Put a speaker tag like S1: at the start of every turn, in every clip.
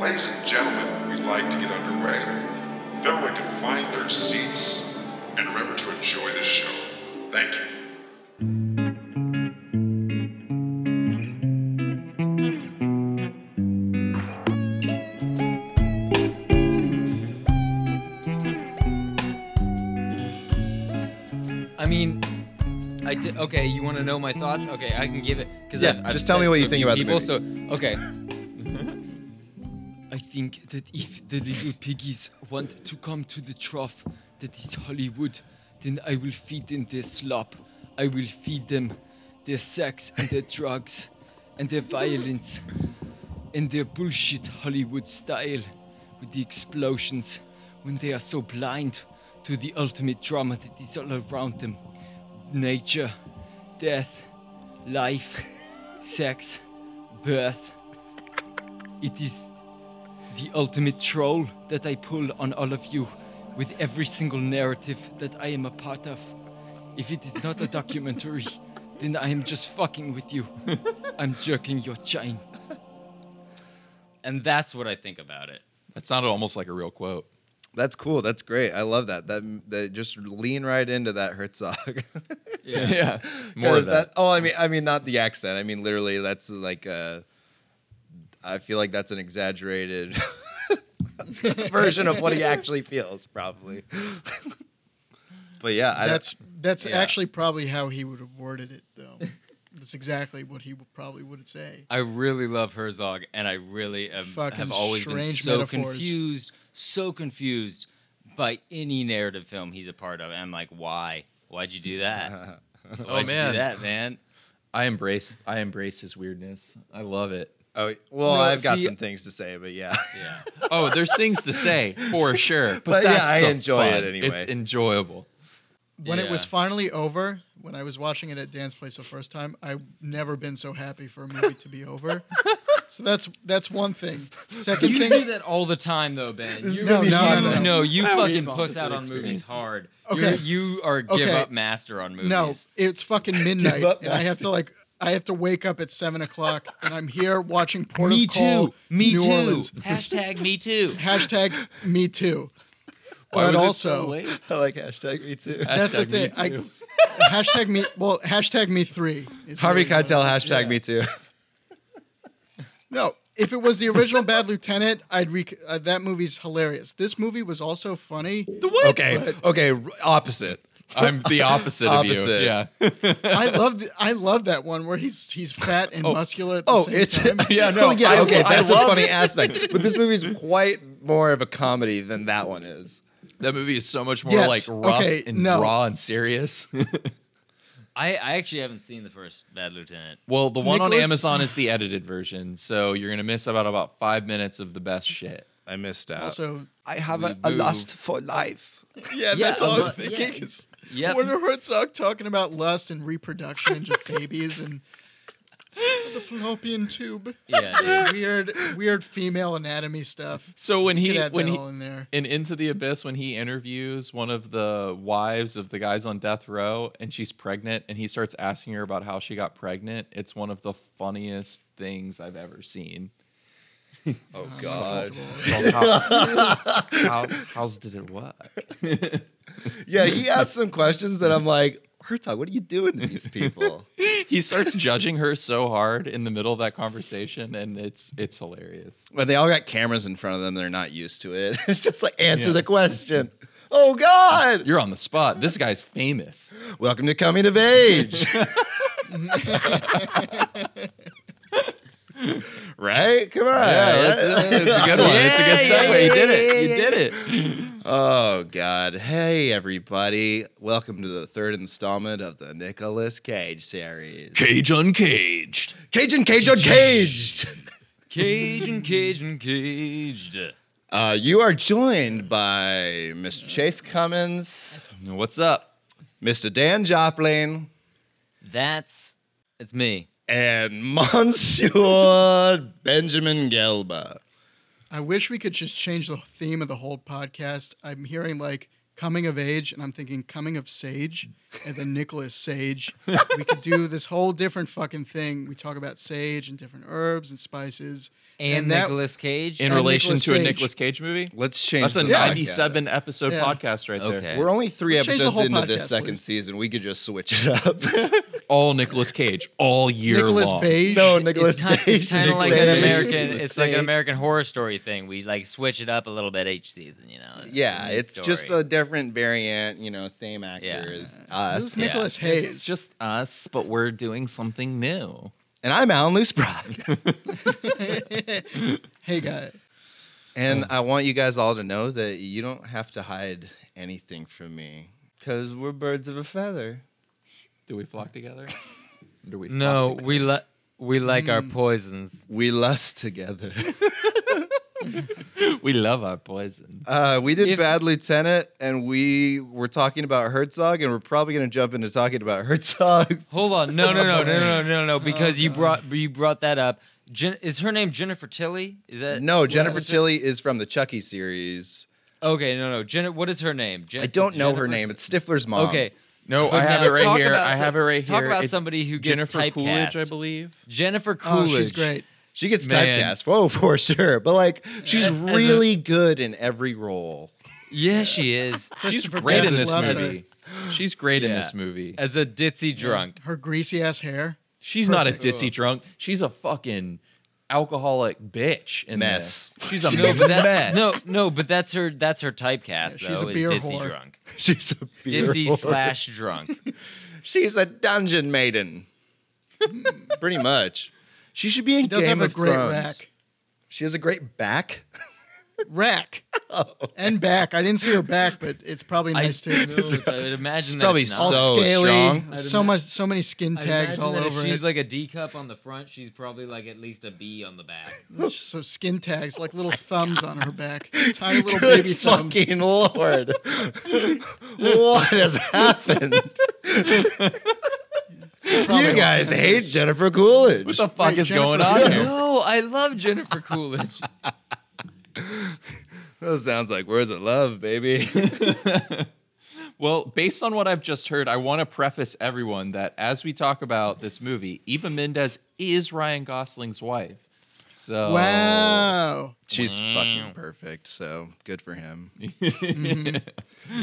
S1: Ladies and gentlemen, we'd like to get underway. If everyone can find their seats and remember to enjoy the show. Thank you.
S2: I mean, I did. Okay, you want to know my thoughts? Okay, I can give it. Cause
S3: Yeah,
S2: I've, I've
S3: just tell me
S2: said
S3: what
S2: to
S3: you
S2: a
S3: think
S2: few
S3: about the
S2: people, So, okay. I think that if the little piggies want to come to the trough that is Hollywood, then I will feed them their slop. I will feed them their sex and their drugs and their violence and their bullshit Hollywood style with the explosions when they are so blind to the ultimate drama that is all around them nature, death, life, sex, birth. It is the ultimate troll that I pull on all of you with every single narrative that I am a part of. If it is not a documentary, then I am just fucking with you. I'm jerking your chain.
S4: And that's what I think about it.
S5: That sounded almost like a real quote.
S3: That's cool. That's great. I love that. That that just lean right into that Herzog.
S5: Yeah. More
S3: 'Cause
S5: of that.
S3: Oh, I mean, I mean, not the accent. I mean, literally, that's like uh, I feel like that's an exaggerated version of what he actually feels, probably. but yeah, I,
S6: That's that's
S3: yeah.
S6: actually probably how he would have worded it, though. that's exactly what he would, probably would say.
S4: I really love Herzog, and I really am,
S6: Fucking
S4: have always been
S6: strange
S4: so
S6: metaphors.
S4: confused, so confused by any narrative film he's a part of. And I'm like, why? Why'd you do that? Why'd
S6: Oh,
S4: you
S5: man.
S4: do that, man?
S5: I embrace I embrace his weirdness. I love it.
S3: oh, well,
S5: No,
S3: I've got
S5: see-
S3: some things to say, but yeah,
S4: Yeah.
S5: Oh, there's things to say for sure. But,
S3: But yeah,
S5: that's
S3: I
S5: the
S3: enjoy it
S5: fun.
S3: anyway.
S5: It's enjoyable.
S6: When it was
S4: Yeah.
S6: finally over, when I was watching it at Dan's place the first time, I've never been so happy for a movie to be over. So that's that's one thing. Second
S4: You
S6: thing,
S4: do that all the time, though, Ben. You,
S6: no, no, no, no,
S4: no,
S6: no,
S4: you
S5: I
S4: fucking
S5: mean,
S4: puss out on
S5: opposite
S4: movies
S5: experience.
S4: hard.
S6: Okay.
S4: You're, you are give
S6: Okay.
S4: up master on movies.
S6: No, it's fucking midnight,
S3: up,
S6: and I have
S3: Master.
S6: to like I have to wake up at seven o'clock, and I'm here watching Port
S4: Me
S6: of Call,
S4: too. Me
S6: New
S4: too.
S6: Orleans.
S4: Hashtag me too.
S6: Hashtag Me Too.
S5: Why
S6: But
S5: was it so
S6: also,
S5: late?
S3: I like hashtag me too.
S6: that's the
S5: Hashtag me
S6: thing. I,
S5: too.
S6: hashtag me. Well, hashtag me three. is
S3: Harvey
S6: really what-
S3: Keitel hashtag me too.
S6: No, if it was the original Bad Lieutenant, I'd re- uh, that movie's hilarious. This movie was also funny.
S3: Okay, okay, r- opposite.
S5: I'm the opposite, of
S3: Opposite.
S5: you. Yeah.
S6: I love th- I love that one where he's he's fat and muscular. At the
S3: Oh,
S6: same
S3: it's
S6: time.
S5: Yeah, no,
S3: Oh, yeah,
S5: I-
S3: okay,
S5: I
S3: that's a
S5: love
S3: funny aspect. But this movie's quite more of a comedy than that one is.
S5: That movie is so much more
S6: Yes,
S5: like rough
S6: okay,
S5: and
S6: no.
S5: raw and serious.
S4: I, I actually haven't seen the first Bad Lieutenant.
S5: well, the one on
S6: Nicholas-
S5: Amazon is the edited version, so you're gonna miss about about five minutes of the best shit.
S3: I missed out.
S6: also
S3: I have a,
S5: a lust
S3: for life.
S6: yeah.
S4: Yeah,
S6: That's all
S4: but-
S6: I'm thinking.
S4: yeah,
S6: is
S4: Yep.
S6: Werner Herzog talking about lust and reproduction and just babies and the fallopian tube.
S4: Yeah, dude.
S6: Weird, weird female anatomy stuff.
S5: So when
S6: Could
S5: he
S6: add
S5: when
S6: that
S5: he
S6: all in there.
S5: in Into the Abyss when he interviews one of the wives of the guys on death row and she's pregnant and he starts asking her about how she got pregnant. It's one of the funniest things I've ever seen.
S3: Oh God.
S5: So how, how, how's did it work?
S3: Yeah, he asked some questions that I'm like, Hertog, what are you doing to these people?
S5: He starts judging her so hard in the middle of that conversation and it's it's hilarious.
S3: well, they all got cameras in front of them. They're not used to it. It's just like answer
S5: Yeah.
S3: the question. Oh God!
S5: You're on the spot. This guy's famous.
S3: Welcome to coming of age. right? Come on. uh,
S5: it's a good one. it's a good
S3: Yeah,
S5: segue.
S3: yeah,
S5: you did it.
S3: yeah,
S5: you
S3: yeah,
S5: did
S3: yeah.
S5: it.
S3: Oh God! Hey everybody! Welcome to the third installment of the Nicolas Cage series.
S5: Cage uncaged.
S3: Cajun Cage Uncaged.
S4: Cajun, Cajun, caged.
S3: Uh, you are joined by Mr. Chase Cummins,
S5: What's up?
S3: Mr. Dan Joplin,
S4: That's it's me.
S3: and Monsieur Benjamin Gelba.
S6: I wish we could just change the theme of the whole podcast. I'm hearing like coming of age, and I'm thinking coming of Sage, and then Nicholas Sage. we could do this whole different fucking thing. We talk about sage and different herbs and spices.
S4: and,
S6: And that-
S4: Nicolas Cage.
S5: in
S6: And
S5: relation
S6: Nicolas
S5: to a
S6: Cage.
S5: Nicolas Cage movie.
S3: Let's change.
S5: That's a
S3: the podcast.
S5: 97 episode
S6: Yeah.
S5: podcast right there.
S4: Okay.
S3: We're only three
S6: Let's change the
S3: episodes
S6: whole
S3: into this
S6: podcast,
S3: second
S6: please.
S3: season. We could just switch it up.
S5: All Nicolas Cage all year
S6: Nicholas
S5: long.
S6: Beige.
S3: no,
S4: It's
S3: Nicholas
S4: kind- It's
S3: Cage.
S4: kind of
S3: Nick
S4: like an
S3: Cage.
S4: American. It's like an
S6: Sage.
S4: American horror story thing. We like switch it up a little bit each season, you know.
S3: Yeah,
S4: a new
S3: it's just
S4: story.
S3: a different variant. You know, same actors. uh, Us.
S6: Who's Nicholas Hayes?
S5: It's just us, but we're doing something new.
S3: And I'm Alan Luce Brock.
S6: hey guy.
S3: And I want you guys all to know that you don't have to hide anything from me because we're birds of a feather.
S5: Do we flock together? Or Do we? flock
S4: No,
S5: together?
S4: we like we like
S6: Hmm.
S4: our poisons.
S3: We lust together.
S5: we love our poison.
S3: uh, we did
S2: If-
S3: Bad Lieutenant, and we were talking about Herzog, and we're probably going to jump into talking about Herzog.
S4: Hold on, no, no, no, no, no, no, no,
S6: Oh,
S4: no, because you brought you brought that up. Jen, is her name Jennifer Tilly? Is that
S3: No, Jennifer
S4: Yes.
S3: Tilly is from the Chucky series.
S4: Okay, no, no. Jenna, what is her name? Jen-
S3: I don't
S4: it's
S3: know her
S4: Jennifer's-
S3: name. It's Stifler's mom.
S4: Okay,
S5: No,
S4: But
S5: I have
S4: now
S5: it right
S4: talk
S5: here.
S4: about
S5: I
S4: some-
S5: have it right
S4: talk
S5: here.
S4: about
S5: It's
S4: somebody who gets
S5: Jennifer Coolidge, I
S4: typecast.
S5: believe.
S4: Jennifer
S6: Oh,
S4: Coolidge.
S6: she's great.
S3: She gets
S4: Man.
S3: typecast. Oh, for sure. But like, she's
S4: As a-
S3: really good in every role.
S4: Yeah, she is.
S5: She's
S6: Christopher
S5: great in
S6: Guest
S5: this
S6: loves her.
S5: movie. She's great in
S4: Yeah.
S5: this movie.
S4: As a ditzy drunk.
S6: Her greasy ass hair.
S5: She's not a
S6: Perfect.
S5: ditzy drunk. She's a fucking alcoholic bitch in
S3: Mess.
S5: this. She's a
S4: No,
S5: mess.
S4: but that- no, no, but that's her. That's her typecast
S6: Yeah, she's
S4: though.
S6: a
S4: is
S6: beer
S4: ditzy
S6: whore.
S4: drunk,
S3: She's a beer
S4: ditzy
S3: whore.
S4: slash drunk.
S3: She's a dungeon maiden. Pretty much. She should be in
S6: She does
S3: Game
S6: have a
S3: of
S6: great
S3: Thrones.
S6: rack.
S3: She has a great back.
S6: Rack.
S3: Oh.
S6: And back. I didn't see her back, but it's probably
S4: I,
S6: nice
S4: don't
S6: too.
S4: know if I would imagine that
S3: probably
S4: it's
S6: All
S4: not.
S3: So
S6: scaly.
S3: strong.
S2: I'd
S6: So
S2: ima-
S6: much so many skin
S4: I
S6: tags
S4: imagine
S6: all
S4: that
S6: over
S4: if she's
S6: it.
S4: like a D cup on the front, she's probably like at least a B on the back.
S6: so skin tags, like
S5: Oh
S6: little thumbs on her back. Tiny little
S3: Good
S6: baby thumbs.
S3: fucking lord. what has happened?
S6: Probably
S3: you guys hate Jennifer Coolidge.
S5: What the fuck
S6: Wait,
S5: is
S6: Jennifer
S5: going on
S6: Coolidge.
S5: here?
S4: no, I love Jennifer Coolidge.
S3: That sounds like words of love, baby.
S5: Well, based on what I've just heard, I want to preface everyone that as we talk about this movie, Eva Mendez is Ryan Gosling's wife. So Oh.
S6: Wow.
S3: She's fucking perfect, so good for him.
S4: Mm-hmm.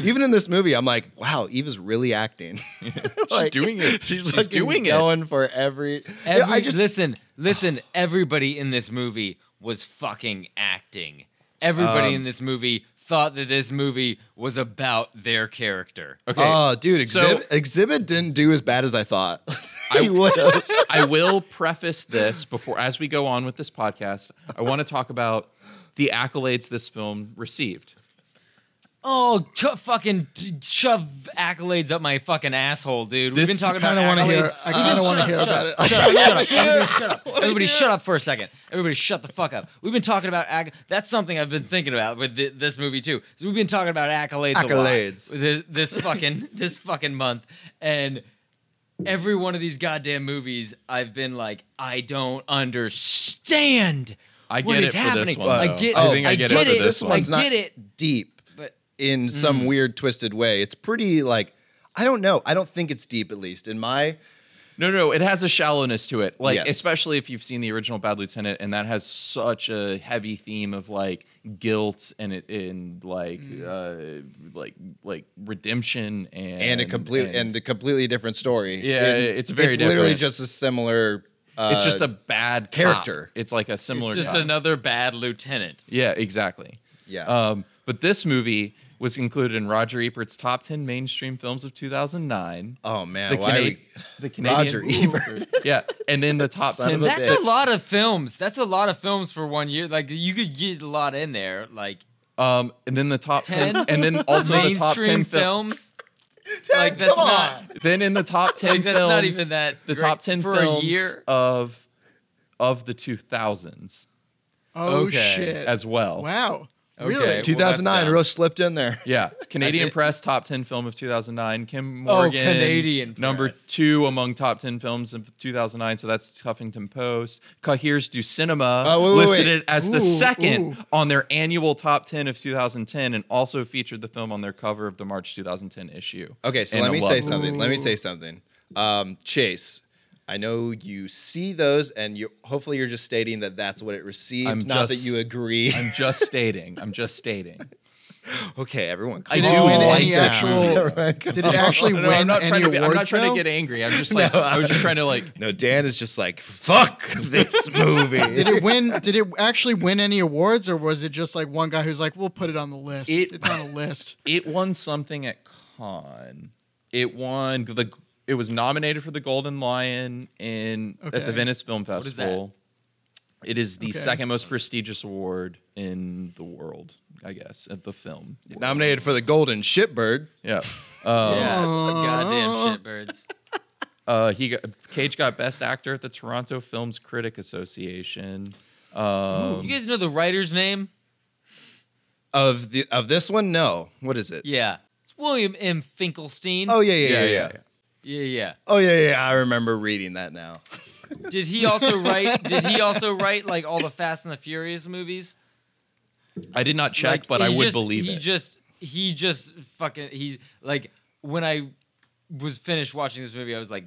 S3: Even in this movie, I'm like, wow, Eva's really acting. Like,
S5: doing it.
S3: She's,
S5: She's
S3: fucking
S5: doing it.
S3: going for every.
S4: Every,
S3: I just
S4: listen, listen. Everybody in this movie was fucking acting. Everybody in this movie thought that this movie was about their character.
S5: Okay.
S3: Oh, dude,
S5: so-
S3: exhibit, exhibit didn't do as bad as I thought. I would have.
S5: I will preface this before as we go on with this podcast. I want to talk about the accolades this film received.
S4: Oh, ch- fucking t- shove accolades up my fucking asshole, dude. We've
S5: This-
S4: been talking
S6: I
S4: about
S6: kinda wanna
S4: accolades.
S6: hear I
S5: Oh,
S6: kinda wanna hear about it.
S4: shut up, shut up, shut up. Everybody shut up for a second. Everybody shut the fuck up. We've been talking about acc- that's something I've been thinking about with thi- this movie too. So we've been talking about accolades,
S3: Accolades.
S4: a lot thi- this fucking this fucking month, and every one of these goddamn movies, I've been like, I don't understand.
S5: I
S4: what
S5: get
S4: is
S5: it for this
S4: happening.
S5: one,
S4: I
S5: though.
S4: get,
S5: I
S4: I
S5: think
S4: I
S5: I
S4: get,
S5: get it for
S4: it.
S5: this
S4: I
S5: one.
S3: Oh,
S5: Mm.
S3: one's not
S4: get it.
S3: deep
S4: But
S3: in some weird, twisted way. It's pretty, like, I don't know. I don't think it's deep, at least. In my.
S5: No, no, it has a shallowness to it. Like
S3: Yes.
S5: especially if you've seen the original Bad Lieutenant, and that has such a heavy theme of like guilt and it and like
S3: Mm.
S5: uh like like redemption and
S3: And, a complete and, a completely different story.
S5: Yeah,
S3: And
S5: it's very
S3: It's literally
S5: different.
S3: just a similar. Uh,
S5: it's just a bad cop.
S3: character.
S5: It's like a similar.
S4: it's just
S5: cop.
S4: another bad lieutenant.
S5: Yeah, exactly.
S3: Yeah.
S5: Um, but this movie was included in Roger Ebert's top ten mainstream films of 2009.
S3: Oh man,
S5: the,
S3: why?
S5: Cana-
S3: are we-
S5: the Canadian
S3: Roger Ebert.
S5: yeah, and then the top
S3: Son of
S5: ten.
S3: a
S4: That's
S3: bitch.
S4: a lot of films. That's a lot of films for one year. Like you could get a lot in there. Like
S5: Um, and then the top ten,
S4: 10?
S5: and then also the top
S4: mainstream
S5: ten films.
S4: films. Like that's
S3: Come
S4: not.
S3: on.
S5: Then in the top ten,
S4: Like, that's
S5: films,
S4: not even that
S5: The
S4: great
S5: top ten
S4: for a
S5: films
S4: year.
S5: of of the 2000s
S6: Oh
S4: Okay.
S6: shit.
S5: as well.
S6: Wow.
S5: Okay,
S6: Really?
S5: well, that's
S3: 2009
S5: dumb.
S3: Rose slipped in there.
S5: Yeah, Canadian
S4: did-
S5: Press top ten film of 2009. Kim
S4: Oh,
S5: Morgan,
S4: Canadian
S5: number
S4: Press.
S5: two among top ten films of 2009. So that's Huffington Post. Cahiers du Cinema
S6: Uh,
S3: Oh, wait, wait,
S5: listed
S3: wait.
S5: it as
S6: Ooh,
S5: the second
S6: ooh.
S5: on their annual top ten of 2010, and also featured the film on their cover of the March 2010 issue.
S3: Okay, so
S5: And
S3: let
S5: a
S3: me
S5: love
S3: say
S5: letter.
S3: something. Let me say something. Um, Chase, I know you see those, and you hopefully you're just stating that that's what it received,
S5: I'm
S3: not
S5: just-
S3: that you agree.
S5: I'm just stating. I'm just stating.
S3: okay, everyone.
S5: I do
S3: calm
S5: win
S3: down.
S5: any
S3: Yeah,
S6: actual-
S3: right,
S6: Did
S3: calm
S6: it actually
S5: No, Oh, no,
S6: win
S5: I'm not
S6: any
S5: trying to.
S6: awards?
S5: Be, I'm not trying
S6: though?
S5: to get angry. I'm just like I was just trying to like.
S3: No, Dan is just like, fuck this movie.
S6: Did it win? Did it actually win any awards, or was it just like one guy who's like, "We'll put it on the list.
S5: It-
S6: it's on a list."
S5: it won something at con it won the it was nominated for the golden lion in at
S6: Okay.
S5: the venice film
S4: is that?
S5: festival it is the
S6: Okay.
S5: second most prestigious award in the world i guess of the film
S3: Nominated for the Golden Shitbird.
S5: yeah uh,
S4: Yeah,
S6: Aw.
S4: goddamn shitbirds.
S5: uh, he got, cage got best actor at the toronto films critic association um,
S4: You guys know the writer's name?
S3: Of the of this one, no. What is it?
S4: Yeah, it's William M. Finkelstein.
S3: Oh yeah, yeah, yeah,
S5: Yeah,
S3: yeah,
S5: yeah, yeah.
S4: yeah,
S3: Oh yeah, yeah, yeah. I remember reading that now.
S4: yeah. Did he also write? Did he also write like all the Fast and the Furious movies?
S5: i did not check
S4: Like,
S5: but i
S4: it's
S5: would
S4: just-
S5: believe
S4: he
S5: it
S4: just he just fucking he like when I was finished watching this movie, I was like,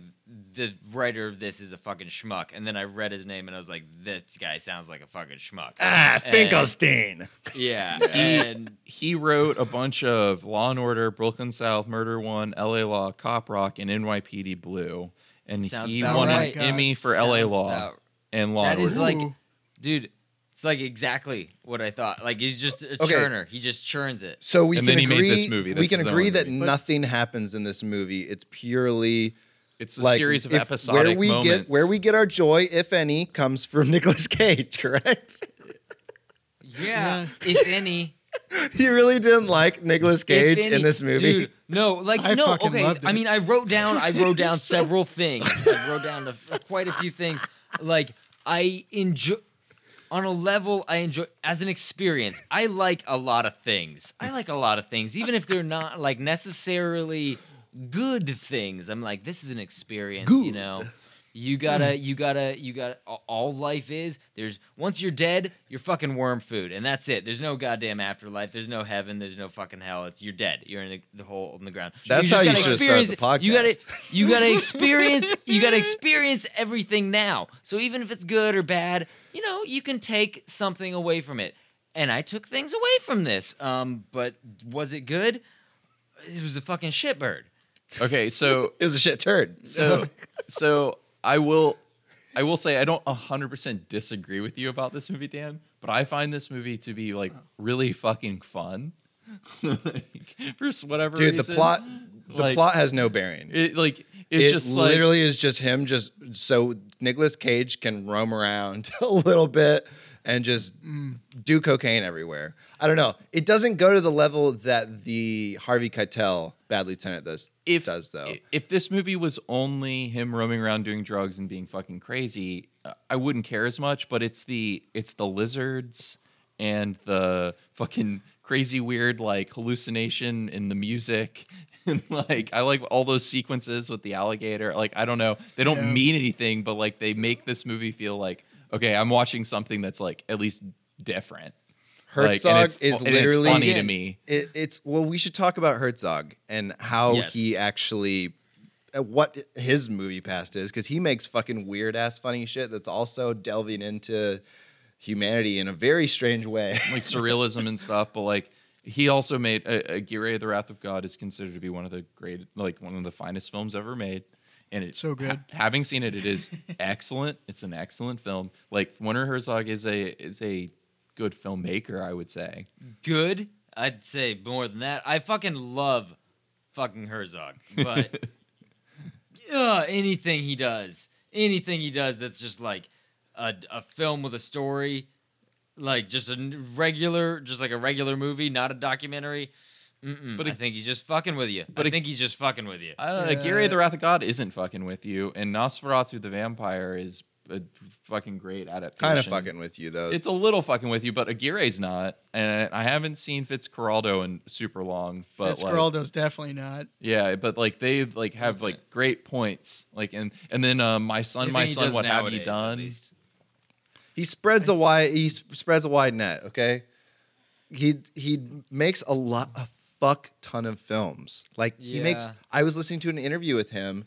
S4: the writer of this is a fucking schmuck, and then I read his name and I was like, this guy sounds like a fucking schmuck.
S3: Ah,
S4: And-
S3: Finkelstein.
S4: Yeah, and
S5: he wrote a bunch of Law and Order, Brooklyn South, Murder One, L.A. Law, Cop Rock, and NYPD Blue, and
S4: Sounds
S5: he
S4: about
S5: won
S6: right.
S5: an Emmy for
S4: Sounds
S5: L.A. Law
S4: about-
S5: and Law
S4: That
S5: and
S4: is
S5: Order.
S4: like,
S6: Ooh.
S4: dude, it's like exactly what I thought. Like he's just a
S3: Okay.
S4: churner. He just churns it.
S3: So we
S5: And
S3: can
S5: then he
S3: agree.
S5: made this movie.
S3: we
S5: This
S3: can
S5: is the
S3: agree
S5: only
S3: that
S5: movie.
S3: nothing happens in this movie. It's purely
S5: it's a
S3: like
S5: series of
S3: if-
S5: episodic
S3: where we
S5: moments.
S3: get where we get our joy, if any, comes from Nicolas Cage. Correct?
S4: Yeah, if any.
S3: you really didn't like Nicolas
S4: if
S3: Cage in
S4: any-
S3: this movie.
S4: dude. No, like
S6: I
S4: no.
S6: fucking
S4: Okay,
S6: loved
S4: I
S6: it.
S4: mean, I wrote down, I wrote down several things. I wrote down a, quite a few things. Like I enjoy. On a level, I enjoy as an experience. I like a lot of things. I like a lot of things, even if they're not like necessarily good things. I'm like, this is an experience, you
S3: Good.
S4: know. You gotta, you gotta, you gotta. a- All life is there's once you're dead, you're fucking worm food, and that's it. There's no goddamn afterlife. There's no heaven. There's no fucking hell. It's you're dead. You're in the, the hole in the ground.
S3: That's
S4: just
S3: how you
S4: gotta
S3: should've started
S4: experience-
S3: the
S4: You gotta,
S3: podcast.
S4: you gotta experience. You gotta experience everything now. So even if it's good or bad, you know you can take something away from it. And I took things away from this. Um, but was it good? It was a fucking shitbird.
S5: okay, so
S3: it was a shit turd.
S5: so so I will I will say I don't 100% disagree with you about this movie, Dan, but I find this movie to be like really fucking fun. like, for s- whatever
S3: dude, the
S5: reason.
S3: plot the
S5: Like-
S3: plot has no bearing. It,
S5: It like it's just like
S3: literally is just him just so Nicolas Cage can roam around a little bit and just
S5: Mm.
S3: do cocaine everywhere. I don't know. It doesn't go to the level that the Harvey Keitel Bad Lieutenant does
S5: if
S3: does though.
S5: i- If this movie was only him roaming around doing drugs and being fucking crazy, uh, I wouldn't care as much. But it's the it's the lizards and the fucking crazy weird like hallucination in the music. And like I like all those sequences with the alligator. Like I don't know, they don't
S6: Yeah.
S5: mean anything, but like they make this movie feel like okay, I'm watching something that's like at least different. Like,
S3: Herzog
S5: and it's, fu-
S3: is
S5: and it's
S3: literally
S5: funny to
S4: Again,
S5: me.
S3: It, it's well, we should talk about Herzog and how
S4: Yes.
S3: he actually, uh, what his movie past is, because he makes fucking weird ass funny shit that's also delving into humanity in a very strange way.
S5: like surrealism and stuff. But like he also made uh, Aguirre, The Wrath of God, is considered to be one of the great, like one of the finest films ever made. And it's
S6: So good.
S5: having seen it, it is excellent. It's an excellent film. Like Werner Herzog is a is a good filmmaker, I would say.
S4: good. I'd say more than that. I fucking love fucking Herzog, but Ugh, anything he does, anything he does that's just like a, a film with a story, like just a n- regular, just like a regular movie, not a documentary. Mm-mm,
S5: But
S4: I
S5: it-
S4: think he's just fucking with you. But
S5: but
S4: I
S5: it-
S4: think he's just fucking with you.
S5: I don't know.
S6: Yeah.
S5: Gary the Wrath of God isn't fucking with you, and Nosferatu the Vampire is a fucking great adaptation.
S3: Kind of fucking with you though.
S5: It's a little fucking with you, but Aguirre's not, and I haven't seen Fitzcarraldo in super long. But like,
S6: Fitzcarraldo's definitely not.
S5: yeah, but like they like have like great points, like and and then uh, my son,
S4: Anything
S5: my
S4: he
S5: son,
S4: does
S5: what have
S4: nowadays,
S5: you
S4: at
S5: done?
S4: least.
S3: He spreads a wide he s- spreads a wide net, okay? He he makes a lot a fuck ton of films. Like he makes
S2: Yeah.
S3: I was listening to an interview with him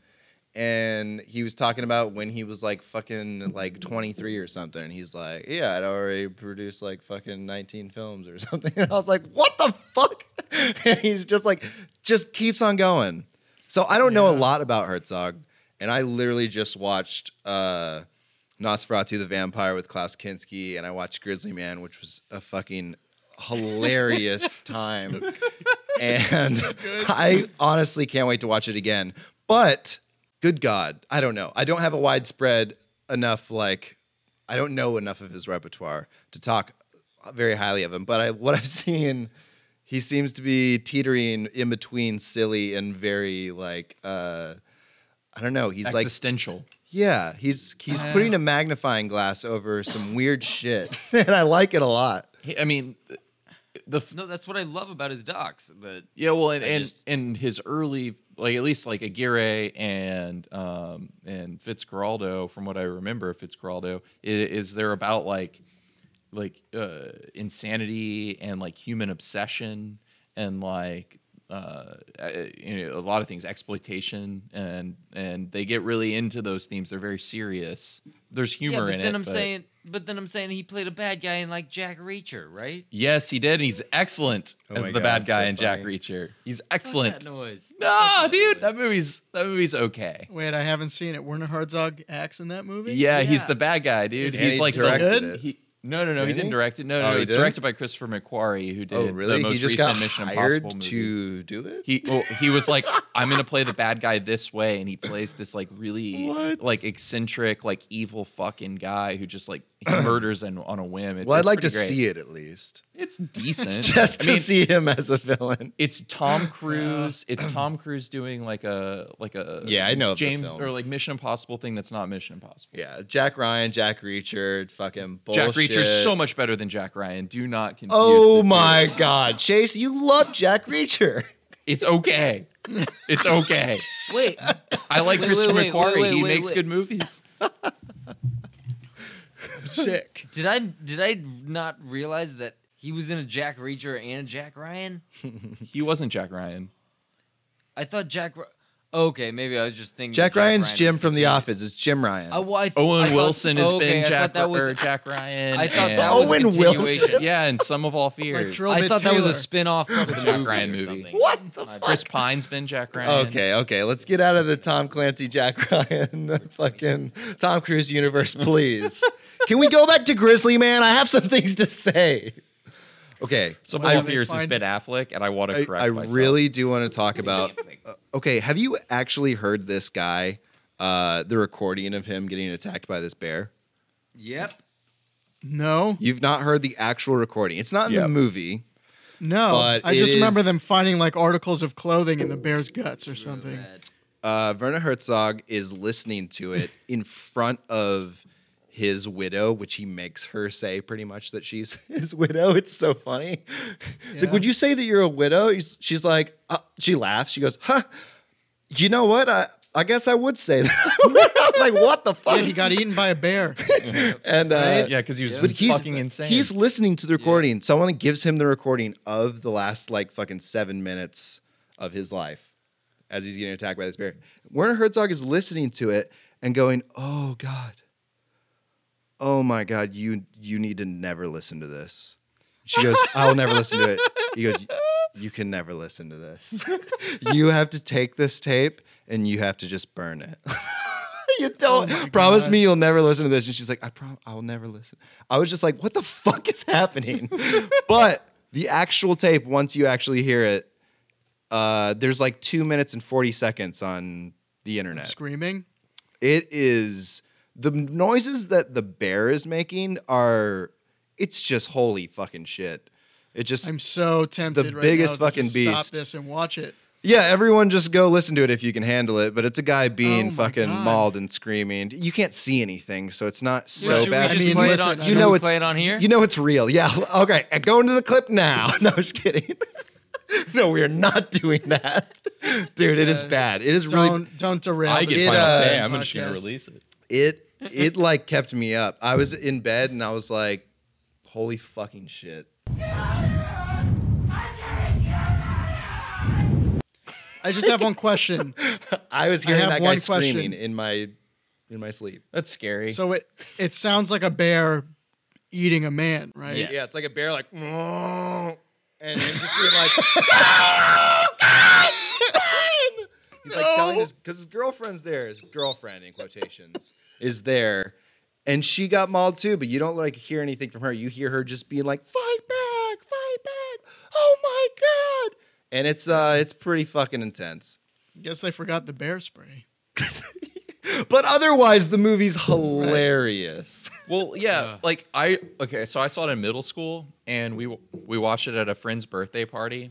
S3: and he was talking about when he was like fucking like 23 or something and he's like, "Yeah, I'd already produced like fucking 19 films or something." And I was like, "What the fuck?" and he's just like just keeps on going. So I don't know a lot about Herzog and I literally just watched uh Nosferatu the Vampire with Klaus Kinski, and I watched Grizzly Man, which was a fucking hilarious time. and I honestly can't wait to watch it again. But good God, I don't know. I don't have a widespread enough, like, I don't know enough of his repertoire to talk very highly of him. But I, what I've seen, he seems to be teetering in between silly and very, like, uh, I don't know. He's like
S5: Existential.
S3: yeah, he's he's putting a magnifying glass over some weird shit, and I like it a lot.
S5: He- I mean, the f-
S4: No, that's what I love about his docs. But
S5: Yeah, well, and
S4: I
S5: and,
S4: just-
S5: and his early, like at least like Aguirre and um and Fitzcarraldo, from what I remember, of Fitzcarraldo is, is they're about like like uh insanity and like human obsession and like uh uh, you know a lot of things exploitation and and they get really into those themes they're very serious there's
S4: yeah,
S5: humor
S4: but
S5: in it
S4: then I'm
S5: but-
S4: saying, but then I'm saying he played a bad guy in like Jack Reacher, right?
S5: yes he did and he's excellent
S3: Oh
S5: as
S3: my
S5: the
S3: God,
S5: bad
S3: it's so
S5: guy in jack
S3: funny.
S5: reacher he's
S4: Fuck
S5: excellent
S4: That noise.
S5: No, dude, that movie's that movie's okay.
S6: Wait, I haven't seen it. Werner Herzog acts in that movie.
S5: Yeah, he's
S4: Yeah.
S5: the bad guy, dude.
S3: And
S5: he's
S3: he
S5: like the-
S3: directed
S6: Good?
S3: it.
S5: he- no, no, no,
S3: Didn't
S5: he didn't
S3: he?
S5: direct it. No,
S3: Oh,
S5: no,
S3: he
S5: it's
S3: didn't?
S5: directed by Christopher McQuarrie, who did
S3: Oh, really?
S5: the most
S3: He just
S5: recent
S3: got
S5: Mission Impossible
S3: hired
S5: movie.
S3: to do it.
S5: He well, he was like, I'm gonna play the bad guy this way, and he plays this like really
S3: What?
S5: like eccentric, like evil fucking guy who just like he murders and on a whim. It's,
S3: well, I'd
S5: it's
S3: like to
S5: pretty great.
S3: see it at least,
S5: It's decent,
S3: just
S5: I
S3: to
S5: mean,
S3: see him as a villain.
S5: It's Tom Cruise. It's Tom Cruise doing like a like a
S3: Yeah, I know of the
S5: James
S3: film.
S5: or like Mission Impossible thing that's not Mission Impossible.
S3: Yeah, Jack Ryan, Jack Reacher, fucking bullshit.
S5: Jack Reacher's so much better than Jack Ryan. Do not confuse. the
S3: Oh
S5: two.
S3: my God, Chase, you love Jack Reacher.
S5: It's okay. It's okay.
S4: Wait,
S5: I like
S4: Wait,
S5: Christopher
S4: wait, wait,
S5: McQuarrie.
S4: wait, wait,
S5: he
S4: wait,
S5: makes
S4: wait.
S5: good movies.
S3: Sick.
S4: did I did I not realize that he was in a Jack Reacher and a Jack Ryan?
S5: He wasn't Jack Ryan.
S4: I thought Jack. Ry- Okay, maybe I was just thinking.
S3: Jack, Ryan's
S4: Ryan
S3: Jim
S4: was
S3: from The
S4: continuing.
S3: Office. It's Jim Ryan.
S4: I, well, I th- I
S5: Owen
S4: thought-
S5: Wilson has
S4: okay, I
S5: been
S4: thought
S5: Jack
S4: that was
S5: or Jack Ryan.
S4: I thought
S5: and-
S4: that was
S3: Owen
S4: Owen
S3: Wilson.
S4: Wilson.
S5: Yeah, and some of all
S6: Like
S5: fears.
S6: Drill
S4: I
S6: Bit
S4: thought that was a
S6: Taylor.
S4: spin-off of the
S5: Jack
S4: movie
S5: Ryan
S4: or
S5: movie.
S4: something.
S3: what the
S4: I-
S5: Chris Pine's been Jack Ryan.
S3: Okay, okay. Let's get out of the Tom Clancy, Jack Ryan, the fucking Tom Cruise universe, please. Can we go back to Grizzly Man? I have some things to say. Okay,
S5: Some
S6: Why
S5: of all
S6: do they
S5: fears has
S6: find-
S5: been Affleck, and I want to
S3: I,
S5: correct
S3: I
S5: myself.
S3: really do want to talk about. uh, okay, have you actually heard this guy? Uh, the recording of him getting attacked by this bear.
S4: Yep.
S6: No,
S3: You've not heard the actual recording. It's not in the
S5: Yep.
S3: movie.
S6: no.
S3: But
S6: I
S3: it
S6: just remember
S3: is-
S6: them finding like articles of clothing in the bear's guts or something.
S3: uh, Werner Herzog is listening to it in front of his widow, which he makes her say pretty much that she's his widow. It's so funny. It's like,
S6: Yeah.
S3: would you say that you're a widow? He's- She's like, uh, she laughs. She goes, huh? You know what? I I guess I would say that. I'm like, what the fuck?
S6: Yeah, he got eaten by a bear.
S3: and uh,
S5: Yeah, because he was
S3: but he's
S5: fucking insane.
S3: He's listening to the recording. Someone gives him the recording of the last like fucking seven minutes of his life as he's getting attacked by this bear. Werner Herzog is listening to it and going, "Oh God, oh my God, you you need to never listen to this." She goes, "I will never listen to it." He goes, "You can never listen to this. you have to take this tape and you have to just burn it." Oh you don't promise me you'll never listen to this. And she's like, I prom I'll never listen. I was just like, what the fuck is happening? but the actual tape, once you actually hear it, uh, there's like two minutes and 40 seconds on the internet.
S6: Screaming.
S3: It is the noises that the bear is making are it's just holy fucking shit. It just
S6: I'm so tempted. right
S3: biggest
S6: now to
S3: fucking
S6: just stop
S3: beast.
S6: this and watch it.
S3: yeah. Everyone just go listen to it if you can handle it. But it's a
S4: Oh
S3: guy being
S6: my
S3: fucking
S6: God.
S3: mauled and screaming. You can't see anything, so it's not
S4: So
S3: so
S4: should
S3: bad.
S4: we just
S6: I mean,
S4: play
S6: listen,
S4: it on?
S6: I
S4: You
S6: know
S4: know,
S3: it's-
S4: play it on here.
S3: You know it's real. Yeah. Okay. Go into the clip now. No, just kidding. no, we are not doing that, dude. It is
S6: Yeah.
S3: bad. It is
S6: Don't
S3: really
S6: don't derail.
S5: I
S6: the
S5: get
S3: It,
S5: final
S3: uh,
S5: say. I'm just gonna
S6: podcast.
S5: release it.
S3: it it like kept me up. I was in bed and I was like, holy fucking shit.
S6: I just have one question.
S3: I was
S6: I
S3: hearing
S6: have
S3: that guy
S6: one question.
S3: screaming in my in my sleep.
S5: That's scary.
S6: so it it sounds like a bear eating a man, right?
S4: Yeah.
S3: Yeah, it's like a bear like and him just being like He's like telling his because his girlfriend's there, his girlfriend in quotations is there, and she got mauled too. But you don't like hear anything from her. You hear her just being like, "Fight back, fight back! Oh my god!" And it's uh, it's pretty fucking intense.
S6: Guess they forgot the bear spray.
S3: But otherwise, the movie's hilarious.
S5: Well, yeah, like I okay, so I saw it in middle school, and we we watched it at a friend's birthday party,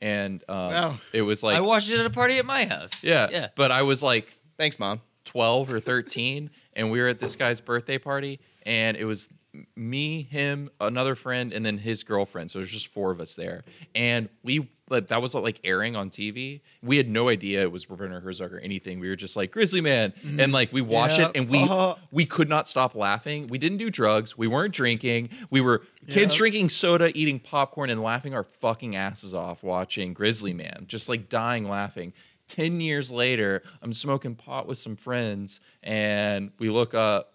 S5: and um,
S6: Wow.
S5: it was like
S4: I watched it at a party at my house.
S5: yeah,
S4: yeah.
S5: But I was like
S3: Thanks, mom.
S5: 12 or 13 and we were at this guy's birthday party and it was m- me him another friend and then his girlfriend so there's just four of us there and we like that was like airing on tv we had no idea it was werner herzog or anything we were just like grizzly man and like we watched
S6: Yep.
S5: it and we
S3: Uh-huh.
S5: we could not stop laughing we didn't do drugs we weren't drinking we were kids
S6: Yep.
S5: drinking soda eating popcorn and laughing our fucking asses off watching grizzly man just like dying laughing 10 years later, I'm smoking pot with some friends and we look up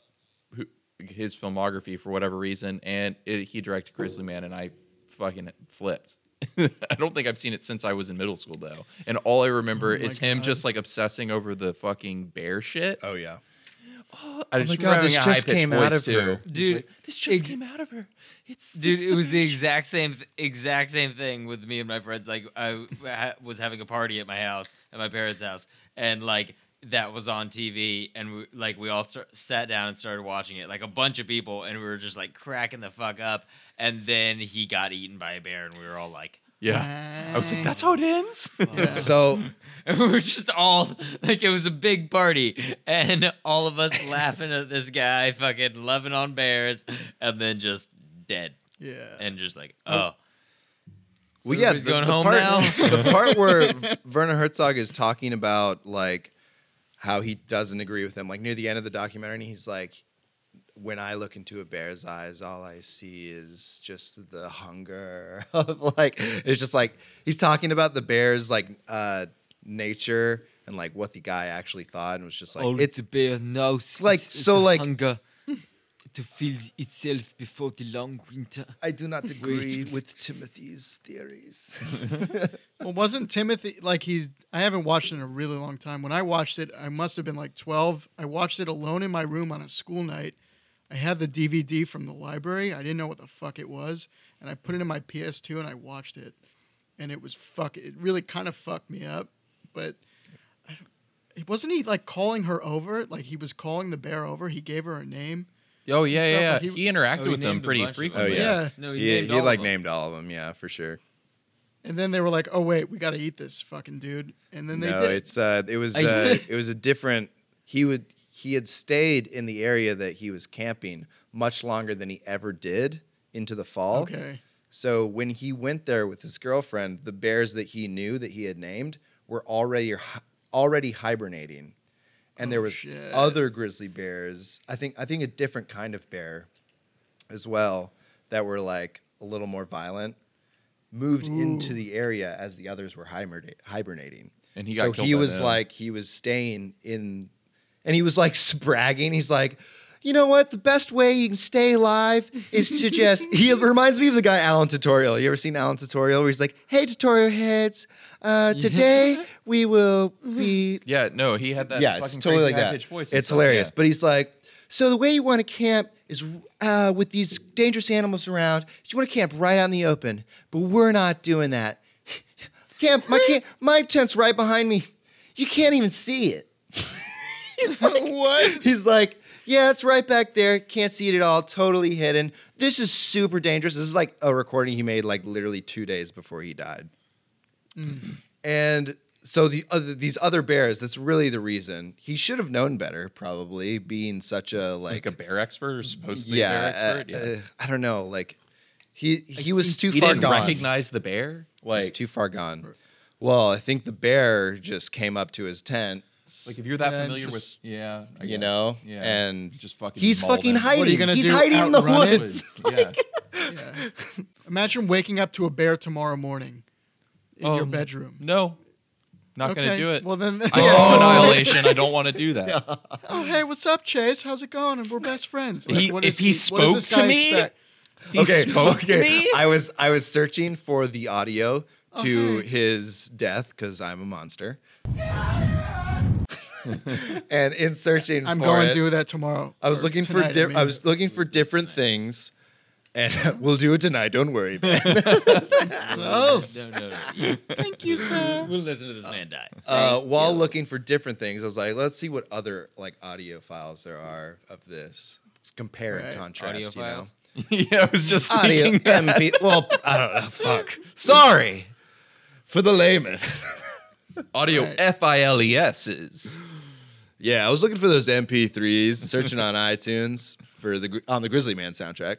S5: who, his filmography for whatever reason and it, he directed Grizzly Man and I fucking flipped. I don't think I've seen it since I was in middle school though. And all I remember is him
S6: God.
S5: just like obsessing over the fucking bear shit.
S3: Oh yeah.
S5: I
S3: my
S5: just
S3: God,
S5: remember
S3: this
S5: having a
S3: just
S5: high-pitched
S3: came out
S5: voice,
S3: of her.
S5: too.
S4: Dude,
S5: He's like, this just
S4: ex-
S5: came out of her. It's
S4: Dude,
S5: it's
S4: it was the
S5: bear
S4: exact same, th- exact same thing with me and my friends. Like, I ha- was having a party at my house, at my parents' house, and like that was on TV, and we, like we all start, sat down and started watching it, like a bunch of people, and we were just like cracking the fuck up. And then he got eaten by a bear, and we were all like,
S5: Yeah. I was like, that's how it ends.
S3: So
S4: and we were just all like, it was a big party, and all of us laughing at this guy fucking loving on bears, and then just dead,
S6: Yeah.
S4: and just like, oh.
S3: well, yeah,
S4: everybody's going home
S3: part,
S4: now?
S3: the part where Werner Herzog is talking about like how he doesn't agree with them, like near the end of the documentary, he's like, "When I look into a bear's eyes, all I see is just the hunger of like." It's just like he's talking about the bear's like uh, nature and like what the guy actually thought, and was just
S4: Oh,
S3: like,
S2: All it's
S3: "It's
S2: a bear now. It's
S3: like- so like-
S2: hunger to feel itself before the long winter.
S3: I do not agree
S2: Wait.
S3: with Timothy's theories."
S6: Well, wasn't Timothy like he's? I haven't watched it in a really long time. When I watched it, I must have been like twelve. I watched it alone in my room on a school night. I had the DVD from the library. I didn't know what the fuck it was, and I put it in my PS2 and I watched it, and it was fuck. It really kind of fucked me up, but. I don't- Wasn't he like calling her over? Like he was calling the bear over. He gave her a name.
S5: Oh yeah,
S6: stuff,
S5: yeah, yeah.
S6: like,
S5: He,
S6: he-
S5: interacted
S4: Oh, he
S5: with them
S4: named a
S5: pretty
S4: bunch of them.
S5: frequently.
S3: Oh, yeah.
S4: No,
S3: he
S4: named
S3: he
S4: all of
S3: like
S4: them.
S3: named all of them, yeah, for sure.
S6: And then they were like, "Oh wait, we got to eat this fucking dude." And then they
S3: no,
S6: did. it.
S3: it's uh, it was
S2: I-
S3: uh, it was a different. He would he had stayed in the area that he was camping much longer than he ever did into the fall.
S6: okay.
S3: So when he went there with his girlfriend, the bears that he knew that he had named were already hi- already hibernating, and there
S6: Oh,
S3: was
S6: shit.
S3: other grizzly bears. I think I think a different kind of bear, as well, that were like a little more violent, moved into the area as the others were hiberna- hibernating.
S5: And he got
S3: so
S5: killed
S3: he
S5: by
S3: was
S5: them.
S3: like he was staying in and he was like bragging. He's like, you know what? The best way you can stay alive is to just. he reminds me of the guy Alan Tutorial. You ever seen Alan Tutorial? Where he's like, "Hey, tutorial heads, uh, today we will be
S5: Yeah, no, he had that.
S3: yeah, it's
S5: fucking
S3: totally
S5: crazy
S3: like that.
S5: high-pitched Voice and
S3: It's
S5: stuff,
S3: hilarious.
S5: yeah.
S3: But he's like, so the way you want to camp is uh, with these dangerous animals around. is You want to camp right out in the open, but we're not doing that. camp, my camp, my tent's right behind me. You can't even see it. He's like,
S6: what?
S3: He's like, yeah, it's right back there. Can't see it at all. Totally hidden. This is super dangerous. This is like a recording he made like literally two days before he died.
S5: Mm.
S3: And so the other, these other bears. That's really the reason he should have known better. Probably being such a like,
S5: Like a bear expert or supposed to be a bear
S3: yeah,
S5: expert.
S3: uh,
S5: yeah.
S3: uh, I don't know. Like he he was too
S5: he
S3: far
S5: didn't
S3: gone.
S5: recognize the bear.
S3: He's
S5: Like,
S3: too far gone. Well, I think the bear just came up to his tent
S5: like if you're that
S6: Yeah,
S5: familiar
S6: just-
S5: with, yeah, I
S3: you
S5: guess.
S3: know,
S5: yeah,
S3: and
S5: You just fucking.
S3: he's
S5: mauled
S3: fucking
S5: him.
S3: hiding.
S6: What are you gonna
S3: he's
S6: do,
S3: hiding in the
S6: outrun it?
S3: woods.
S5: yeah.
S6: Yeah. Imagine waking up to a bear tomorrow morning in your
S5: Um,
S6: bedroom.
S5: No, not gonna
S6: Okay,
S5: do it. Oh,
S6: Well then,
S5: I saw Annihilation. I don't want to do that.
S6: oh hey, what's up, Chase? How's it going? And we're best friends. Like,
S5: He-
S6: what
S5: if
S6: is
S5: he
S6: what does this
S5: spoke to
S6: guy
S5: me-
S6: expect?
S5: He spoke to me?
S3: I was I was searching for the audio to
S6: Okay.
S3: his death because I'm a monster. and in searching,
S6: I'm
S3: for
S6: going
S3: it,
S6: to do that tomorrow.
S3: I was
S6: or
S3: looking for
S6: tonight,
S3: di-
S6: mean.
S3: I was looking for different things, and we'll do it tonight. Don't worry. man.
S6: oh
S4: No, no, no.
S6: thank you, sir.
S4: We'll listen to this man die.
S3: uh, while looking for different things, I was like, let's see what other like audio files there are of this. Let's compare
S6: Right.
S3: and contrast.
S4: Audio
S3: you know.
S4: files?
S5: yeah, I was just
S3: audio
S5: thinking.
S3: MP. Well, I don't know. Fuck. Sorry for the layman.
S5: Audio
S6: Right.
S5: F I L E S is.
S3: yeah, I was looking for those MP3s, searching on iTunes for the gri- on the Grizzly Man soundtrack.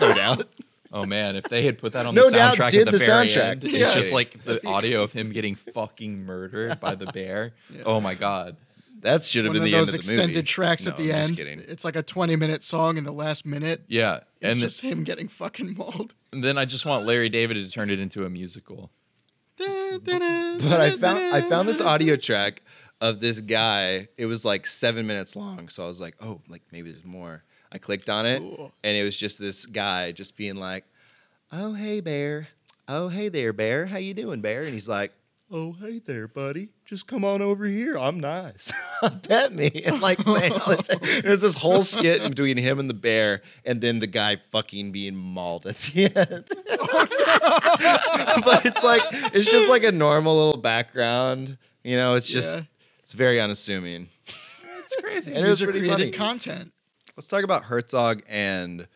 S3: No doubt.
S5: Oh man, if they had put that on
S3: No
S5: the
S3: doubt
S5: soundtrack
S3: did
S5: at
S3: the
S5: the, very
S3: soundtrack.
S5: end,
S3: Yeah.
S5: it's just like the audio of him getting fucking murdered by the bear. Oh my god.
S3: That should have been
S6: One of
S3: the end
S6: those
S3: of the
S6: extended
S3: movie.
S6: tracks at
S3: No,
S6: the
S3: I'm
S6: end.
S3: just kidding.
S6: It's like a 20 minute song in the last minute.
S5: Yeah,
S6: It's
S5: and,
S6: just him getting fucking mauled.
S5: and then I just want Larry David to turn it into a musical.
S3: But
S6: But
S3: I found I found this audio track of this guy. It was like seven minutes long, so I was like, oh, like maybe there's more. I clicked on it,
S6: Cool.
S3: and it was just this guy just being like, "Oh hey bear, oh hey there bear, how you doing bear?" And he's like, "Oh hey there buddy, just come on over here. I'm nice. Pet me." And like saying all this, shit. there's this whole skit between him and the bear, and then the guy fucking being mauled at the end. but it's like it's just like a normal little background. You know, it's just
S6: Yeah.
S3: it's very unassuming.
S5: It's crazy.
S3: And it was
S6: User
S3: pretty
S6: created
S3: funny.
S6: content.
S3: Let's talk about Herzog and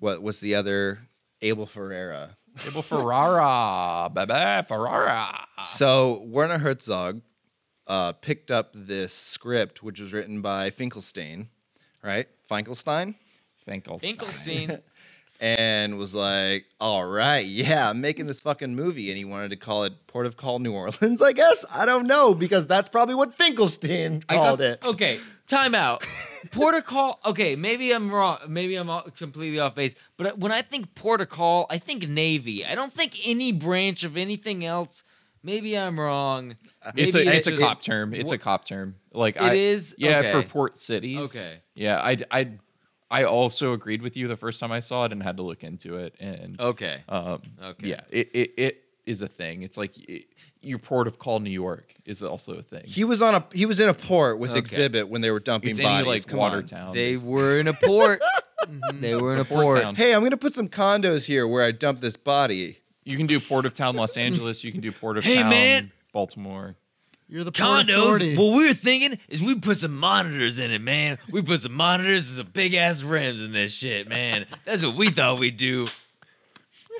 S3: what was the other Abel Ferreira.
S5: Abel Ferrara, baby Ferrara.
S3: So Werner Herzog uh, picked up this script, which was written by Finkelstein, right? Finkelstein,
S5: Finkelstein.
S4: Finkelstein.
S3: and was like, "All right, yeah, I'm making this fucking movie," and he wanted to call it Port of Call, New Orleans. I guess I don't know because that's probably what Finkelstein
S4: I got-
S3: called it.
S4: Okay, time out. Porter call. Okay, maybe I'm wrong. Maybe I'm all- completely off base. But when I think porter call, I think Navy. I don't think any branch of anything else. Maybe I'm wrong.
S5: It's
S4: Maybe
S5: a
S4: I
S5: it's a
S4: just-
S5: cop term. It's a cop term. Like
S4: It
S5: I,
S4: is?
S5: Yeah,
S4: Okay.
S5: for port cities.
S4: Okay.
S5: Yeah, I I I also agreed with you the first time I saw it and had to look into it and
S4: Okay.
S5: um
S4: Oh. Okay.
S5: yeah it it, it is a thing. It's like it, your port of call New York is also a thing.
S3: He was on a he was in a port with
S4: Okay.
S3: Exhibit when they were dumping
S5: it's any
S3: bodies.
S5: like
S3: Come on.
S5: Watertown.
S4: They
S5: basically.
S4: were in a port. They were in a
S5: port
S4: port.
S5: town.
S3: Hey, I'm gonna put some condos here where I dump this body.
S5: You can do port of town Los Angeles. You can do port of
S4: Hey,
S5: town
S4: man.
S5: Baltimore.
S6: You're the Port
S4: Condos.
S6: Authority.
S4: What we were thinking is we put some monitors in it, man. We put some monitors and some big ass rims in this shit, man. That's what we thought we'd do.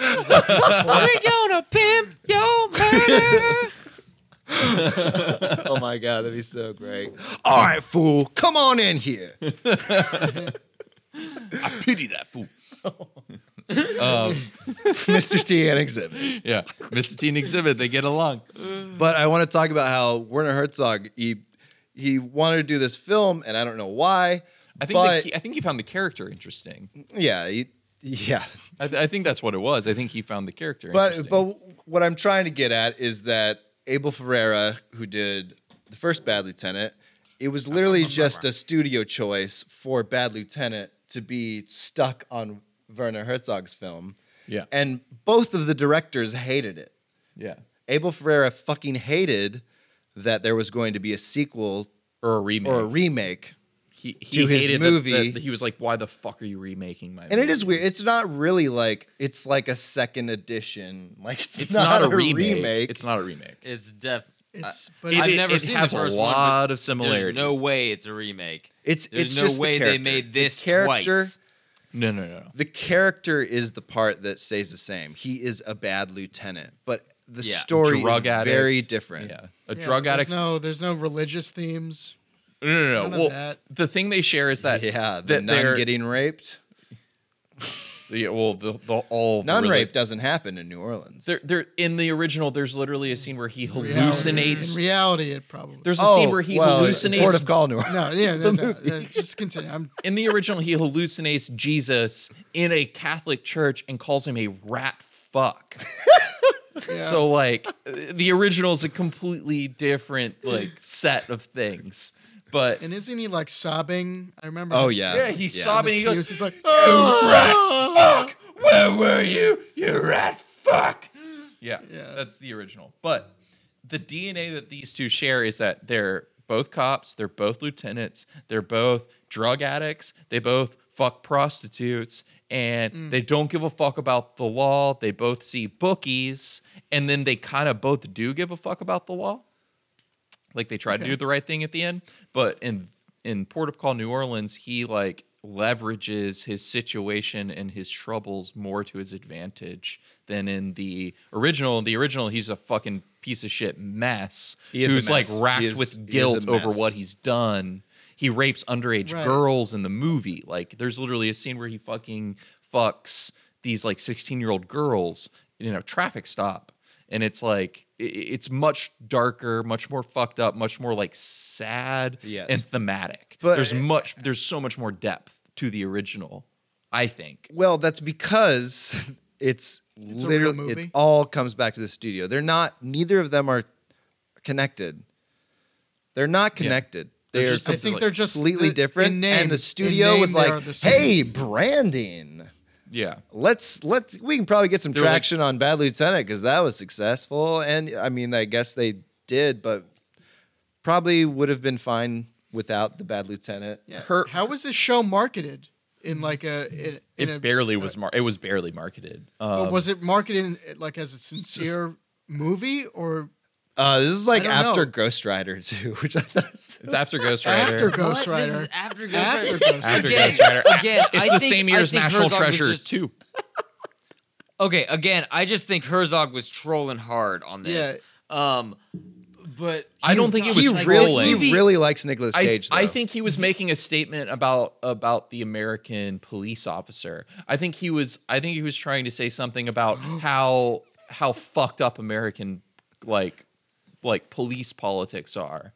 S4: we gonna pimp your murder.
S3: oh my god, that'd be so great. All right, fool, come on in here.
S5: I pity that fool. um,
S3: Mr. T and Exhibit.
S5: yeah, Mr. Teen exhibit. They get along.
S3: But I want to talk about how Werner Herzog he he wanted to do this film, and I don't know why.
S5: I think
S3: but
S5: the key, I think he found the character interesting.
S3: yeah, he, yeah.
S5: I, I think that's what it was. I think he found the character.
S3: But
S5: interesting.
S3: but what I'm trying to get at is that Abel Ferreira, who did the first Bad Lieutenant, it was literally just a studio choice for Bad Lieutenant to be stuck on Werner Herzog's film.
S5: yeah,
S3: And both of the directors hated it.
S5: yeah,
S3: Abel Ferreira fucking hated that there was going to be a sequel
S5: or a remake.
S3: or a remake.
S5: he,
S3: to his
S5: that- that-
S3: movie.
S5: that he was like, "Why the fuck are you remaking my?"
S3: And it
S5: movie?"
S3: is weird. It's not really like it's like a second edition. Like it's,
S5: It's not, a remake.
S3: remake.
S5: It's not a remake.
S4: It's def.
S6: It's but
S4: I've
S5: it,
S4: never
S5: it
S4: seen the
S5: has
S4: first
S5: a
S4: one, but
S5: lot of
S4: There's
S5: similarities.
S4: no way it's a remake.
S3: It's
S4: There's
S3: it's
S4: no
S3: just the
S4: way they
S3: character.
S4: made
S3: The
S4: this
S3: character,
S4: twice.
S5: No, no, no.
S3: The character is the part that stays the same. He is a bad lieutenant, but the
S4: Yeah.
S3: story
S5: Drug
S3: is
S5: addict.
S3: very different.
S5: Yeah, a
S6: yeah,
S5: drug
S6: there's
S5: addict.
S6: No, there's no religious themes.
S5: no, no, no.
S6: none of
S5: well,
S6: that.
S5: the thing they share is that
S3: yeah, the
S5: that
S3: nun
S5: they're Oh,
S3: getting raped.
S5: yeah, well, the, the all
S3: Nun
S5: reli-
S3: rape doesn't happen in New Orleans.
S5: They're, they're in the original. There's literally a scene where he
S6: In
S5: hallucinates.
S6: reality, it probably.
S5: There's a scene where he
S3: Oh, well,
S5: hallucinates.
S3: Port of Call, New Orleans.
S6: no, yeah, no, no, no, just continue. I'm
S5: in the original, he hallucinates Jesus in a Catholic church and calls him a rat fuck. So like the original is a completely different like set of things. But
S6: and isn't he like sobbing? I remember.
S3: Oh yeah.
S5: yeah, he's sobbing. He
S6: He
S5: goes, "Oh!"
S6: was just like, "Oh!"
S5: Where were you, you rat fuck? Yeah,
S6: Yeah.
S5: that's the original. But the DNA that these two share is that they're both cops, they're both lieutenants, they're both drug addicts, they both fuck prostitutes, and they don't give a fuck about the law. They both see bookies, and then they kind of both do give a fuck about the law. Like they try to do the right thing at the end, but in in Port of Call, New Orleans, he like leverages his situation and his troubles more to his advantage than in the original. In the original, he's a fucking piece of shit mess
S3: He is a
S5: who's
S3: mess.
S5: like racked
S3: He is- he is
S5: with
S3: a
S5: guilt over
S3: mess.
S5: what he's done. He rapes underage
S6: Right.
S5: girls in the movie. Like there's literally a scene where he fucking fucks these like 16 year old girls in a traffic stop and it's like i- i- it's much darker, much more fucked up, much more like sad
S3: Yes.
S5: and thematic.
S3: But-
S5: there's much, there's so much more depth to the original, I think.
S3: Well, that's because it's,
S6: a
S3: literally
S6: real
S3: it
S6: movie.
S3: all comes back to the studio. They're not neither of them are connected. They're not connected.
S5: There's
S3: They're
S5: just
S6: I
S5: something
S6: think
S5: like-
S6: they're just
S3: completely
S6: in
S3: different
S6: name-
S3: and the
S6: in
S3: studio
S6: name
S3: was
S6: they are
S3: like,
S6: the same.
S3: "Hey, branding.
S5: Yeah,
S3: Let's let's we can probably get some
S5: They're like-
S3: traction on Bad Lieutenant cuz that was successful." And I mean, I guess they did, but probably would have been fine without the Bad Lieutenant.
S6: Yeah.
S5: Her-
S6: How was this show marketed? In like a, in, in
S5: it
S6: a,
S5: barely was. Mar- it was barely marketed.
S6: But
S5: Um,
S6: was it marketed in, like as a sincere movie or
S3: Uh, this is like
S6: don't know.
S3: after Ghost Rider too, which I thought was-
S5: it's after Ghost Rider.
S6: after Ghost
S4: What? This
S6: Rider?
S4: is after Ghost
S6: After
S4: Rider.
S6: Ghost Rider.
S5: After
S4: Again,
S5: Ghost Rider.
S4: again,
S5: it's
S4: I
S5: the
S4: think-
S5: same
S4: I
S5: year as
S4: think
S5: National
S4: Herzog was
S5: Treasure
S4: just-
S5: too.
S4: Okay, again, I just think Herzog was trolling hard on this. Um, but
S5: I don't think it was
S3: he
S5: like
S3: really,
S5: rolling.
S3: he really likes Nicolas
S5: I,
S3: Cage.
S5: I
S3: though.
S5: think he was making a statement about about the American police officer. I think he was I think he was trying to say something about how how fucked up American like like police politics are.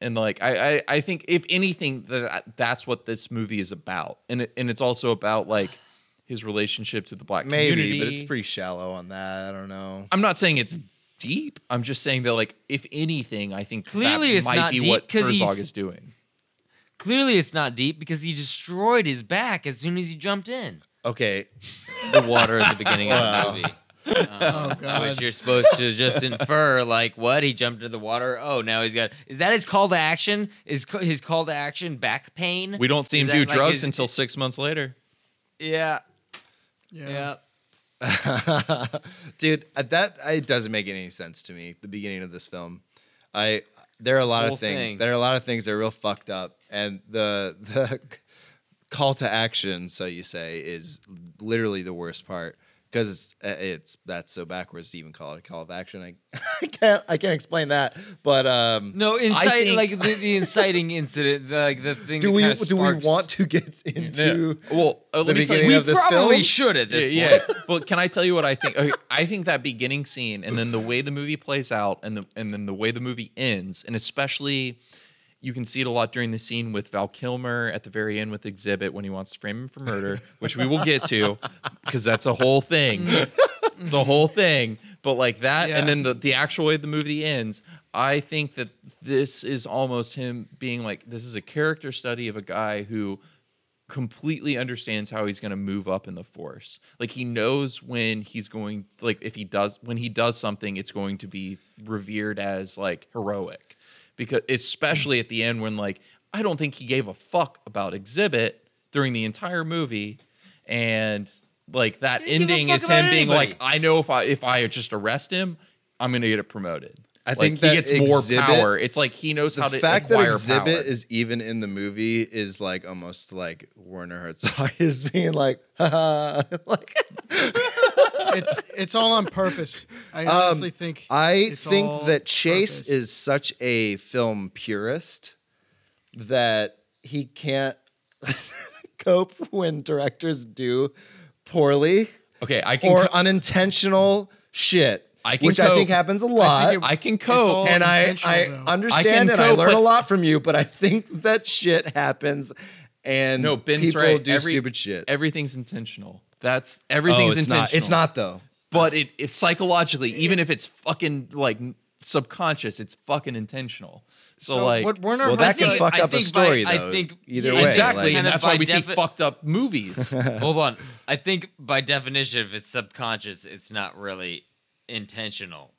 S5: And like I, I, I think if anything that that's what this movie is about. And it, and it's also about like his relationship to the black
S3: maybe,
S5: community.
S3: but it's pretty shallow on that. I don't know.
S5: I'm not saying it's deep. I'm just saying that like if anything, I think
S4: Clearly
S5: that
S4: it's
S5: might
S4: not
S5: be
S4: deep
S5: what
S4: 'cause he's-
S5: Herzog is doing.
S4: clearly it's not deep because he destroyed his back as soon as he jumped in.
S3: Okay,
S4: The water at the beginning
S3: Wow.
S4: of the movie.
S6: Oh
S4: Which
S6: god.
S4: you're supposed to just infer, like, what? He jumped into the water. Oh, now he's got. Is that his call to action? Is ca- his call to action back pain?
S5: We don't see
S4: Is
S5: him
S4: that
S5: do
S4: like
S5: drugs
S4: his-
S5: until six months later.
S4: Yeah,
S6: Yeah.
S4: yeah.
S3: dude, uh, that it doesn't make any sense to me. The beginning of this film, I there are a lot
S4: Whole
S3: of things.
S4: thing.
S3: There are a lot of things that are real fucked up, and the the call to action, so you say, is literally the worst part because it's, it's that's so backwards to even call it a call of action. I, I can't I can't explain that, but um.
S4: No, incite
S5: think-
S4: like the, the inciting incident, the, like the thing.
S3: do
S4: that
S3: we
S4: kinda
S3: do we
S4: sparks-
S3: want to get into
S5: Well, uh,
S3: the
S5: let me tell
S3: beginning
S5: you.
S3: of this
S4: probably
S3: film?
S4: should at this
S5: yeah,
S4: point.
S5: yeah. well, can I tell you what I think? Okay, I think that beginning scene, and then the way the movie plays out, and the and then the way the movie ends, and especially you can see it a lot during the scene with Val Kilmer at the very end with Exhibit when he wants to frame him for murder, which we will get to because that's a whole thing. it's a whole thing. But like that,
S6: Yeah.
S5: and then the, the actual way the movie ends, I think that this is almost him being like, this is a character study of a guy who completely understands how he's going to move up in the force. Like he knows when he's going like if he does when he does something it's going to be revered as like heroic. Because especially at the end when like I don't think he gave a fuck about exhibit during the entire movie and like that
S4: didn't give a
S5: ending
S4: fuck
S5: is
S4: about
S5: him being
S4: anybody.
S5: like I know if I if I just arrest him I'm going to get it promoted.
S3: I
S5: like
S3: think
S5: he
S3: that
S5: gets
S3: exhibit-
S5: more power. It's like he knows how
S3: the
S5: to
S3: fact that
S5: acquire
S3: exhibit
S5: power.
S3: is even in the movie is like almost like Werner Herzog is being like, haha. like
S6: it's it's all on purpose. I honestly think.
S3: Um, I
S6: it's all
S3: think that Chase
S6: purpose.
S3: is such a film purist that he can't cope when directors do poorly
S5: okay, I can
S3: or
S5: co-
S3: unintentional shit,
S5: I can
S3: which I think
S5: cope.
S3: happens a lot.
S6: it-
S5: I can
S6: It's
S5: cope.
S6: all-
S3: and I,
S6: intentional,
S3: I
S6: though.
S3: understand
S5: I can
S3: and I
S5: cope,
S3: learn a
S5: but-
S3: lot from you, but I think that shit happens and
S5: no, Ben's
S3: Mm, people
S5: right.
S3: do
S5: Every-
S3: stupid shit.
S5: Everything's intentional. That's
S3: Oh,
S5: everything's
S3: it's
S5: intentional.
S3: not. It's not though.
S5: but it, it psychologically, even if it's fucking like subconscious, it's fucking intentional. So, like
S6: what Werner
S3: Well, that can
S6: Herzog-
S4: think-
S3: fuck
S4: I
S3: up a
S4: think by-
S3: story
S4: I
S3: though.
S4: think-
S3: either
S4: yeah,
S3: way,
S5: exactly,
S3: like-
S5: and
S4: Kind of
S5: that's why
S4: by
S5: we see
S4: defi-
S5: fucked up movies.
S4: Hold on. I think by definition, if it's subconscious, it's not really intentional.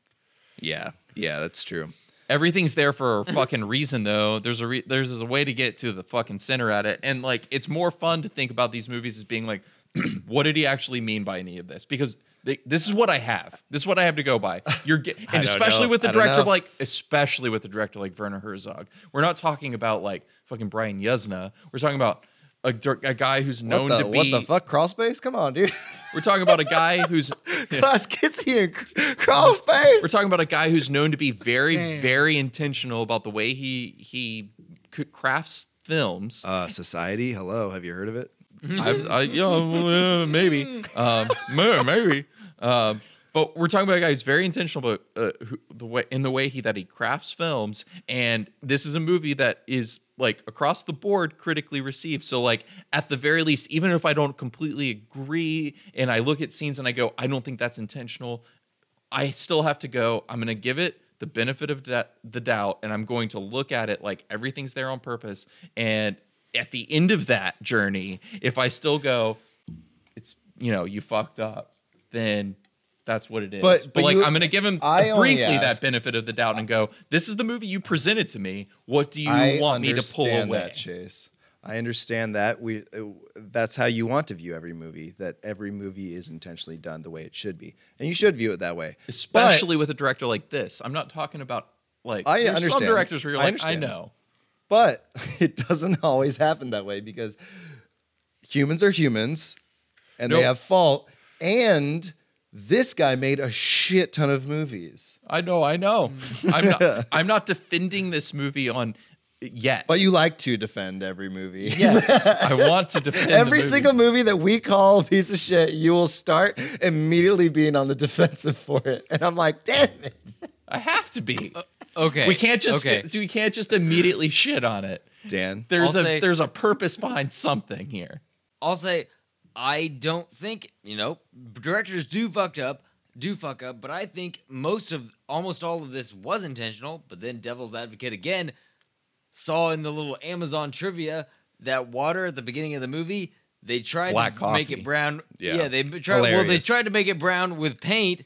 S5: yeah, yeah, that's true. Everything's there for a fucking reason, though. There's a re- there's a way to get to the fucking center at it, and like it's more fun to think about these movies as being like, what did he actually mean by any of this? Because they, this is what I have. This is what I have to go by. You're ge- and
S3: don't
S5: especially
S3: know.
S5: with the
S3: I don't
S5: director
S3: know.
S5: like especially with a director like Werner Herzog. We're not talking about like fucking Brian Yuzna. We're talking about a, dir- a guy who's
S3: what,
S5: known
S3: the,
S5: to be.
S3: what the fuck? Crawl space? Come on, dude.
S5: We're talking about a guy who's
S3: Glass kids here. Crawl space.
S5: We're talking about a guy who's known to be very,
S6: Damn.
S5: very intentional about the way he he c- crafts films.
S3: Uh, society. Hello. Have you heard of it?
S5: I've, I, yeah, well, uh, maybe, um, may- maybe. Um, but we're talking about a guy who's very intentional about uh, who, the way in the way he that he crafts films, and this is a movie that is like across the board critically received. So like at the very least, even if I don't completely agree, and I look at scenes and I go, I don't think that's intentional. I still have to go. I'm going to give it the benefit of that, the doubt, and I'm going to look at it like everything's there on purpose. And at the end of that journey, if I still go, it's you know you fucked up, then that's what it is.
S3: But- but
S5: like
S3: you-
S5: I'm going to give him
S3: I only
S5: briefly
S3: ask-
S5: that benefit of the doubt and go, this is the movie you presented to me. What do you
S3: I
S5: want me to pull
S3: understand
S5: away?
S3: That, Chase. I understand that we. uh, that's how you want to view every movie. That every movie is intentionally done the way it should be, and you should view it that way. But-
S5: Especially with a director like this. I'm not talking about like
S3: I
S5: there's
S3: understand.
S5: some directors where you're
S3: I
S5: like, I
S3: understand.
S5: know.
S3: but it doesn't always happen that way because humans are humans and they
S5: Nope.
S3: have fault and this guy made a shit ton of movies
S5: I know, I know.
S3: Mm.
S5: I'm not I'm not defending this movie on yet.
S3: but you like to defend every movie
S5: yes, I want to defend the
S3: every
S5: movie.
S3: single movie that we call a piece of shit you will start immediately being on the defensive for it and i'm like damn it
S5: I have to be.
S4: Okay.
S5: we can't just
S4: Okay.
S5: we can't just immediately shit on it.
S3: dan
S5: There's
S4: I'll
S5: a
S4: say-
S5: there's a purpose behind something here.
S4: I'll say I don't think you know directors do fucked up, do fuck up, but I think most of almost all of this was intentional. But then Devil's Advocate again saw in the little Amazon trivia that water at the beginning of the movie they tried
S5: Black
S4: to make
S5: coffee.
S4: it brown.
S3: Yeah.
S4: Yeah, they b- tried. Well, they
S3: Hilarious.
S4: tried to make it brown with paint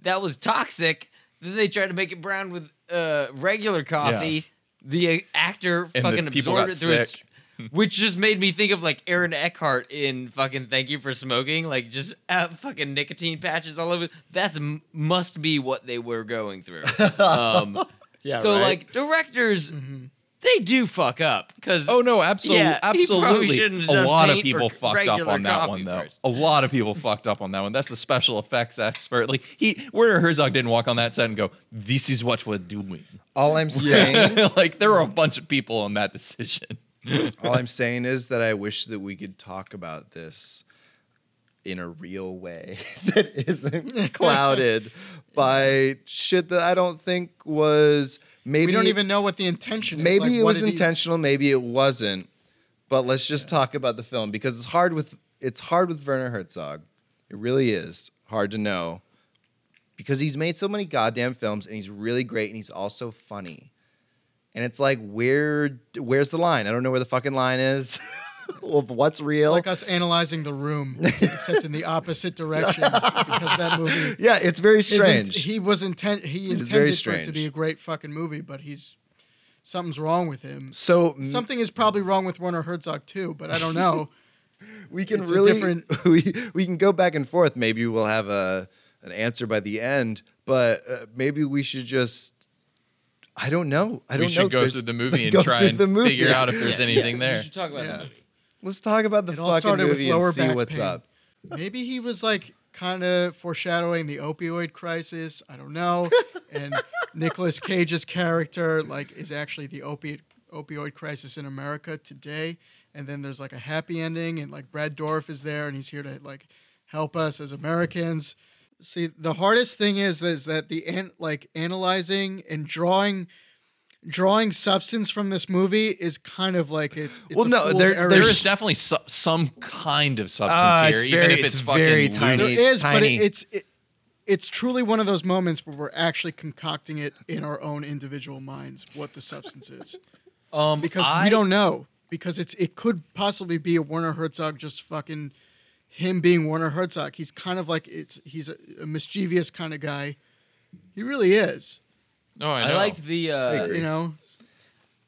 S4: that was toxic. Then they tried to make it brown with uh, regular coffee. The uh, actor
S5: And the
S4: fucking
S5: people
S4: absorbed
S5: got
S4: it through his
S5: sick.
S4: which just made me think of like Aaron Eckhart in fucking Thank You for Smoking, like just uh, fucking nicotine patches all over. That's m- must be what they were going through. Um,
S3: Yeah,
S4: so
S3: right.
S4: like directors, they do fuck up because
S5: Oh no, absolutely,
S4: Yeah, he probably
S5: absolutely.
S4: shouldn't have
S5: A
S4: done
S5: lot of
S4: paint
S5: people
S4: or
S5: fucked up
S4: regular
S5: on that
S4: coffee
S5: one though.
S4: first.
S5: A lot of people fucked up on that one. That's a special effects expert. Like he Werner Herzog didn't walk on that set and go, "This is what we're doing."
S3: all i'm saying
S5: like there were a bunch of people on that decision.
S3: All I'm saying is that I wish that we could talk about this in a real way that isn't clouded by shit that I don't think was maybe
S6: we don't even know what the intention. is.
S3: maybe
S6: Like,
S3: it
S6: what
S3: was
S6: did he-
S3: intentional, maybe it wasn't. But let's just talk about the film because it's hard with it's hard with Werner Herzog. It really is hard to know because he's made so many goddamn films and he's really great and he's also funny. And it's like where where's the line? I don't know where the fucking line is. of what's
S6: It's
S3: real?
S6: like us analyzing the room, except in the opposite direction, because that movie.
S3: yeah, it's very
S6: isn't-
S3: strange.
S6: he was intent. He
S3: It
S6: intended
S3: is very
S6: for it to
S3: strange.
S6: be a great fucking movie, but he's something's wrong with him.
S3: so m-
S6: Something is probably wrong with Werner Herzog too, but I don't know.
S3: we can
S6: It's a
S3: really
S6: different-
S3: we we can go back and forth. Maybe we'll have a an answer by the end, but uh, maybe we should just I don't know. I don't
S5: we
S3: know.
S5: should go
S3: There's-
S5: through the movie and
S3: go
S5: try
S3: through
S5: and
S3: the movie.
S5: figure out if there's
S4: Yeah.
S5: anything
S4: We
S5: there.
S4: should talk about
S6: Yeah.
S4: the movie.
S3: Let's talk about the
S6: It all
S3: fucking
S6: started with
S3: movie
S6: lower
S3: and see
S6: back
S3: what's
S6: pain.
S3: up.
S6: Maybe he was like kind of foreshadowing the opioid crisis. I don't know. And Nicolas Cage's character like is actually the opiate opioid crisis in America today. And then there's like a happy ending, and like Brad Dorff is there, and he's here to like help us as Americans. See, the hardest thing is is that the an- like analyzing and drawing. Drawing substance from this movie is kind of like it's, it's
S3: Well,
S6: a
S3: no,
S6: fool's
S3: there-
S6: errand.
S5: There
S3: There's-
S5: is definitely su- some kind of substance
S3: Ah,
S5: here,
S3: it's
S5: even
S3: very-
S5: if it's,
S3: it's
S5: fucking
S3: very
S5: loose.
S3: tiny.
S6: There
S3: It's
S6: is, but
S3: tiny.
S6: it, it's it, it's truly one of those moments where we're actually concocting it in our own individual minds what the substance is
S2: Um,
S6: because
S2: I-
S6: we don't know because it's it could possibly be a Werner Herzog just fucking him being Werner Herzog. He's kind of like it's he's a, a mischievous kind of guy. He really is,
S5: No, I,
S4: I
S5: know.
S4: liked the. Uh,
S6: you know.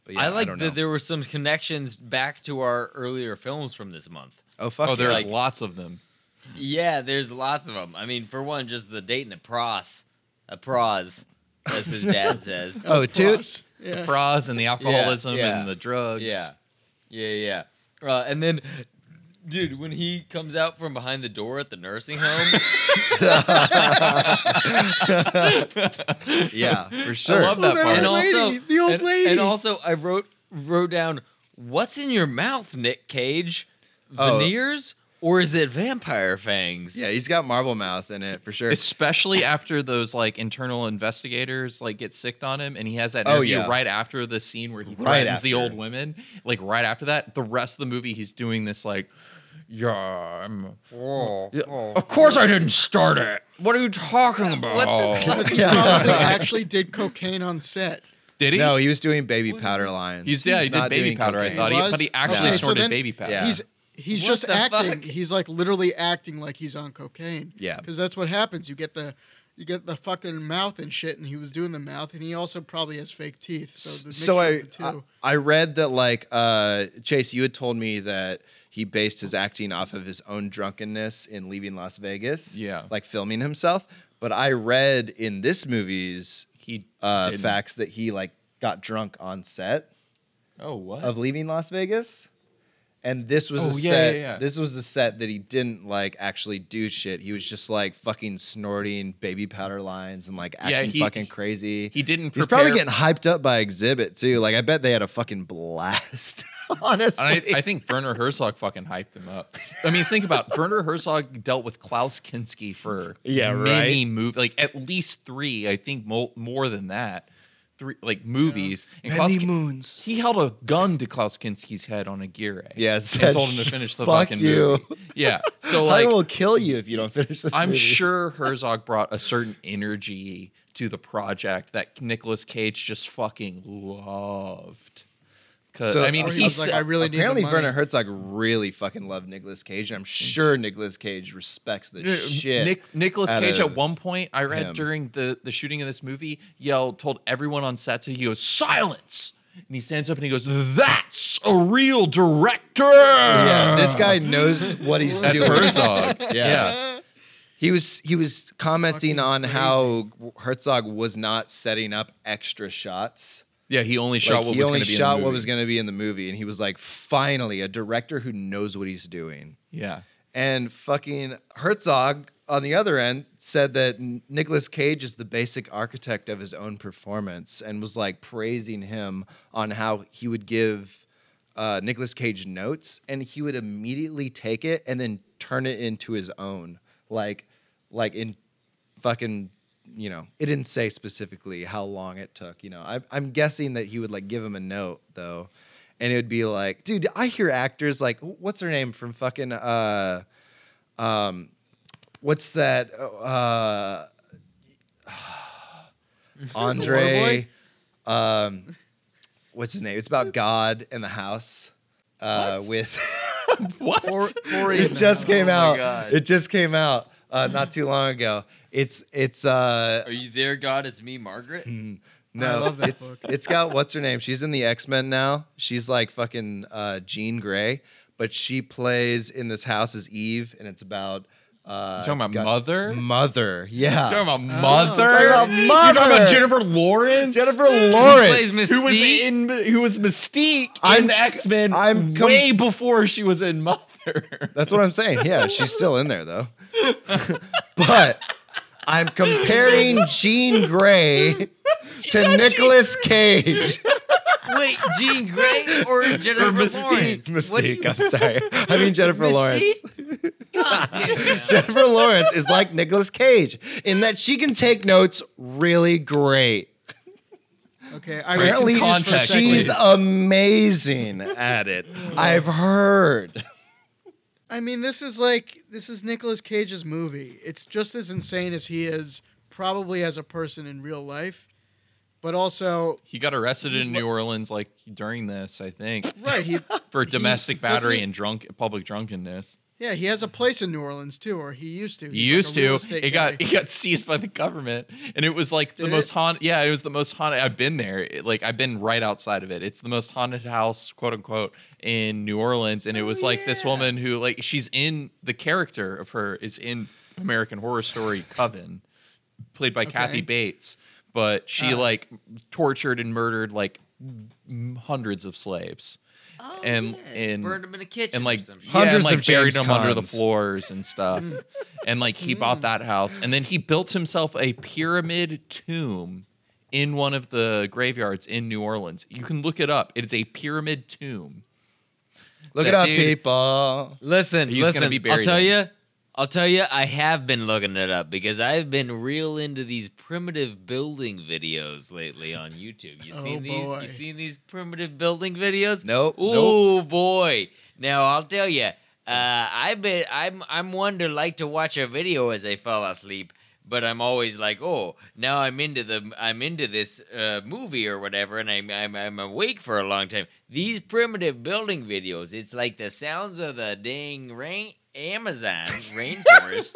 S3: But yeah,
S4: I
S3: don't
S4: like
S3: know.
S4: that there were some connections back to our earlier films from this month.
S3: Oh fuck!
S5: Oh, there's
S4: like-
S5: lots of them.
S4: Yeah, there's lots of them. I mean, for one, just the date and the pros, a pros, as his dad says.
S3: Oh, toots.
S6: Plus, yeah.
S5: The bras and the alcoholism
S4: yeah.
S5: and the drugs.
S4: Yeah, yeah, yeah. Uh, and then, dude, when he comes out from behind the door at the nursing home,
S3: yeah, for sure.
S5: I love that
S6: Oh,
S5: part.
S6: that
S4: and
S6: old
S4: also
S6: lady, the old
S4: and,
S6: lady.
S4: and also I wrote wrote down what's in your mouth, Nick Cage,
S3: Oh.
S4: veneers or is it vampire fangs?
S3: Yeah, he's got marble mouth in it for sure.
S5: Especially after those like internal investigators like get sicked on him, and he has that
S3: Oh,
S5: interview
S3: yeah.
S5: right after the scene where he
S3: Right
S5: threatens the
S3: after.
S5: old women. Like right after that, the rest of the movie he's doing this like, yeah, I'm-
S4: Yeah.
S5: of course I didn't start it. What are you talking about?
S6: because he probably actually did cocaine on set.
S5: Did he?
S3: no, he was doing baby powder lines.
S5: He's yeah, he
S3: not
S5: did baby
S3: doing
S5: powder.
S3: cocaine.
S5: I thought,
S6: He
S5: he, but he
S6: was?
S5: actually
S3: Okay, so
S5: snorted
S6: then-
S5: baby powder.
S3: Yeah.
S6: He's he's
S4: What
S6: just
S4: the
S6: acting.
S4: fuck?
S6: He's like literally acting like he's on cocaine.
S3: Yeah.
S6: Because that's what happens. You get the you get the fucking mouth and shit, and he was doing the mouth, and he also probably has fake teeth. So the
S3: so I,
S6: mixture
S3: I
S6: of the two.
S3: I read that like uh Chase, you had told me that he based his acting off of his own drunkenness in leaving Las Vegas.
S5: Yeah.
S3: like filming himself. But I read in this movie's
S5: He
S3: uh,
S5: didn't.
S3: facts that he like got drunk on set
S5: Oh what?
S3: of leaving Las Vegas. And this was
S5: Oh,
S3: a
S5: yeah,
S3: set.
S5: yeah, yeah.
S3: This was a set that he didn't like actually do shit. He was just like fucking snorting baby powder lines and like acting
S5: Yeah, he-
S3: fucking crazy.
S5: he didn't
S3: He's probably
S5: prepare-
S3: getting hyped up by Exhibit too. Like I bet they had a fucking blast. Honestly,
S5: I, I think Werner Herzog fucking hyped him up. I mean, think about Werner Herzog dealt with Klaus Kinski for
S3: Yeah,
S5: many
S3: right.
S5: movies, like at least three. I think mo- more than that, three like movies. And Klaus
S3: many
S5: Kin-
S3: moons.
S5: He held a gun to Klaus Kinski's head on Aguirre.
S3: Yeah, said,
S5: and told him to finish the
S3: "Fuck
S5: fucking
S3: you."
S5: movie. Yeah, so like
S3: I will kill you if you don't finish this.
S5: I'm
S3: movie.
S5: sure Herzog brought a certain energy to the project that Nicolas Cage just fucking loved. 'Cause-
S3: So-
S5: I mean,
S3: Or
S6: Or he
S5: he's
S6: was like, I really need the
S3: Apparently,
S6: money.
S3: Werner Herzog really fucking loved Nicolas Cage, and
S5: Mm-hmm.
S3: I'm sure Nicolas Cage respects the shit.
S5: Nick, Nicholas
S3: out
S5: Cage
S3: of
S5: at one point, I read
S3: him.
S5: during the, the shooting of this movie, yelled, told everyone on set to, he goes, silence. And he stands up and he goes, that's a real director.
S3: Yeah, this guy knows what he's
S5: At
S3: doing.
S5: Herzog. yeah.
S3: He was he was commenting on
S6: Fucking
S3: how Herzog was not setting up extra shots.
S5: Yeah, he only shot
S3: Like,
S5: what
S3: he
S5: was
S3: only
S5: going to be
S3: shot
S5: in the
S3: what
S5: movie.
S3: was going to be in the movie, and he was like, "Finally, a director who knows what he's doing."
S5: Yeah.
S3: And fucking Herzog on the other end said that Nicolas Cage is the basic architect of his own performance and was like praising him on how he would give uh, Nicolas Cage notes and he would immediately take it and then turn it into his own. Like, like in fucking, you know, it didn't say specifically how long it took. You know, I, I'm guessing that he would like give him a note though, and it would be like, dude, I hear actors like, what's her name from fucking, uh, um, what's that, uh, Andre, um, what's his name? It's about God and the house, uh, with.
S5: What?
S6: Or, or
S3: it
S6: in-
S3: just came
S4: Oh my
S3: out.
S4: God.
S3: It just came out uh, not too long ago. It's it's uh
S4: Are you there, God? It's me, Margaret.
S5: Hmm.
S3: no,
S6: love that
S3: it's
S6: book.
S3: it's got what's her name? She's in the X Men now. She's like fucking uh, Jean Grey, but she plays in this house as Eve, and it's about uh, Uh,
S5: You talking about
S3: got-
S5: mother?
S3: Mother, yeah.
S5: You talking about mother?
S3: Talking about
S5: You talking about
S3: Mother.
S5: Jennifer Lawrence?
S3: Jennifer Lawrence.
S4: plays Miss-
S5: who was
S4: Mystique?
S5: in who was Mystique
S3: I'm-
S5: in the X Men
S3: I'm com-
S5: way before she was in Mother.
S3: That's what I'm saying. Yeah, she's still in there though. but I'm comparing Jean Grey to Nicolas Cage.
S4: Wait, Jean Grey or Jennifer Lawrence? What do you-
S3: Mystique. I'm sorry. I mean Jennifer Lawrence.
S4: God damn.
S3: Jennifer Lawrence is like Nicolas Cage in that she can take notes really great.
S6: Okay, I was
S3: Apparently,
S6: confused for a
S5: context,
S6: second.
S3: she's
S5: please.
S3: amazing at it. I've heard.
S6: I mean, this is like this is Nicolas Cage's movie. It's just as insane as he is, probably as a person in real life, but also
S5: He got arrested in New Orleans like during this, I think,
S6: right. He
S5: for domestic
S6: doesn't
S5: battery
S6: he-
S5: and drunk public drunkenness.
S6: yeah, he has a place in New Orleans too, or he used to.
S5: He
S6: He's like a
S5: used
S6: real
S5: to.
S6: estate
S5: It got
S6: guy.
S5: it got seized by the government, and it was like the
S6: Did
S5: most
S6: it?
S5: haunted. Yeah, it was the most haunted. I've been there. It- like I've been right outside of it. It's the most haunted house, quote unquote, in New Orleans, and it
S6: Oh,
S5: was like this woman who like she's in the character of her is in American Horror Story Coven, played by
S6: Okay. Uh.
S5: Kathy Bates, but she like tortured and murdered like m- hundreds of slaves.
S4: Oh,
S5: And-
S4: yeah.
S5: and-
S4: burned him in a kitchen
S5: and
S4: or
S5: like
S4: some shit.
S5: hundreds
S3: Hundreds
S5: like,
S3: of
S5: buried
S3: James
S5: him under the
S3: Cons.
S5: floors and stuff. and like he bought that house, and then he built himself a pyramid tomb in one of the graveyards in New Orleans. You can look it up. It is a pyramid tomb.
S3: Look
S5: That
S3: it up,
S5: dude-
S3: people.
S4: Listen,
S5: He's gonna
S4: listen.
S5: be
S4: I'll
S5: buried
S4: tell
S5: in
S4: you. I'll tell you. I have been looking it up because I've been real into these primitive building videos lately on YouTube. You
S6: Oh,
S4: seen these?
S6: boy.
S4: You seen these primitive building videos?
S3: Nope,
S4: Oh boy. Now I'll tell you. Uh, I bet I'm I'm one to like to watch a video as I fall asleep, but I'm always like, oh, now I'm into the I'm into this uh, movie or whatever, and I'm, I'm I'm awake for a long time. These primitive building videos, it's like the sounds of the dang rain Amazon rainforest.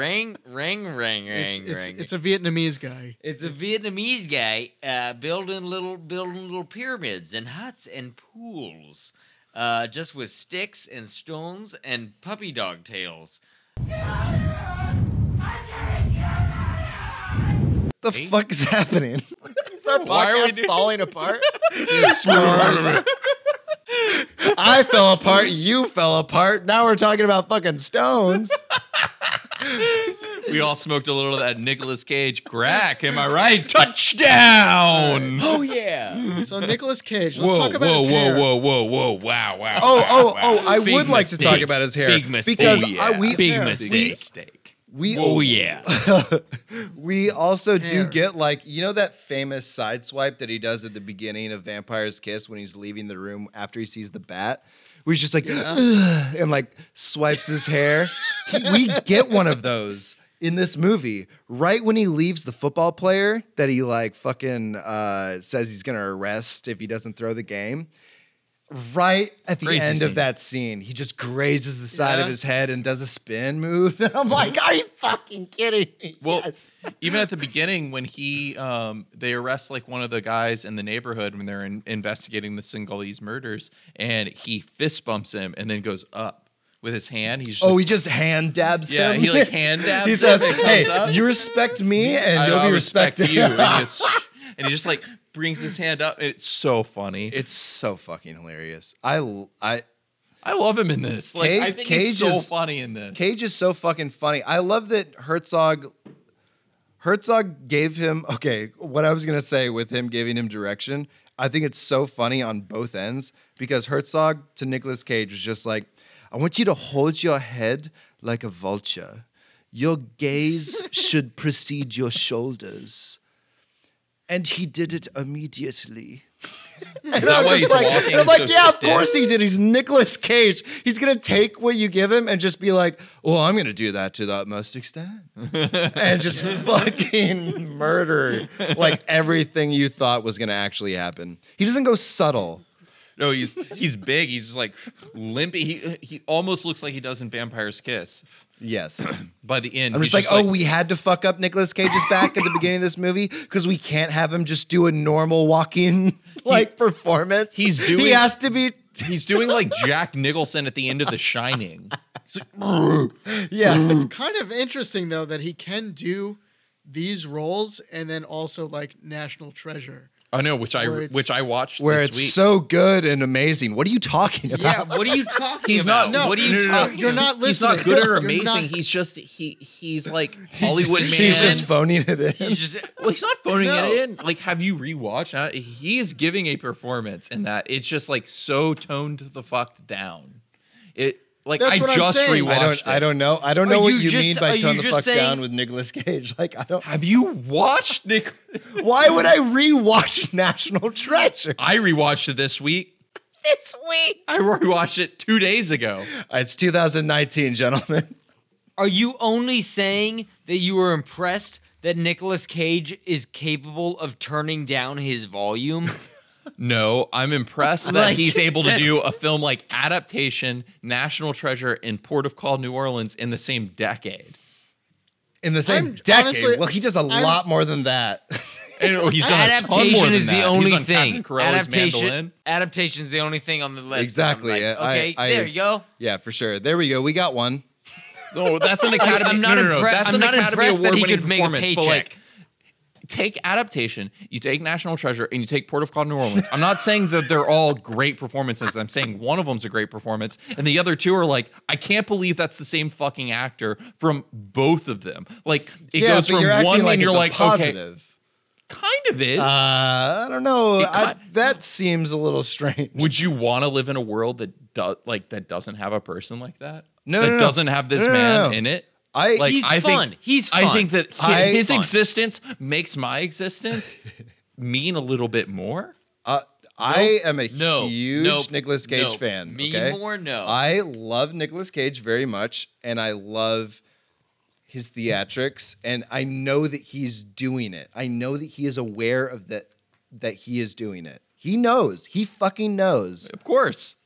S4: Ring, ring, ring, ring,
S6: It's,
S4: ring.
S6: it's, it's a Vietnamese guy.
S4: It's a Vietnamese guy uh, building little building little pyramids and huts and pools, uh, just with sticks and stones and puppy dog tails.
S3: The fuck is happening? is our
S5: Why are we
S3: podcast
S5: doing-
S3: falling apart?
S6: Stars.
S3: I fell apart. You fell apart. Now we're talking about fucking stones.
S5: We all smoked a little of that Nicolas Cage crack. Am I right? Touchdown!
S4: Oh yeah!
S6: so Nicolas Cage. Let's
S5: Whoa,
S6: talk about
S5: whoa,
S6: his
S5: whoa,
S6: hair.
S5: whoa, whoa, whoa, wow, wow.
S3: Oh,
S5: wow,
S3: oh,
S5: wow.
S3: oh! I
S4: Big
S3: would like to talk
S4: mistake.
S3: about his hair
S4: Big mistake.
S3: because
S5: Oh,
S3: I,
S5: yeah.
S3: we
S4: Big
S5: Big
S4: mistake.
S5: mistake.
S3: we
S4: Oh yeah!
S3: we also
S6: Hair.
S3: do get like you know that famous side swipe that he does at the beginning of Vampire's Kiss when he's leaving the room after he sees the bat. Where he's just like and like swipes his hair. He- we get one of those in this movie right when he leaves the football player that he like fucking uh, says he's gonna arrest if he doesn't throw the game. Right at the
S5: Crazy
S3: end
S5: scene.
S3: of that scene, he just grazes the side of
S6: Yeah.
S3: his head and does a spin move. And I'm like, are you fucking kidding me?
S5: Well,
S3: yes.
S5: even at the beginning when he um they arrest like one of the guys in the neighborhood when they're in- investigating the Singhalese murders and he fist bumps him and then goes up with his hand he's just
S3: Oh,
S5: like,
S3: he just hand dabs
S5: Yeah,
S3: him.
S5: he, like,
S3: Yes.
S5: hand dabs
S3: He
S5: him
S3: says,
S5: and it
S3: "Hey,
S5: comes up."
S3: you respect me, and
S5: "I-
S3: you'll
S5: I
S3: be
S5: respect
S3: respected."
S5: you and he, just, and he just like brings his hand up it's so funny
S3: it's so fucking hilarious. I, l- I,
S5: I love him in this like
S3: Cage-
S5: I think
S3: Cage
S5: he's so
S3: is-
S5: funny in this
S3: Cage is so fucking funny. I love that Herzog. Herzog gave him okay. What I was gonna say with him giving him direction, I think it's so funny on both ends because Herzog to Nicolas Cage was just like, "I want you to hold your head like a vulture. Your gaze should precede your shoulders," and he did it immediately. And
S5: that
S3: I'm
S5: why
S3: just
S5: he's
S3: like,
S5: walking
S3: I'm like,
S5: so
S3: yeah, of
S5: stiff?"
S3: course he did. He's Nicolas Cage. He's gonna take what you give him and just be like, well, I'm gonna do that to the utmost extent, and just fucking murder like everything you thought was gonna actually happen. He doesn't go subtle.
S5: no he's he's big he's just like limpy he he almost looks like he does in Vampire's Kiss
S3: Yes,
S5: by the end
S3: I'm
S5: he's
S3: just like, oh, we had to fuck up Nicolas Cage's back at the beginning of this movie because we can't have him just do a normal walking like performance.
S5: he's
S3: he
S5: doing-
S3: has to be
S5: He's doing like Jack Nicholson at the end of The Shining.
S3: yeah.
S6: it's kind of interesting though that he can do these roles and then also like National Treasure.
S5: I know, which I
S6: Where it's-
S5: which I watched
S3: Where
S5: this
S3: it's
S5: week.
S3: so good and amazing. What are you talking about?
S4: Yeah, what are you talking about?
S5: no,
S4: what are you
S5: no, no, no.
S4: talking
S6: You're not
S5: He's
S6: listening.
S5: not good or
S6: You're
S5: amazing.
S6: not-
S5: he's just he he's like Hollywood man.
S3: He's just phoning it in.
S5: He's just well, he's not phoning
S6: No.
S5: it in. Like, have you rewatched? Uh, He is giving a performance in that it's just like so toned the fuck down. It like
S6: That's
S5: I
S6: what I'm
S5: just
S6: saying.
S5: rewatched.
S3: I don't.
S5: it.
S3: I don't know. I don't
S4: Are
S3: know what
S4: you
S3: you
S4: just-
S3: mean
S4: are
S3: by
S4: you
S3: turn the
S4: just
S3: fuck
S4: saying-
S3: down with Nicolas Cage. Like I don't.
S5: Have you watched Nick?
S3: Why would I rewatch National Treasure?
S5: I rewatched it this week. This week, I rewatched it two days ago.
S3: It's 2019, gentlemen.
S4: Are you only saying that you were impressed that Nicolas Cage is capable of turning down his volume?
S5: No, I'm impressed that
S4: Like,
S5: he's able to do a
S4: that's-
S5: film like Adaptation, National Treasure, and Port of Call, New Orleans in the same decade.
S3: In the same
S6: I'm-
S3: decade.
S6: honestly,
S3: well, he does a lot more than that.
S5: And oh, he's done a ton more
S4: adaptation
S5: than
S4: is
S5: that.
S4: the
S5: He's
S4: only
S5: done
S4: thing.
S5: Captain Corelli's
S4: Adaptation,
S5: Mandolin.
S4: adaptation is the only thing on the list.
S3: Exactly,
S4: I'm like,
S3: yeah, I-
S4: okay,
S3: I-
S4: there you go.
S3: yeah, for sure. There we go. We got one.
S5: No, Oh, that's an Academy.
S4: I'm not
S5: no, no, no,
S4: impre-
S5: That's
S4: I'm
S5: an
S4: not
S5: Academy
S4: impressed that
S5: Award
S4: he
S5: winning
S4: could make a
S5: performance. But like,
S4: paycheck.
S5: take adaptation, you take National Treasure, and you take Port of Call, New Orleans. I'm not saying that they're all great performances. I'm saying one of them's a great performance, and the other two are like, I can't believe that's the same fucking actor from both of them. Like, it
S3: yeah,
S5: goes
S3: but
S5: from
S3: you're acting
S5: one,
S3: like
S5: and you're
S3: it's a
S5: like, okay,
S3: positive.
S5: kind of is.
S3: Uh, I don't know.
S5: It
S3: I,
S5: cut-
S3: that seems a little strange.
S5: Would you want to live in a world that does like that doesn't have a person like that?
S3: No,
S5: that
S3: no, no.
S5: doesn't have this
S3: No, no,
S5: man
S3: no.
S5: in it.
S3: I
S5: like
S4: He's
S5: I
S4: fun.
S5: Think,
S4: He's
S5: I
S4: fun.
S5: think that his,
S3: I-
S5: his
S4: fun.
S5: existence makes my existence mean a little bit more.
S3: Uh, I am a
S4: No.
S3: huge
S4: Nope.
S3: Nicolas Cage
S4: Nope.
S3: fan.
S4: Me
S3: okay?
S4: more no.
S3: I love Nicolas Cage very much, and I love his theatrics, and I know that he's doing it. I know that he is aware of that that he is doing it. He knows. He fucking knows.
S5: Of course.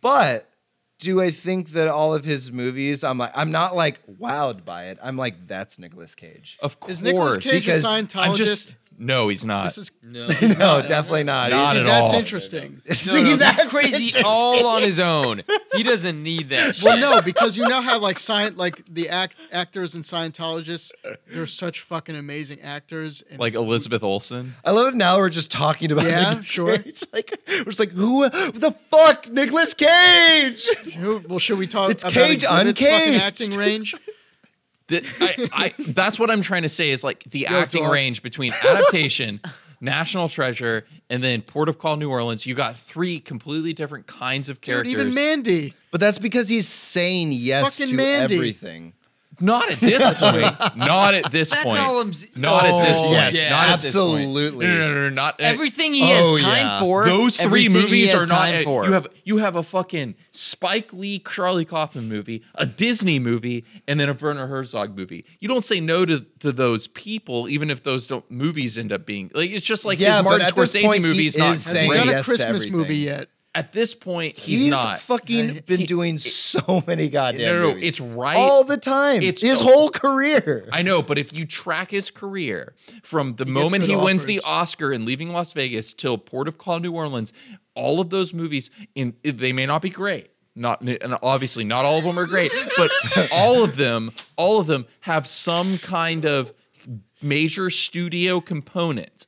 S3: But do I think that all of his movies? I'm like, I'm not like wowed by it. I'm like, that's Nicolas Cage.
S5: Of course.
S6: Is Nicolas Cage a
S3: because I'm
S6: Scientologist?
S5: I'm just no, he's not.
S6: this is
S4: No,
S3: no, definitely not.
S5: Not
S6: see,
S5: at
S6: that's
S5: all.
S6: interesting.
S3: See,
S4: no, no, he's
S3: that's
S4: crazy all on his own. He doesn't need that. Shit.
S6: Well, no, because you now have like science, like the act actors and Scientologists. They're such fucking amazing actors. And
S5: like Elizabeth Olsen.
S3: I love it. Now we're just talking about
S6: Yeah,
S3: Nicolas
S6: sure.
S3: Cage. Like we're just like, who the fuck, Nicolas Cage?
S6: who, well, should we talk?
S3: It's
S6: about
S3: Cage
S6: Exhibit's fucking
S3: Uncaged.
S6: acting range.
S5: That- I, I, that's what I'm trying to say is like the acting
S6: dog.
S5: range between adaptation, National Treasure, and then Port of Call, New Orleans. You got three completely different kinds of
S6: Dude,
S5: characters.
S6: even Mandy.
S3: But that's because he's saying yes
S6: Fucking
S3: to
S6: Mandy.
S3: everything.
S5: Not at this point. Not at this
S4: That's
S5: point.
S4: all I'm s-
S5: Not at this
S4: Oh,
S5: point.
S3: yes,
S5: not at this point.
S3: absolutely.
S5: No, no, no, no, not
S4: everything he has
S3: Oh,
S4: time
S3: yeah.
S4: for.
S5: Those three
S4: everything he
S5: movies
S4: has
S5: are not. eh,
S4: time for.
S5: You have you have a fucking Spike Lee, Charlie Kaufman movie, a Disney movie, and then a Werner Herzog movie. You don't say no to, to those people, even if those don't movies end up being like it's just like
S3: Yeah,
S5: his
S3: but
S5: Martin
S3: at this
S5: Scorsese
S3: point,
S5: movie
S3: he
S5: is not
S3: is
S6: Has he
S3: saying
S5: great.
S6: done a
S3: yes to
S6: Christmas
S3: everything.
S6: movie yet?
S5: At this point, he's, not.
S3: fucking been
S5: He-
S3: doing so many goddamn
S5: No, no, no,
S3: movies.
S5: it's right-
S3: all the time.
S5: it's-
S3: his whole career.
S5: I know, but if you track his career from the
S6: gets
S5: moment
S6: good
S5: he wins the
S6: offers.
S5: Oscar and leaving Las Vegas till Port of Call, New Orleans, all of those movies, in they may not be great. Not and obviously not all of them are great, but all of them, all of them have some kind of major studio component.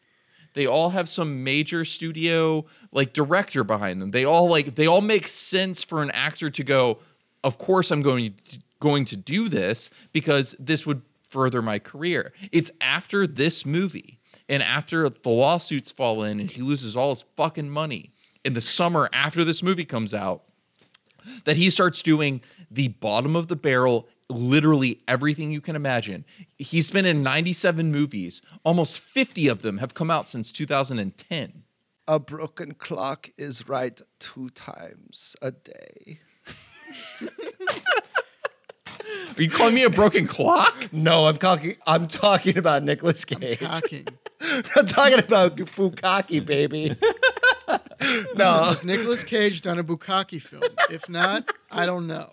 S5: They all have some major studio like director behind them. They all like they all make sense for an actor to go, of course I'm going to, going to do this because this would further my career. It's after this movie and after the lawsuits fall in and he loses all his fucking money in the summer after this movie comes out that he starts doing the bottom of the barrel literally everything you can imagine he's been in 97 movies almost 50 of them have come out since 2010
S3: A broken clock is right two times a day.
S5: are you calling me a broken clock
S3: No, I'm talking. I'm talking about Nicolas Cage.
S6: Hacking.
S3: I'm talking about Bukaki, baby. no,
S6: Has Nicolas Cage done a Bukaki film? If not, I don't know.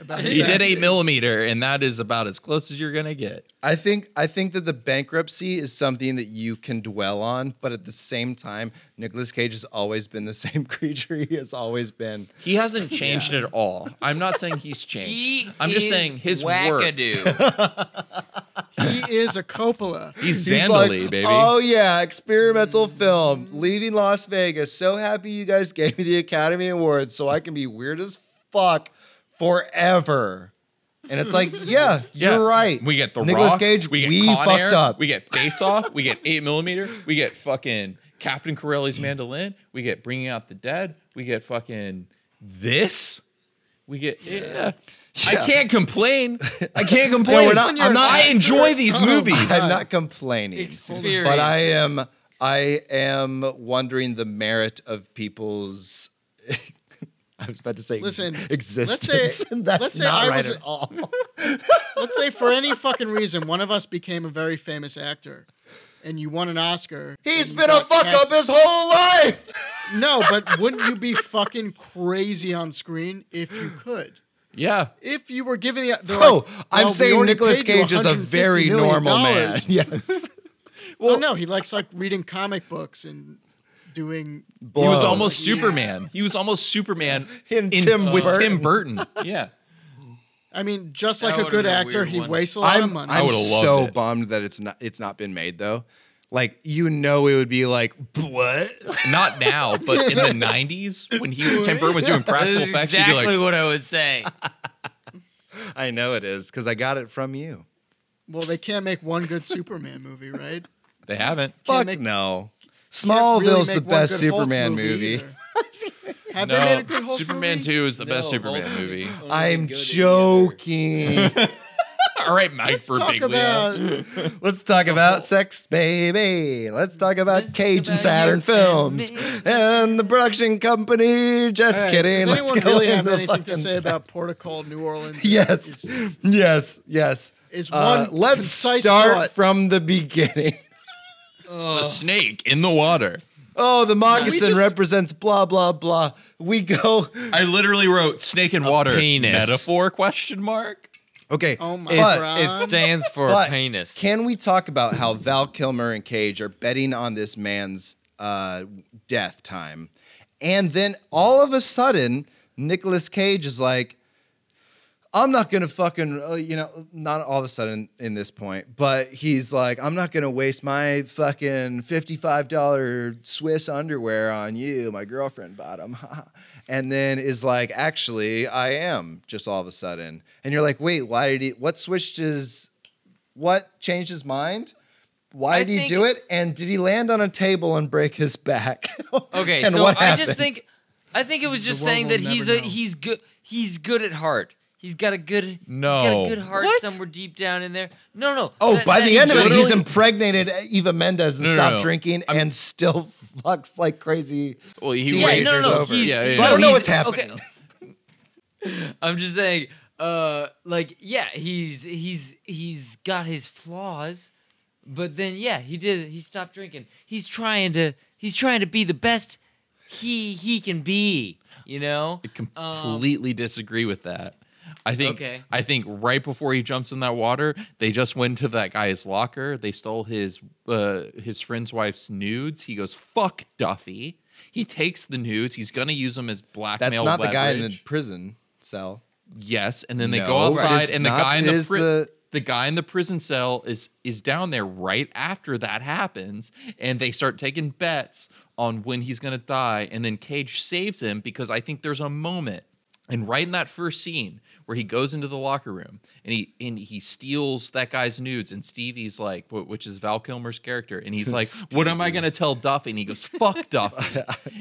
S6: about
S5: He
S6: his
S5: did
S6: acting.
S5: eight millimeter, and that is about as close as you're gonna get.
S3: I think I think that the bankruptcy is something that you can dwell on, but at the same time, Nicolas Cage has always been the same creature he has always been.
S5: He hasn't changed at all. I'm not saying he's changed.
S4: He
S5: I'm just
S4: is
S5: saying his work.
S4: wackadoo.
S6: He is a Coppola.
S5: He's
S3: He's
S5: Zandali,
S3: like,
S5: baby.
S3: Oh yeah, experimental film. Leaving Las Vegas. So happy you guys gave me the Academy Award so I can be weird as fuck forever. And it's like, yeah,
S5: Yeah.
S3: you're right.
S5: We get the
S3: Nicolas
S5: Rock,
S3: Cage.
S5: We,
S3: We,
S5: get Con
S3: fucked
S5: Air,
S3: up.
S5: We get Face Off. we get Eight Millimeter. We get fucking Captain Corelli's Mandolin. We get Bringing Out the Dead. We get fucking this. We get yeah. I
S3: Yeah.
S5: can't complain. I can't
S3: Yeah,
S5: complain.
S3: we're not- I'm not-
S5: I enjoy these movies.
S3: I'm Oh, not complaining.
S4: Experience.
S3: But I am I am wondering the merit of people's I was about to say ex-
S6: Listen, let's say-
S3: existence. and that's
S6: let's say
S3: not
S6: I
S3: right
S6: was-
S3: at all.
S6: Let's say for any fucking reason, one of us became a very famous actor, and you won an Oscar.
S3: He's
S6: and you
S3: been a
S6: got
S3: fuck
S6: cast-
S3: up his whole life.
S6: No, but wouldn't you be fucking crazy on screen if you could?
S5: Yeah.
S6: If you were given the, they're
S3: Oh,
S6: like,
S3: I'm
S6: well, we
S3: saying
S6: already
S3: Nicolas
S6: paid you
S3: Cage is a
S6: $150
S3: very
S6: million
S3: normal man.
S6: dollars.
S3: Yes.
S6: Well, no, he likes like reading comic books and doing.
S5: He was
S3: Blow.
S5: almost Superman. He was almost Superman
S3: In
S5: in-
S3: Tim
S5: with
S3: Burton.
S5: Tim Burton. Yeah.
S6: I mean, just like
S4: That
S6: a
S4: would've
S6: good
S4: been a
S6: actor,
S4: weird
S6: he
S4: one.
S6: wastes a lot of
S3: I'm,
S6: money.
S3: I'm
S5: would've loved
S3: so
S5: it.
S3: bummed that it's not it's not been made though. Like you know it would be like what?
S5: Not now, but in the '90s when he Tim Burton was doing
S4: That
S5: practical
S4: is
S5: effects,
S4: exactly
S5: you'd be like,
S4: what I would say.
S3: I know it is cuz I got it from you.
S6: well, they can't make one good Superman movie, right?
S5: "They haven't."
S3: Fuck
S6: Can't make-
S3: no.
S6: Can't really
S3: Smallville's
S6: make
S3: the
S6: one
S3: best
S6: good Hulk
S3: Superman movie.
S6: either. Have
S5: No,
S6: they made a good Hulk
S5: Superman
S6: movie?
S5: 2 is the best
S7: No,
S5: Superman
S7: Hulk
S5: movie.
S7: only good in
S3: I'm
S7: the other.
S3: joking.
S5: All right, Mike for
S6: Talk
S5: Big
S6: about
S3: Let's talk about sex, baby. Let's talk about Cage and Saturn Films and the production company. Just
S6: All right,
S3: kidding.
S6: Does
S3: Let's
S6: anyone
S3: go
S6: really have
S3: into
S6: anything to
S3: fucking-
S6: say about Protocol New Orleans?
S3: Yes, yes, yes.
S6: Is
S3: Uh,
S6: one
S3: let's
S6: concise
S3: start
S6: thought.
S3: from the beginning.
S5: A snake in the water.
S3: Oh, the moccasin
S6: just-
S3: represents blah blah blah. We go.
S5: I literally wrote snake in water.
S4: penis.
S5: Metaphor question mark.
S3: Okay.
S6: Oh my
S3: but-
S6: God.
S4: It stands for
S3: But
S4: penis.
S3: Can we talk about how Val Kilmer and Cage are betting on this man's uh, death time? And then all of a sudden, Nicolas Cage is like, I'm not gonna fucking, uh, you know, not all of a sudden in this point, but he's like, I'm not gonna waste my fucking $55 Swiss underwear on you. My girlfriend bought them. and then is like, actually, I am just all of a sudden. And you're like, wait, why did he, what switched his, what changed his mind? Why
S4: I
S3: did he
S4: think-
S3: do it? And did he land on a table and break his back?
S4: Okay,
S3: and
S4: so
S3: what
S4: I just
S3: happened?
S4: think I think it was just
S6: world
S4: saying
S6: will
S4: that he's
S6: never
S4: a
S6: know.
S4: he's good he's good at heart. He's got a good he's got
S5: No.
S4: a good heart somewhere deep down in there. No, no.
S3: Oh,
S4: that-
S3: by
S4: that
S3: the
S4: he
S3: end of it, he's
S4: literally-
S3: impregnated Eva Mendes and
S5: No, no,
S3: stopped
S5: no.
S3: drinking and still fucks like crazy.
S5: Well, he
S3: Yeah,
S5: waited
S3: no, no,
S5: for-
S3: no,
S4: he's-
S5: yeah, yeah,
S3: So I
S5: yeah.
S3: don't know
S4: he's-
S3: what's happening.
S4: okay. I'm just saying, uh, like, yeah, he's he's he's got his flaws, but then yeah, he did. He stopped drinking. He's trying to he's trying to be the best he he can be. You know,
S5: I completely disagree with that. I think
S4: Okay.
S5: I think right before he jumps in that water, they just went to that guy's locker. They stole his uh, his friend's wife's nudes. He goes fuck Duffy. He takes the nudes. He's gonna use them as blackmail.
S3: That's not the guy in the
S5: leverage.
S3: prison cell.
S5: Yes, and then they
S3: No,
S5: go
S3: it is
S5: outside, and the
S3: not.
S5: guy in
S3: It
S5: the,
S3: is
S5: pri-
S3: the-
S5: the guy in the prison cell is is down there right after that happens, and they start taking bets on when he's gonna die, and then Cage saves him because I think there's a moment, and right in that first scene where he goes into the locker room and he and he steals that guy's nudes, and Stevie's like, wh- which is Val Kilmer's character, and he's like, what am I gonna tell Duffy? And he goes, fuck Duffy,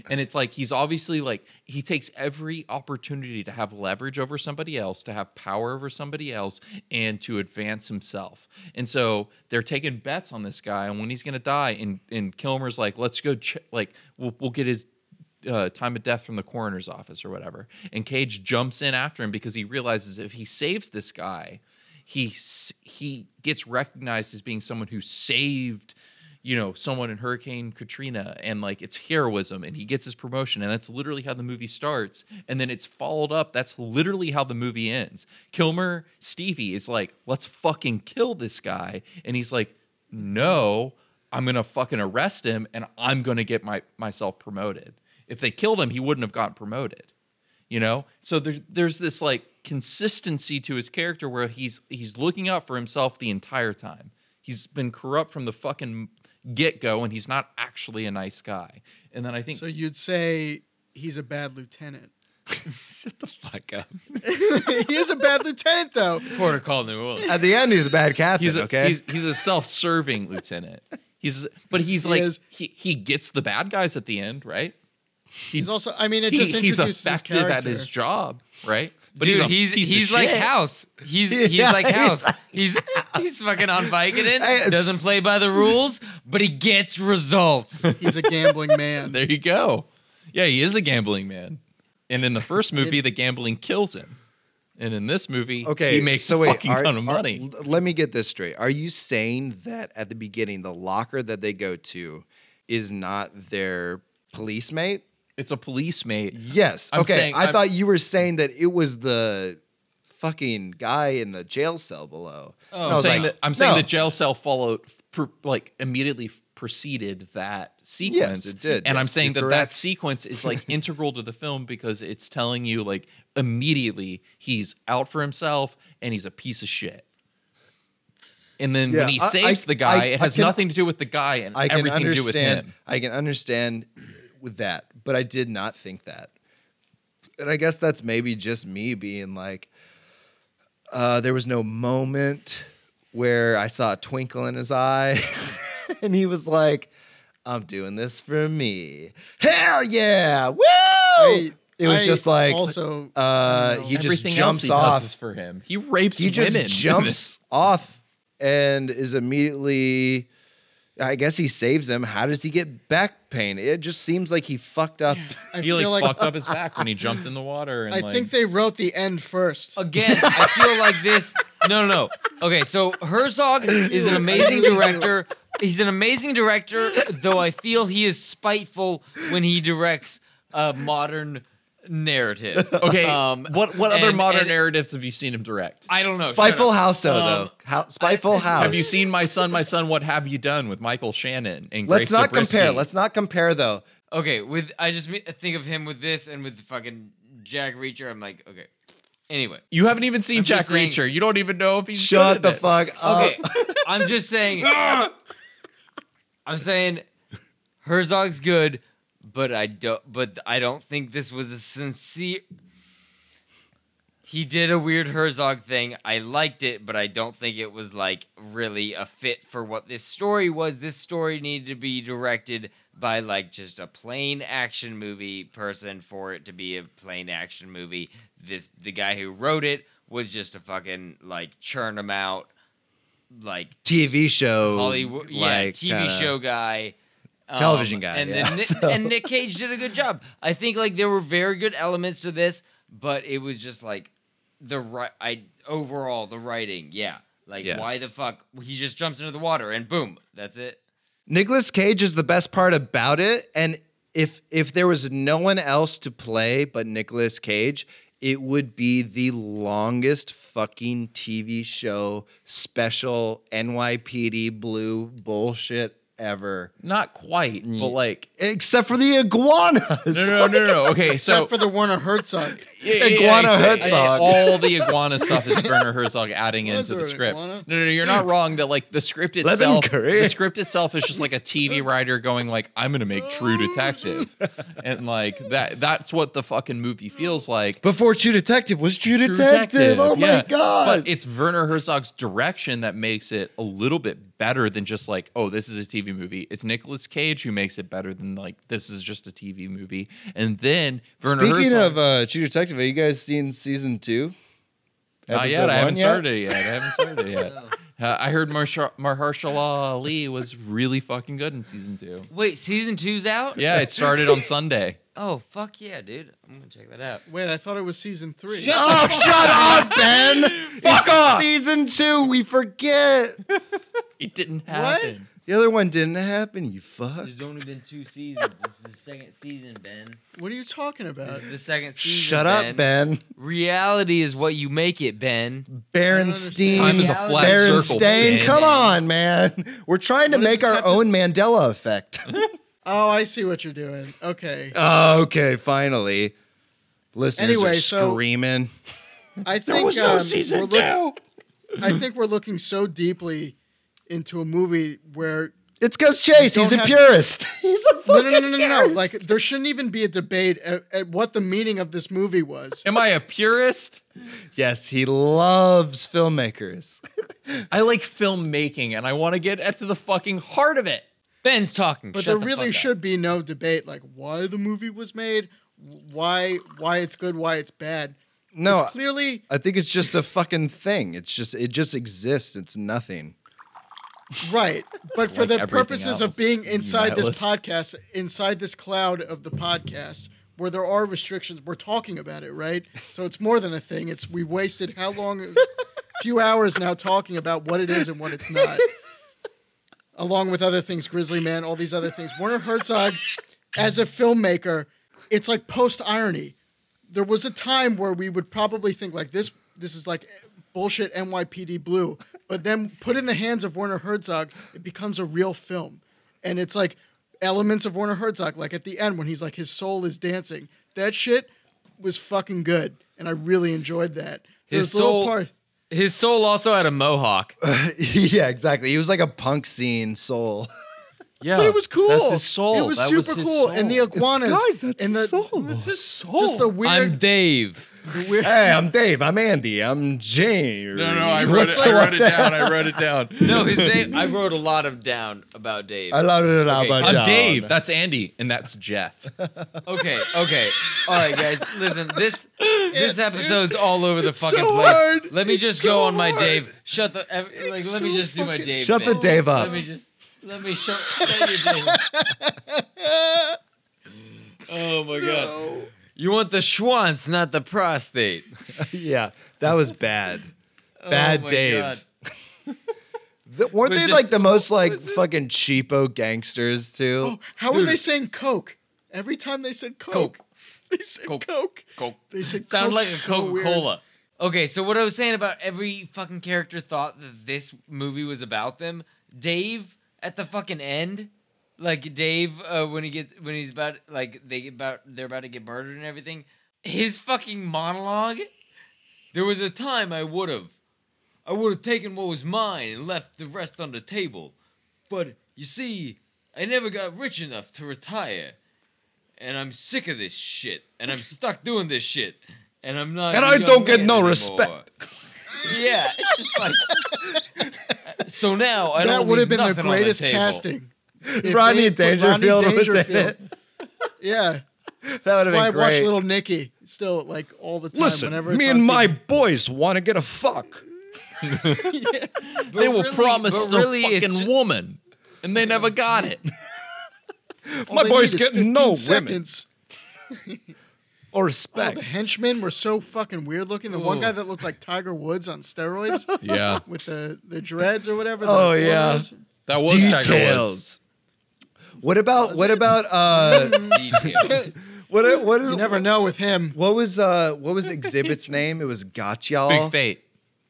S5: and it's like he's obviously like he takes every opportunity to have leverage over somebody else, to have power over somebody else, and to advance himself. And so they're taking bets on this guy and when he's gonna die. And and Kilmer's like, let's go, ch-, like we'll we'll get his uh, time of death from the coroner's office or whatever. And Cage jumps in after him because he realizes if he saves this guy, he s- he gets recognized as being someone who saved. you know someone in Hurricane Katrina, and like it's heroism, and he gets his promotion, and that's literally how the movie starts, and then it's followed up. That's literally how the movie ends. Kilmer Stevie is like, let's fucking kill this guy, and he's like, no, I'm gonna fucking arrest him, and I'm gonna get my myself promoted. If they killed him, he wouldn't have gotten promoted you know so there's there's this like consistency to his character where he's he's looking out for himself the entire time he's been corrupt from the fucking get-go and he's not actually a nice guy and then i think
S6: So you'd say he's a bad lieutenant.
S3: Shut the fuck up.
S6: he is a bad lieutenant, though.
S4: Protocol New Orleans.
S3: At the end, he's a bad captain.
S5: he's a,
S3: okay.
S5: he's, he's a self-serving lieutenant he's but he's
S6: He
S5: like
S6: is.
S5: he, he gets the bad guys at the end right
S6: He's also. I mean, it
S5: He-
S6: just
S5: he's
S6: introduces his
S5: effective
S6: character.
S5: at his job right but
S4: Dude,
S5: a
S4: he's he's,
S5: piece of
S4: like
S5: shit.
S4: House. He's he's
S3: Yeah,
S4: like
S3: he's
S4: House.
S3: like
S4: He's he's fucking on Vicodin.
S3: Hey, it's-
S4: doesn't play by the rules, but he gets results.
S6: He's a gambling man.
S5: There you go. Yeah, he is a gambling man. And in the first movie, the gambling kills him. And in this movie,
S3: okay.
S5: he makes
S3: so
S5: a
S3: wait,
S5: fucking
S3: are-
S5: ton of
S3: are-
S5: money.
S3: l- let me get this straight. Are you saying that at the beginning, the locker that they go to is not their police mate?
S5: it's a police mate.
S3: Yes.
S5: I'm
S3: okay.
S5: saying-
S3: I
S5: I'm-
S3: thought you were saying that it was the fucking guy in the jail cell below. And I
S5: Oh, I'm
S3: was
S5: saying
S3: like,
S5: that I'm saying
S3: no.
S5: the jail cell followed per, like immediately preceded that sequence.
S3: it did.
S5: And I'm
S3: Yes,
S5: saying that
S3: you're
S5: that
S3: correct.
S5: sequence is like integral to the film because it's telling you like immediately he's out for himself and he's a piece of shit. And then
S3: Yeah,
S5: when he
S3: I- I-
S5: saves the
S3: I-
S5: guy, it
S3: I
S5: has
S3: can-
S5: nothing to do with the guy and
S3: I can
S5: everything to do with
S3: understand.
S5: him.
S3: I can understand with that, but I did not think that. And I guess that's maybe just me being like, uh, there was no moment where I saw a twinkle in his eye, and he was like, "I'm doing this for me. Hell yeah, woo!"
S6: I-
S3: it was
S6: I
S3: just like,
S6: also
S3: uh,
S6: don't know.
S3: he just
S5: Everything else
S3: jumps
S5: he does
S3: off.
S5: is for him. He rapes
S3: he just
S5: women.
S3: jumps off and is immediately i guess he saves him how does he get back pain it just seems like he fucked up
S6: I
S5: He like,
S6: feel like
S5: fucked up his back when he jumped in the water. And
S6: I
S5: like, Oh,
S6: think they wrote the end first.
S4: Again, I feel like this. No, no, no. Okay, so Herzog is an amazing director. He's an amazing director, though I feel he is spiteful when he directs a modern narrative.
S5: okay.
S4: um,
S5: what what other
S4: and-
S5: modern
S4: and-
S5: narratives have you seen him direct?
S4: I don't know. shut
S3: spiteful
S4: up.
S3: house though
S4: Um,
S3: though How, spiteful house
S5: Have you seen My Son, My Son? What have you done with Michael Shannon and
S3: let's
S5: Grace
S3: not compare
S5: Zabriskie?
S3: let's not compare though
S4: Okay, with I just me- think of him with this and with the fucking Jack Reacher. I'm like, okay. Anyway,
S5: you haven't even seen
S4: I'm
S5: Jack
S4: just saying-
S5: Reacher. You don't even know if he's
S3: shut
S5: good
S3: the
S5: at it.
S3: fuck up
S4: okay. I'm just saying. I'm saying Herzog's good, but I don't. But I don't think this was a sincere. He did a weird Herzog thing. I liked it, but I don't think it was like really a fit for what this story was. This story needed to be directed by like just a plain action movie person for it to be a plain action movie. This the guy who wrote it was just a fucking like churn them out like
S3: tv show
S4: Hollywood, yeah,
S3: like,
S4: TV
S3: kinda-
S4: show guy, um,
S3: Television guy,
S4: and
S3: yeah,
S4: then Nick,
S3: so-
S4: and Nick Cage did a good job. I think like there were very good elements to this, but it was just like the right. I overall the writing, yeah, like
S5: Yeah.
S4: why the fuck he just jumps into the water and boom, that's it.
S3: Nicolas Cage is the best part about it, and if if there was no one else to play but Nicolas Cage, it would be the longest fucking TV show special NYPD Blue bullshit ever,
S5: Not quite, but like.
S3: except for the iguanas.
S5: No, no, no, no, no. Okay, so
S6: Except for the Werner Herzog.
S5: Yeah, yeah, yeah,
S3: Iguana
S5: exactly.
S3: Herzog.
S5: All the iguana stuff is Werner Herzog adding into
S6: Was
S5: the
S6: there an
S5: script. No,
S6: iguana?
S5: no, no, you're not wrong. That like the script
S3: me
S5: itself,
S3: curry.
S5: the script itself is just like a TV writer going like, "I'm gonna make True Detective," and like that. That's what the fucking movie feels like.
S3: Before True Detective was True,
S5: True
S3: Detective. Oh
S5: yeah.
S3: my god!
S5: But it's Werner Herzog's direction that makes it a little bit better than just like, oh, this is a TV movie. It's Nicolas Cage who makes it better than like this is just a TV movie. And then Werner
S3: Speaking
S5: Herzog,
S3: of uh, True Detective, have you guys seen season two?
S5: Not
S3: Episode
S5: yet. I haven't
S3: one
S5: started it yet. I haven't started it yet.
S8: Oh.
S5: Uh, I heard Marsha- Mahershala Ali was really fucking good in season two.
S4: Wait, season two's out.
S5: Yeah, it started on Sunday.
S4: Oh fuck yeah, dude! I'm gonna check that out.
S6: Wait, I thought it was season three.
S3: Oh, shut up, Ben! Fuck off! Season two, we forget.
S5: It didn't happen.
S3: The other one didn't happen, you fuck.
S4: There's only been two seasons. This is the second season, Ben.
S6: What are you talking about?
S4: This is the second season.
S3: Shut up, Ben.
S4: Reality is what you make it, Ben.
S3: Berenstein.
S8: Time is a
S4: Reality-
S8: flat circle.
S3: Berenstain,
S8: Ben.
S3: come on, man. We're trying to
S6: What does
S3: make
S6: this
S3: our
S6: have to-
S3: own Mandela effect.
S6: Oh, I see what you're doing. Okay.
S3: Oh, okay, finally. Listeners
S6: Anyway,
S3: are
S6: so-
S3: screaming.
S6: I think um, we're look- I think we're looking so deeply into a movie where
S3: It's Gus Chase.
S6: You
S3: He's a
S6: don't have-
S3: purist. He's a
S6: no,
S3: fucking
S6: no, no, no, no, no.
S3: purist.
S6: Like there shouldn't even be a debate at, at what the meaning of this movie was.
S8: Am I a purist?
S3: yes, he loves filmmakers.
S8: I like filmmaking and I want to get at to the fucking heart of it.
S4: Ben's talking.
S6: But
S4: Shut
S6: there
S4: the
S6: really
S4: fuck up.
S6: should be no debate, like why the movie was made, why why it's good, why it's bad.
S3: No,
S6: it's clearly
S3: I think it's just a fucking thing. It's just it just exists. It's nothing.
S6: right. But for
S8: Like
S6: the
S8: everything
S6: purposes of
S8: else
S6: being
S8: in
S6: inside
S8: that
S6: this
S8: list.
S6: podcast, inside this cloud of the podcast, where there are restrictions, we're talking about it, right? So it's more than a thing. It's we wasted how long? It was, few hours now talking about what it is and what it's not. Along with other things, Grizzly Man, all these other things. Werner Herzog, as a filmmaker, it's like post irony. There was a time where we would probably think like this. This is like bullshit NYPD Blue, but then put in the hands of Werner Herzog, it becomes a real film, and it's like elements of Werner Herzog, like at the end when he's like his soul is dancing. That shit was fucking good, and I really enjoyed that.
S4: His
S6: Those little
S4: soul-
S6: part-
S4: His soul also had a mohawk.
S3: yeah, exactly. He was like a punk scene soul.
S8: Yeah.
S6: But it was cool.
S8: That's his soul.
S6: It was
S8: That
S6: super
S8: his
S6: cool. And the
S8: soul.
S6: iguanas.
S3: Guys, that's
S6: and the,
S3: his soul.
S6: That's his soul. Just the weird.
S4: I'm Dave.
S6: the weird
S3: hey, I'm Dave. I'm Andy. I'm James.
S8: No, no, I wrote, it, I wrote it down. I wrote it down.
S4: No, his name. I wrote a lot of down about Dave.
S3: I love it.
S4: Okay,
S3: about
S8: I'm
S3: John.
S8: Dave. That's Andy. And that's Jeff.
S4: Okay, okay. All right, guys. Listen, this this episode's all over the fucking
S6: so
S4: place.
S6: hard.
S4: Let me
S6: It's
S4: just
S6: so
S4: go on my
S6: hard.
S4: Dave. Shut the ev- like.
S6: It's
S4: let me
S6: so
S4: just do my
S6: fucking-
S4: Dave.
S3: Shut the
S4: bit.
S3: Dave up.
S4: Let me just let me shut, shut your Dave. up. Oh my god.
S6: no.
S4: You want the schwanz, not the prostate.
S3: yeah, that was bad. Bad
S4: my
S3: Dave.
S4: God.
S3: The- weren't
S4: Was
S3: they
S4: this-
S3: like the most like fucking cheapo gangsters too?
S6: Oh, how were they saying Coke? Every time they said Coke.
S4: Coke.
S6: They said Coke.
S4: Coke. Coke.
S6: They said
S4: Sound
S6: Coke
S4: like a
S6: so
S4: Coca
S6: weird.
S4: Cola. Okay, so what I was saying about every fucking character thought that this movie was about them. Dave at the fucking end, like Dave uh, when he gets when he's about like they get about they're about to get murdered and everything. His fucking monologue. There was a time I would have, I would have taken what was mine and left the rest on the table, but you see, I never got rich enough to retire, and I'm sick of this shit, and I'm stuck doing this shit, and I'm not.
S3: And
S4: a
S3: I
S4: young
S3: don't get
S4: man
S3: no
S4: anymore."
S3: respect.
S4: Yeah, it's just like. uh, so now I
S6: That
S4: don't
S6: would have
S4: leave
S6: been the
S4: nothing on
S6: greatest
S4: table.
S6: casting. If
S3: Rodney
S6: they put
S3: Dangerfield was in
S6: Yeah.
S3: That would have
S6: Why I
S3: been
S6: watch
S3: great.
S6: Little Nicky still like all the time. whenever it's on TV.
S3: boys want to get a fuck.
S8: they were
S4: really-
S8: promised
S4: but really
S8: a
S4: it's
S8: fucking
S4: ju-
S8: woman, and they never got it.
S6: All
S3: my
S6: they
S3: boy's
S6: need is
S3: getting no
S6: 15
S3: women.
S6: seconds.
S3: Or
S6: Oh,
S3: respect.
S6: the henchmen were so fucking weird looking. The one
S4: Ooh.
S6: guy that looked like Tiger Woods on steroids
S8: Yeah,
S6: with the, the dreads or whatever. the
S3: Oh, yeah.
S6: cornrows.
S8: that was Tiger Woods.
S3: Details. What about what about uh
S4: Details.
S3: what what is
S6: You never know with him.
S3: what was uh what was exhibit's name? It was Gotcha.
S8: Big fate.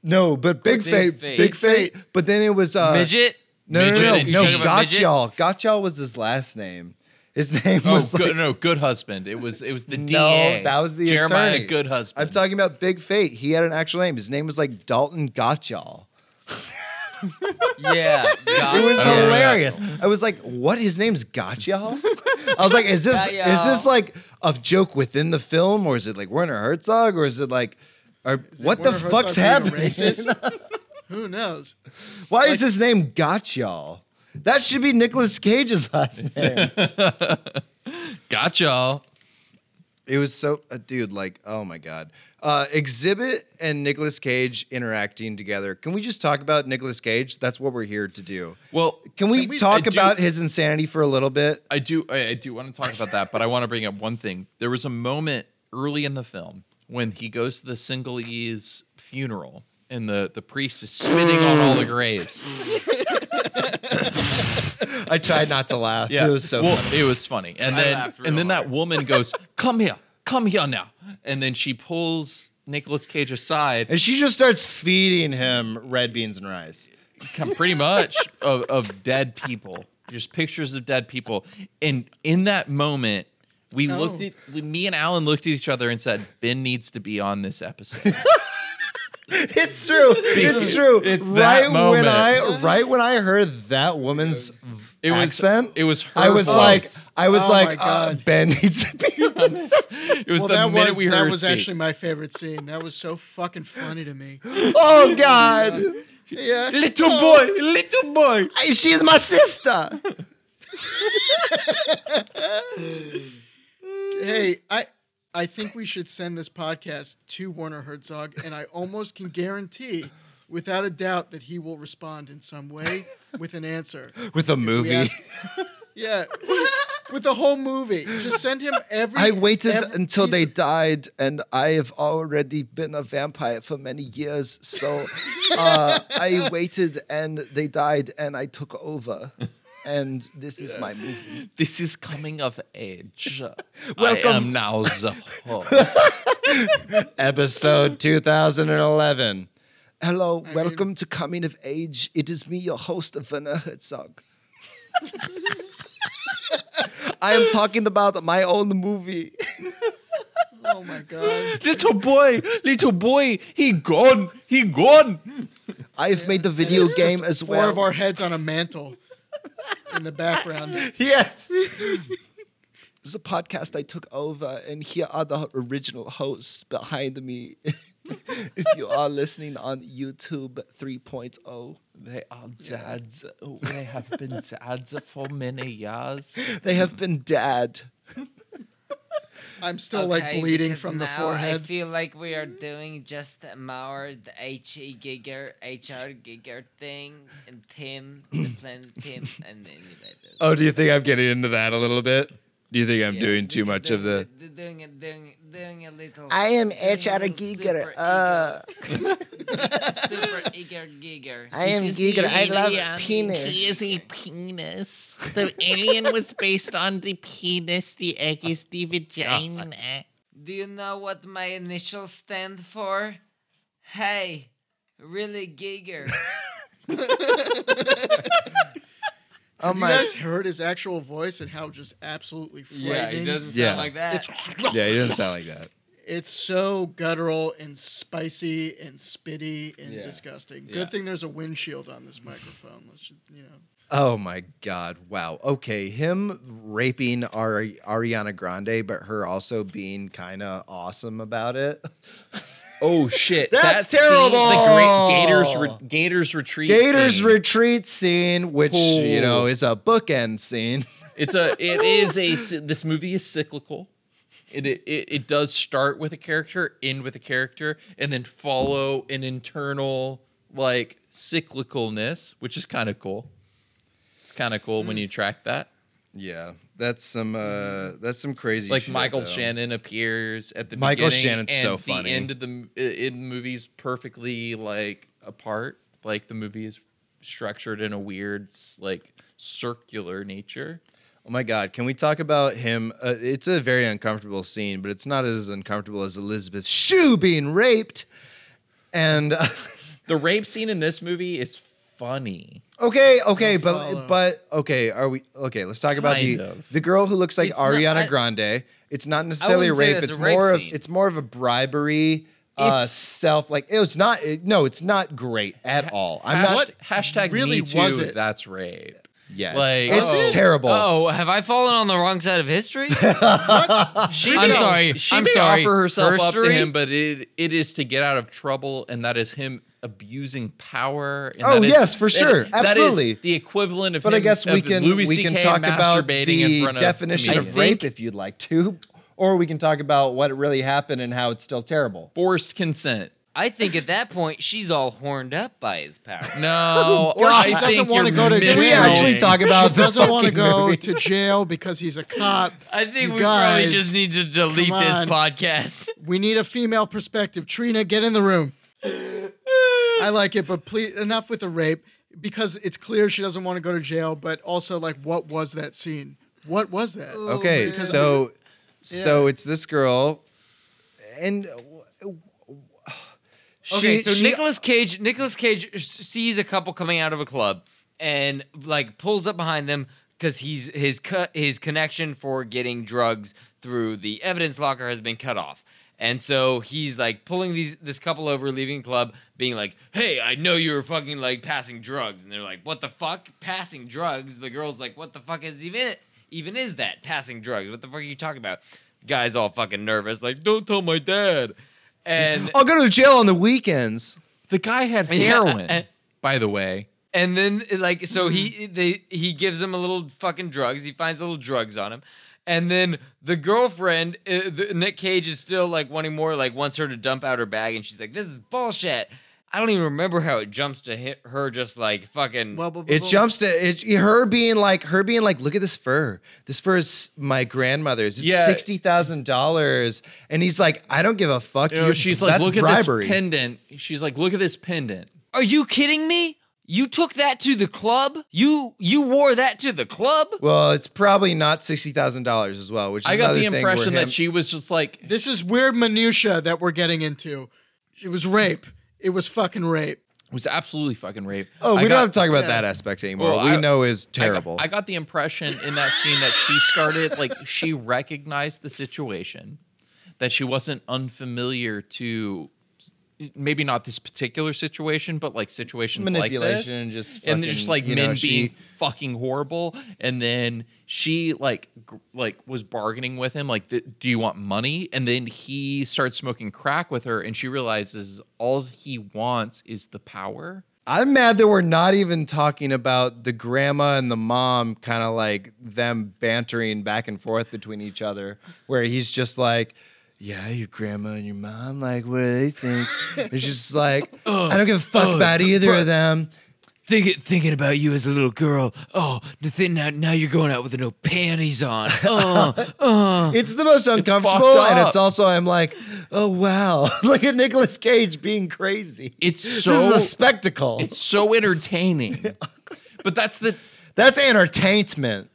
S3: No, but Big,
S4: Big
S3: Fate,
S4: Fate.
S3: Big Fate. But then it was uh
S4: Midget.
S3: No, no, no,
S8: Midget. You
S3: no,
S8: talking
S3: no
S4: about midget?
S3: Gotcha. Gotcha was his last name. His name
S8: Oh,
S3: was
S8: good,
S3: like,
S8: no, good husband. It was it was the DA.
S3: No, that was the
S8: Jeremiah
S3: attorney.
S8: Good husband.
S3: I'm talking about Big Fate. He had an actual name. His name was like Dalton Gotcha.
S4: Yeah.
S3: It was
S4: gotcha.
S8: yeah.
S3: hilarious. I was like, "What? His name's Gotcha." I was like, "Is this
S4: Got y'all.
S3: is this like a joke within the film, or is it like Werner Herzog, or is it like, or what the
S6: Werner Herzog
S3: fuck's
S6: being a
S3: happening?
S6: racist? Who knows?
S3: Why is his name Gotcha? That should be Nicolas Cage's last name."
S8: Got y'all.
S3: it was so, uh, dude. Like, oh my god. Uh, Exhibit and Nicolas Cage interacting together. Can we just talk about Nicolas Cage? That's what we're here to do.
S8: Well,
S3: Can we,
S8: we- I
S3: talk
S8: do-
S3: about his insanity for a little bit?
S8: I do I, I do want to talk about that, but I want to bring up one thing. There was a moment early in the film when he goes to the Singalese funeral and the, the priest is spitting on all the graves.
S3: I tried not to laugh.
S5: Yeah.
S3: It was so
S5: well,
S3: funny.
S5: it was funny. And
S4: I
S5: then
S4: laughed real
S5: and then that woman goes, "Come here. Come here now." And then she pulls Nicolas Cage aside.
S3: And she just starts feeding him red beans and rice.
S5: Come pretty much of, of dead people. Just pictures of dead people. And in that moment, we looked at we, me and Alan looked at each other and said, "Ben needs to be on this episode."
S3: It's true. It's true.
S5: It's that
S3: right when
S5: moment.
S3: I right when I heard that woman's
S5: It was
S3: accent,
S5: it was her
S3: I was
S5: voice.
S3: like I was
S6: Oh my
S3: like uh,
S6: God.
S3: Ben needs to be on this episode.
S5: it was
S6: well,
S5: the
S6: that
S5: minute
S6: was
S5: we heard
S6: that
S5: her
S6: was
S5: speak.
S6: actually my favorite scene. That was so fucking funny to me.
S3: Oh God.
S6: Yeah, Oh,
S5: little boy, little boy.
S3: Hey, She's my sister.
S6: Hey, I I think we should send this podcast to Warner Herzog, and I almost can guarantee, without a doubt, that he will respond in some way with an answer.
S3: With a movie.
S6: ask- Yeah, with the whole movie. Just send him every.
S3: I waited
S6: every
S3: until
S6: piece
S3: they
S6: of-
S3: died, and I have already been a vampire for many years. So uh, I waited, and they died, and I took over. And this is my movie.
S5: This is coming of age. I
S3: Welcome.
S5: am now the host.
S3: Episode 2011. Hello, welcome to Coming of Age. It is me, your host, Werner Herzog. I am talking about my own movie.
S6: Oh my god!
S5: little boy, little boy, he gone, he gone.
S3: I have made the video game as
S6: Four
S3: well.
S6: of our heads on a mantle in the background.
S3: Yes. This is a podcast I took over, and here are the original hosts behind me. if you are listening on YouTube oh. 3.0,
S5: They are dads. They have been dads for many years.
S3: they have been dad.
S6: I'm still like
S4: Okay,
S6: bleeding
S4: because
S6: from the
S4: now I
S6: forehead.
S4: feel like we are doing just our the HE Giger, HR Giger thing, and Tim, the planet Tim, and then you like this.
S5: Oh, do you think I'm getting into that a little bit? Do you think I'm
S4: Yeah.
S5: doing too much of the?
S4: Doing- Doing, it- doing, doing a little.
S3: I am
S4: doing a
S3: HR
S4: little
S3: Giger.
S4: super
S3: Uh,
S4: eager- super eager Giger.
S3: I am Giger. I love penis.
S9: um, a penis. The alien was based on the penis. The egg is the vagina.
S4: Do you know what my initials stand for? Hey, really Giger.
S3: Oh
S6: You
S3: my!
S6: guys heard his actual voice and how just absolutely frightening.
S4: yeah, it doesn't sound
S5: Yeah.
S4: like that.
S5: Yeah, it doesn't sound like that.
S6: It's so guttural and spicy and spitty and disgusting. Good
S10: Yeah.
S6: thing there's a windshield on this microphone. Let's just, you know.
S3: Oh my God! Wow. Okay, him raping Ari- Ariana Grande, but her also being kind of awesome about it.
S5: Oh shit!
S3: That's
S5: that scene, the
S3: terrible.
S5: great Gators, re- Gators retreat.
S3: Gators
S5: scene.
S3: retreat scene, which you
S5: Oh.
S3: know is a bookend scene.
S5: It's a. It is a. This movie is cyclical. It, it it does start with a character, end with a character, and then follow an internal like cyclicalness, which is kind of cool. It's kind of cool when you track that.
S3: Yeah, that's some uh that's some crazy.
S5: Like
S3: shit,
S5: Michael
S3: though.
S5: Shannon appears at the
S3: Michael
S5: beginning
S3: Shannon's
S5: and
S3: so
S5: the
S3: funny.
S5: end of the m- i- in the movie's perfectly like apart. Like the movie is structured in a weird s- like circular nature.
S3: Oh my God, can we talk about him? Uh, it's a very uncomfortable scene, but it's not as uncomfortable as Elizabeth Shue being raped. And
S5: The rape scene in this movie is funny.
S3: okay, okay,
S6: Don't follow.
S3: but but okay, are we okay? Let's talk about the
S5: Kind of.
S3: the girl who looks like
S4: It's not-
S3: Ariana
S4: I-
S3: Grande. It's not necessarily
S4: wouldn't say
S3: rape.
S4: that's
S3: It's
S4: a rape
S3: more of
S4: scene.
S3: it's more of a bribery. Uh,
S5: It's-
S3: self like it's not it, no it's not great at all i'm not
S5: Hasht- hashtag
S6: really
S5: me too,
S6: was it?
S5: That's rape.
S3: yeah
S5: Like-
S3: it's,
S5: Uh-oh.
S3: it's terrible
S4: Oh, have I fallen on the wrong side of history?
S5: She
S4: I'm
S5: may-
S4: sorry.
S5: She
S4: I'm
S5: may
S4: sorry.
S5: offer herself up to
S4: Herstory?
S5: him, but it it is to get out of trouble, and that is him abusing power. and
S3: Oh,
S5: that is-
S3: yes, for
S5: that-
S3: sure.
S5: that is
S3: Absolutely.
S5: the equivalent of.
S3: But I
S5: him-
S3: guess we
S5: of
S3: can
S5: Louis
S3: we
S5: CK
S3: can talk about
S5: masturbating in
S3: the
S5: front
S3: definition
S5: of,
S3: of,
S5: comedians.
S3: rape if you'd like to, or we can talk about what really happened and how it's still terrible.
S5: forced consent.
S4: I think at that point she's all horned up by his power.
S5: No,
S3: Oh,
S6: Or
S5: I
S6: she doesn't
S5: think
S6: wanna
S5: you're
S6: go to
S3: Did we
S6: Misreading.
S3: actually
S5: misreading.
S3: talk about Ah, the
S6: Doesn't want to
S3: fucking
S6: go
S3: movie?
S6: to jail because he's a cop.
S4: I think
S6: You
S4: we
S6: guys,
S4: probably just need to delete
S6: come
S4: this
S6: on.
S4: podcast.
S6: We need a female perspective. Trina, get in the room. I like it, but please enough with the rape. because it's clear she doesn't want to go to jail, but also like, what was that scene? What was that?
S3: Okay,
S6: because-
S3: so so it's this girl, and uh, w- w- w- she,
S4: okay, so
S3: she-
S4: Nicholas Cage, Nicholas Cage s- sees a couple coming out of a club and like pulls up behind them because he's his cut his connection for getting drugs through the evidence locker has been cut off. And so he's like pulling these this couple over, leaving club, being like, "Hey, I know you were fucking like passing drugs," and they're like, "What the fuck, passing drugs?" The girl's like, "What the fuck is even even is that passing drugs? What the fuck are you talking about?" Guy's all fucking nervous, like, "Don't tell my dad." And
S3: I'll go to jail on the weekends.
S5: The guy had
S4: Yeah,
S5: heroin,
S4: and-
S5: by the way.
S4: And then like so
S3: Mm-hmm.
S4: he they he gives him a little fucking drugs. He finds little drugs on him. And then the girlfriend, uh, the, Nick Cage is still like wanting more, like wants her to dump out her bag, and she's like, "This is bullshit." I don't even remember how it jumps to hit her, just like fucking.
S6: Well, blah, blah,
S3: It
S6: blah.
S3: jumps to it, her being like her being like, look at this fur. This fur is my grandmother's. It's
S5: Yeah.
S3: sixty thousand dollars, and he's like, I don't give a fuck.
S5: You know,
S3: you-
S5: Oh, she's like,
S3: that's
S5: look
S3: bribery.
S5: at this pendant. She's like, look at this pendant.
S4: are you kidding me? You took that to the club? You you wore that to the club?
S3: Well, it's probably not sixty thousand dollars as well. Which is
S5: I got
S3: another
S5: the
S3: thing where
S5: impression
S3: him-
S5: that she was just like,
S6: This is weird minutia that we're getting into. It was rape. It was fucking rape.
S5: it was absolutely fucking rape.
S3: Oh, we
S5: I
S3: don't
S5: got-
S3: have to talk about
S6: yeah.
S3: that aspect anymore.
S5: Well,
S3: we
S5: I-
S3: know is
S5: I got-
S3: terrible.
S5: I got, the impression in that scene that she started, like, she recognized the situation, that she wasn't unfamiliar to maybe not this particular situation, but like situations like this.
S3: Manipulation, just
S5: and they're just
S3: fucking,
S5: like
S3: you
S5: men
S3: know,
S5: being
S3: she-
S5: fucking horrible. And then she like gr- like was bargaining with him, like, "Th- do you want money? And then he starts smoking crack with her, and she realizes all he wants is the power.
S3: I'm mad that we're not even talking about the grandma and the mom kind of like them bantering back and forth between each other, where he's just like, Yeah, your grandma and your mom, like, what do they think? it's just like, I don't give a fuck about either of them.
S4: Think, thinking about you as a little girl. Oh, the thing now, now you're going out with no panties on. Oh,
S3: It's the most uncomfortable.
S5: fucked
S3: and
S5: up.
S3: it's also, I'm like, Oh, wow. Look at Nicolas Cage being crazy.
S5: It's so
S3: this is a spectacle.
S5: It's so entertaining. but that's the
S3: That's entertainment.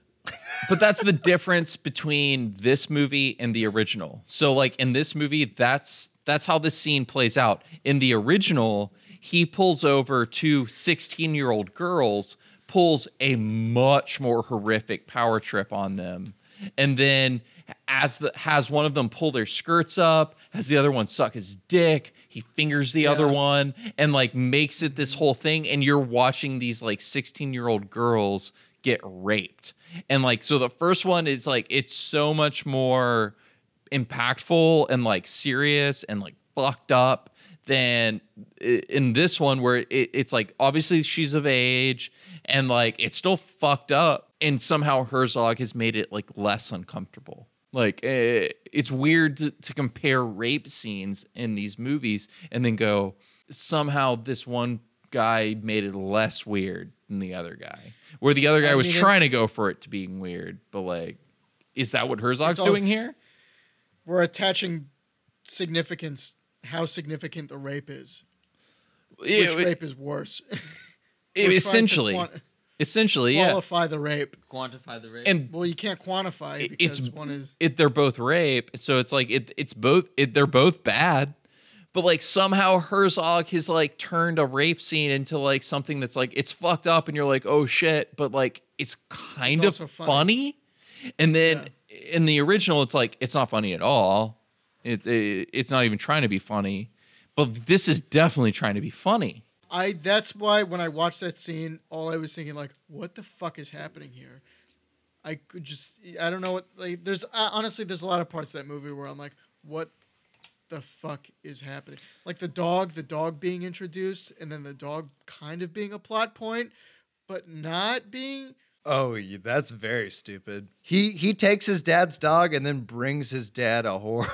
S5: but that's the difference between this movie and the original. So like in this movie, that's that's how this scene plays out. In the original, he pulls over two 16-year-old girls, pulls a much more horrific power trip on them. And then as the has one of them pull their skirts up, has the other one suck his dick, he fingers the other one and like makes it this whole thing and you're watching these like 16-year-old girls get raped. And like, so the first one is like, it's so much more impactful and like serious and like fucked up than i- in this one where it, it's like obviously she's of age and like it's still fucked up and somehow herzog has made it like less uncomfortable like eh, it's weird to, to compare rape scenes in these movies and then go somehow this one guy made it less weird than the other guy where the other guy was trying to go for it to being weird but like is that what herzog's
S6: It's all-
S5: doing here
S6: We're attaching significance, how significant the rape is.
S5: Yeah,
S6: Which
S5: it-
S6: rape is worse?
S5: it-
S6: We're trying to
S5: essentially,
S6: quanti-
S5: essentially, yeah.
S6: qualify the rape.
S4: quantify the rate.
S5: And
S6: Well, you can't quantify it
S5: it-
S6: because
S5: it's
S6: one is
S5: it, they're both rape, so it's like it, it's both it, they're both bad, but like somehow Herzog has like turned a rape scene into like something that's like it's fucked up, and you're like, oh shit, but like it's kind
S6: It's also
S5: of
S6: funny.
S5: funny. and then in the original, it's like it's not funny at all. It, it it's not even trying to be funny, but this is definitely trying to be funny.
S6: I that's why when I watched that scene, all I was thinking like, what the fuck is happening here? I could just I don't know what like there's uh, honestly there's a lot of parts of that movie where I'm like, what the fuck is happening? Like the dog, the dog being introduced, and then the dog kind of being a plot point, but not being
S3: Oh, yeah, that's very stupid. He he takes his dad's dog and then brings his dad a whore.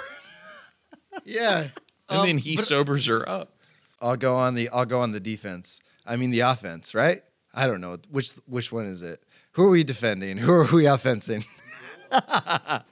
S6: yeah.
S5: And then he sobers her up.
S3: I'll go on the I'll go on the defense. I mean the offense, right? I don't know which which one is it. Who are we defending? Who are we offensing? I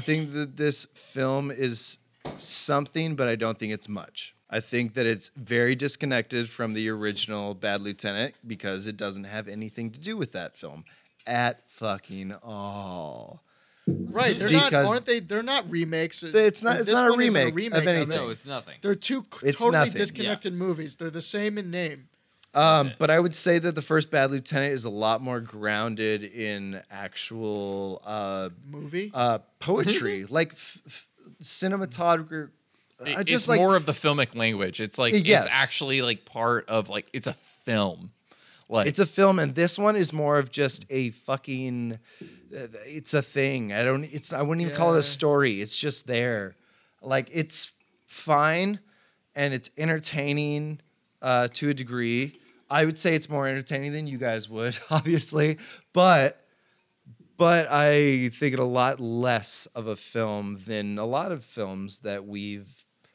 S3: think that this film is something, but I don't think it's much. I think that it's very disconnected from the original Bad Lieutenant because it doesn't have anything to do with that film at fucking all.
S6: Right, they're not,
S3: Because-
S6: aren't they? They're not remakes.
S3: It's not- it's
S6: This
S3: not a
S6: one isn't
S3: remake of anything.
S4: No, it's nothing.
S6: They're two c-
S3: It's
S6: totally
S3: nothing.
S6: disconnected movies. They're the same in name.
S3: Um, but I would say that the first Bad Lieutenant is a lot more grounded in actual uh,
S6: Movie.
S3: uh, poetry, like f- f- cinematography. I
S8: It-
S3: just
S8: it's
S3: like
S8: more of the filmic language. It's like
S3: Yes.
S8: it's actually like part of like it's a film. Like
S3: it's a film, and this one is more of just a fucking. uh, It's a thing. I don't. It's. I wouldn't even call it a story. It's just there. Like it's fine, and it's entertaining uh, to a degree. I would say it's more entertaining than you guys would, obviously, but but I think it a lot less of a film than a lot of films that we've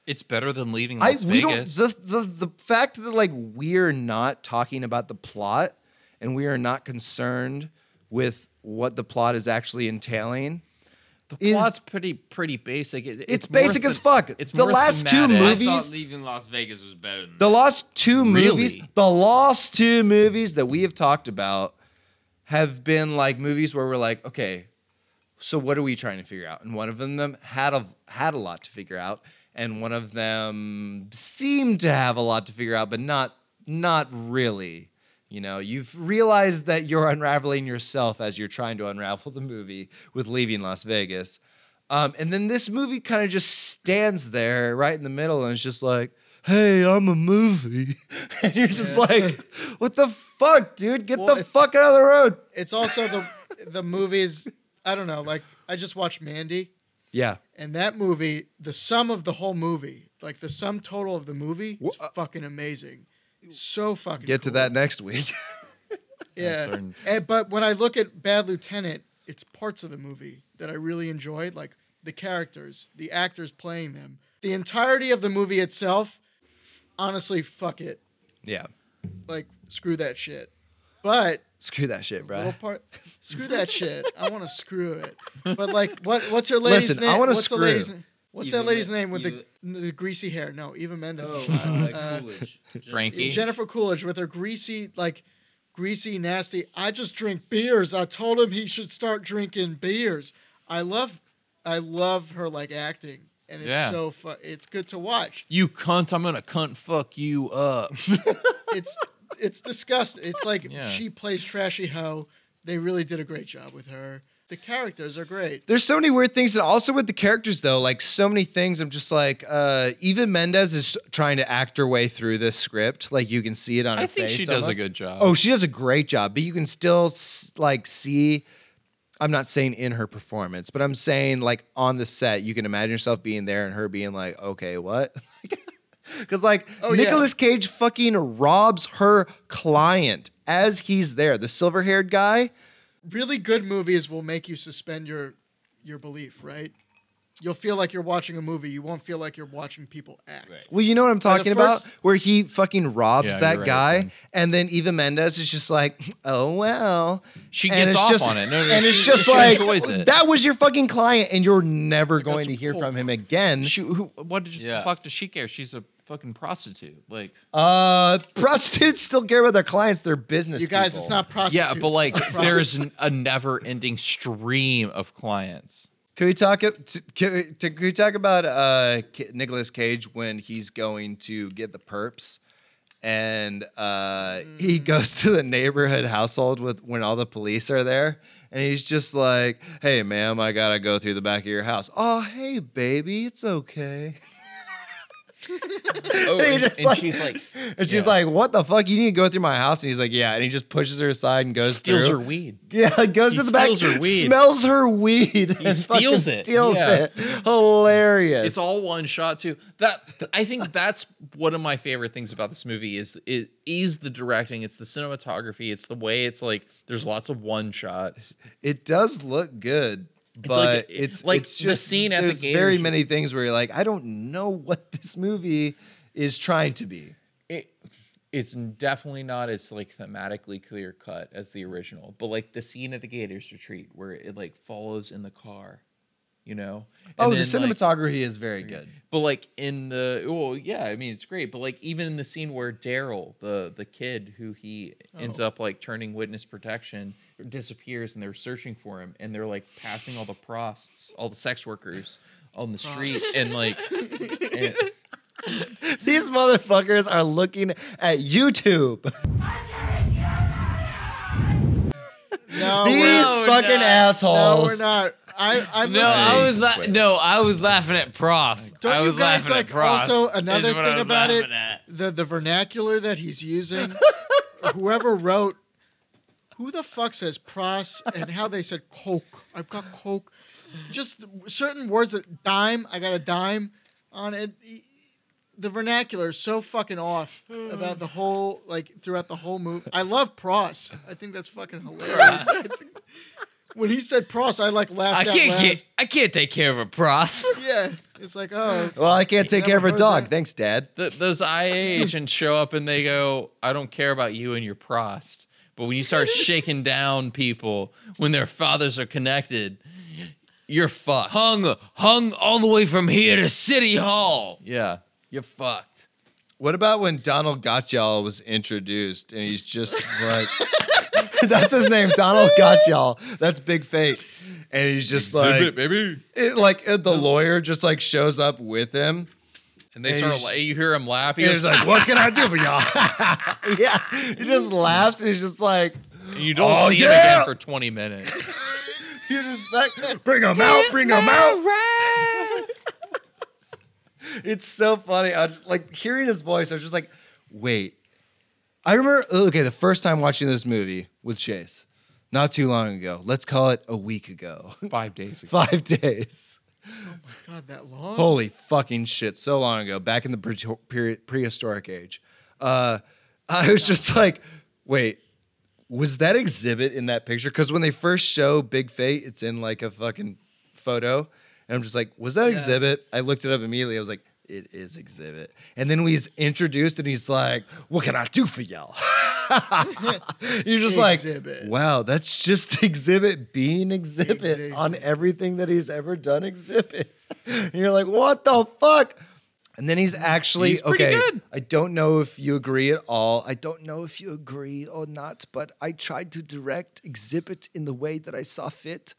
S8: it's better than leaving
S3: I we don't the, the the fact that like we're not talking about the plot and we are not concerned with what the plot is actually entailing.
S8: The
S3: is-
S8: plot's pretty pretty basic. It-
S3: It's,
S8: more
S3: basic
S8: the-
S3: as fuck. It's
S8: it's
S3: the
S8: more
S3: last two
S8: thematic.
S4: I thought
S3: movies.
S4: leaving Las Vegas was better than
S3: The last two movies,
S8: Really?
S3: the last two movies that we have talked about have been like movies where we're like, okay, so what are we trying to figure out? And one of them had a had a lot to figure out, and one of them seemed to have a lot to figure out, but not not really. You know, you've realized that you're unraveling yourself as you're trying to unravel the movie with leaving Las Vegas. Um, and then this movie kind of just stands there right in the middle and it's just like, hey, I'm a movie. and you're just like, what the fuck, dude? Get
S6: Well,
S3: the
S6: if-
S3: fuck out of the road.
S6: It's also the the movies. I don't know. Like I just watched Mandy,
S3: Yeah.
S6: and that movie, the sum of the whole movie, like the sum total of the movie, is
S3: Wha- uh,
S6: fucking amazing. So fucking.
S3: Get to
S6: cool.
S3: that next week.
S6: Yeah.
S8: Concern.
S6: And, but when I look at Bad Lieutenant, it's parts of the movie that I really enjoyed, like the characters, the actors playing them. The entirety of the movie itself, honestly, fuck it.
S3: yeah.
S6: Like, screw that shit. But
S3: Screw that shit,
S6: the
S3: bro.
S6: little part, screw that shit. I want to screw it. But like, what? What's her lady's
S3: Listen, I
S6: name?
S3: wanna
S6: what's The lady's,
S3: screw.
S6: na- what's
S4: Eva
S6: that lady's
S4: Me-
S6: name with
S4: Eva-
S6: the the greasy hair? No, Eva Mendes.
S4: Oh,
S6: Uh,
S4: uh, Coolidge.
S8: Frankie.
S6: Jennifer Coolidge with her greasy, like greasy, nasty. I just drink beers. I told him he should start drinking beers. I love, I love her like acting, and it's
S8: Yeah.
S6: so fun. It's good to watch.
S8: you cunt, I'm gonna cunt fuck you up.
S6: It's it's disgusting. It's like
S8: Yeah.
S6: she plays trashy hoe. They really did a great job with her. The characters are great.
S3: There's so many weird things, and also with the characters though, like so many things. I'm just like, uh, even Mendez is trying to act her way through this script. Like you can see it on her
S8: I think
S3: face
S8: she does a
S3: almost.
S8: good job.
S3: Oh, she does a great job, but you can still s- like see. I'm not saying in her performance, but I'm saying like on the set, you can imagine yourself being there and her being like, "Okay, what?" Because like
S6: Oh, yeah.
S3: Nicolas Cage fucking robs her client as he's there, the silver haired guy.
S6: Really good movies will make you suspend your your belief. Right? You'll feel like you're watching a movie. You won't feel like you're watching people act.
S4: Right.
S3: Well, you know what I'm talking about,
S6: first-
S3: where he fucking robs
S8: Yeah,
S3: that
S8: you're right,
S3: guy,
S8: man.
S3: and then Eva Mendes is just like, "Oh well,"
S8: she
S3: and
S8: gets
S3: it's
S8: off
S3: just-
S8: on it. No, no,
S3: and
S8: she-
S3: it's just
S8: she
S3: like
S8: enjoys it.
S3: that was your fucking client, and you're never going
S6: that's
S3: to hear
S6: cool.
S3: from him again.
S8: She, who, Oh, what did
S2: Yeah.
S8: the fuck does she care? She's a fucking prostitute. Like,
S3: Uh, prostitutes still care about their clients; they're business.
S6: You guys,
S3: people.
S6: it's not prostitutes.
S8: yeah, but like,
S6: it's
S8: there's n- a never-ending stream of clients.
S3: Can we talk? ab- t- Can we, t- can we talk about uh Nicholas Cage when he's going to get the perps, and uh he goes to the neighborhood household with when all the police are there, and he's just like, "Hey, ma'am, I gotta go through the back of your house." Oh, hey, baby, it's okay.
S8: Oh,
S3: They
S8: and,
S3: just
S8: and
S3: like-
S8: she's like
S3: And she's like, "What the fuck? You need to go through my house." And he's like, "Yeah." And he just pushes her aside and goes
S8: steals her
S3: through.
S8: weed.
S3: Yeah, goes
S8: He
S3: to the back,
S8: steals her weed.
S3: smells her weed, and
S8: steals
S3: fucking
S8: it.
S3: Steals
S8: Yeah.
S3: it. Hilarious.
S8: It's all one shot too. That I think that's one of my favorite things about this movie is is, is the directing. It's the cinematography. It's the way it's like. There's lots of one shots.
S3: It does look good, but
S8: like-
S3: it's
S8: like
S3: it's
S8: the
S3: just
S8: scene at the
S3: there's
S8: gator
S3: very
S8: show.
S3: many things where you're like, I don't know what this movie is trying to be.
S8: It it's definitely not as like thematically clear cut as the original, but like the scene at the Gators retreat where it like follows in the car.
S5: you know. And
S3: Oh, the
S5: then, like-
S3: cinematography is very good.
S5: But like in the well, yeah, I mean it's great. But like even in the scene where Daryl, the the kid who he
S6: Oh.
S5: ends up like turning witness protection, disappears and they're searching for him and they're like passing all the prosts, all the sex workers on the street and like and-
S3: These motherfuckers are looking at YouTube.
S6: No,
S3: These
S6: we're,
S4: we're
S3: fucking
S6: no,
S4: not.
S6: we're
S3: assholes.
S6: not. I, I'm
S4: No, I
S6: listening.
S4: was la- no, I was laughing at Prost.
S6: Don't
S4: I
S6: you
S4: was
S6: guys,
S4: laughing
S6: like,
S4: at Prost.
S6: also
S4: is
S6: another
S4: what I
S6: thing
S4: was
S6: about it-
S4: laughing at.
S6: the the vernacular that he's using. whoever wrote, who the fuck says pros and how they said coke? I've got coke. Just certain words that dime. I got a dime on it. E, The vernacular is so fucking off about the whole like throughout the whole movie. I love pros. I think that's fucking hilarious. when he said pros, I like
S4: I
S6: laughed. out
S4: can't
S6: loud.
S4: get. I can't take care of a Prost.
S6: Yeah, it's like oh.
S3: Well, I can't take care of
S6: Never
S3: a
S6: heard
S3: dog.
S6: that.
S3: Thanks, Dad.
S5: th- those IA agents show up and they go, I don't care about you and your prost. But when you start shaking down people when their fathers are connected, you're fucked.
S4: hung, hung all the way from here to City Hall.
S5: Yeah. You're fucked.
S3: What about when Donald Gottschall was introduced and he's just like, that's his name, Donald Gottschall. That's Big Fate. And he's just like,
S5: baby.
S3: it, like uh, the lawyer just like shows up with him.
S5: And they
S3: And
S5: start,
S3: he's-
S5: la- you hear him laugh. He
S3: He
S5: goes,
S3: was like, "What can I do for y'all?" yeah, he just laughs and he's just like,
S5: you don't
S3: "Oh,
S5: see him
S3: yeah!"
S5: again for 20 minutes.
S3: "You just back, bring him out, bring him out." it's so funny. I was like hearing his voice. I was just like, "Wait." I remember. Okay, the first time watching this movie with Chase, not too long ago. Let's call it a week ago,
S5: Five days ago.
S3: five days.
S6: God, that long.
S3: Holy fucking shit! So long ago, back in the pre- pre- prehistoric age, uh, I was just like, wait, was that exhibit in that picture? Because when they first show Big Fate, it's in like a fucking photo, and I'm just like, was that exhibit? I looked it up immediately. I was like, it is exhibit. And then he's introduced, and he's like, what can I do for y'all? You're just
S6: Exhibit.
S3: like, wow, that's just exhibit being exhibit on
S6: Exhibit.
S3: everything that he's ever done. Exhibit. And you're like, what the fuck? And then he's actually okay. I don't know if you agree at all. I don't know if you agree or not, but I tried to direct Exhibit in the way that I saw fit.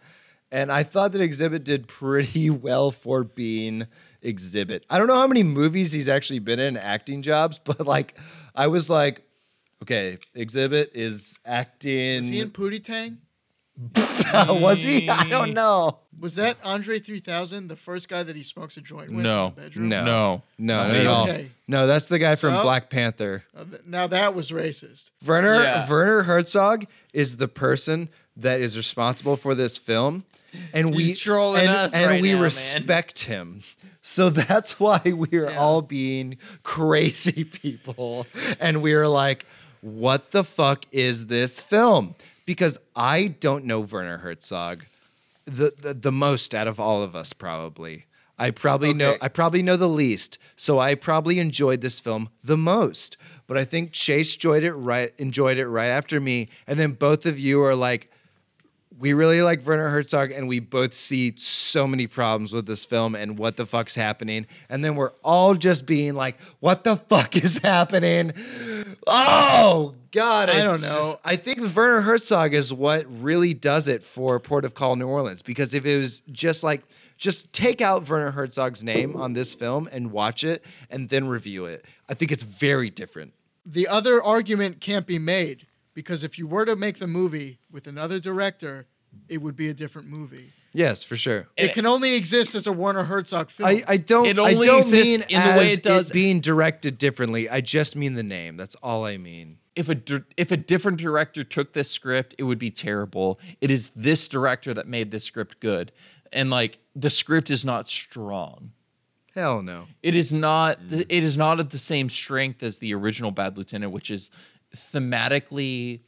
S3: And I thought that Exhibit did pretty well for being Exhibit. I don't know how many movies he's actually been in acting jobs, but like I was like, okay, Exhibit is acting.
S6: Was he in Pootie Tang?
S3: was he? I don't know.
S6: Was that Andre 3000, the first guy that he smokes a joint with
S5: No.
S6: in the bedroom?
S3: No.
S5: No.
S3: No,
S5: Not
S3: no, no.
S6: Okay.
S3: No, that's the guy from
S6: So?
S3: Black Panther.
S6: Uh, th- now that was racist.
S3: Werner
S4: Yeah.
S3: Werner Herzog is the person that is responsible for this film, and we
S4: He's trolling
S3: and,
S4: us
S3: and
S4: right
S3: we
S4: now, man.
S3: respect him. So that's why we are all being crazy people, and we are like, "What the fuck is this film?" Because I don't know Werner Herzog, the the, the most out of all of us probably. I probably know I probably know the least, so I probably enjoyed this film the most. But I think Chase enjoyed it right enjoyed it right after me, and then both of you are like, we really like Werner Herzog, and we both see so many problems with this film and what the fuck's happening. And then we're all just being like, what the fuck is happening? Oh, God.
S6: I
S3: it's
S6: don't know.
S3: just- I think Werner Herzog is what really does it for Port of Call New Orleans because if it was just like, just take out Werner Herzog's name on this film and watch it and then review it. I think it's very different.
S6: The other argument can't be made because if you were to make the movie with another director, it would be a different movie.
S3: Yes, for sure.
S6: It, can only exist as a Warner Herzog film.
S3: I, I don't.
S5: It
S3: I
S5: only
S3: don't
S5: exists
S3: mean
S5: in the way
S3: as
S5: it does.
S3: being directed differently. I just mean the name. That's all I mean.
S5: if a dir- if a different director took this script, it would be terrible. It is this director that made this script good, and like the script is not strong.
S3: Hell no.
S5: It is not. th- It is not of the same strength as the original Bad Lieutenant, which is thematically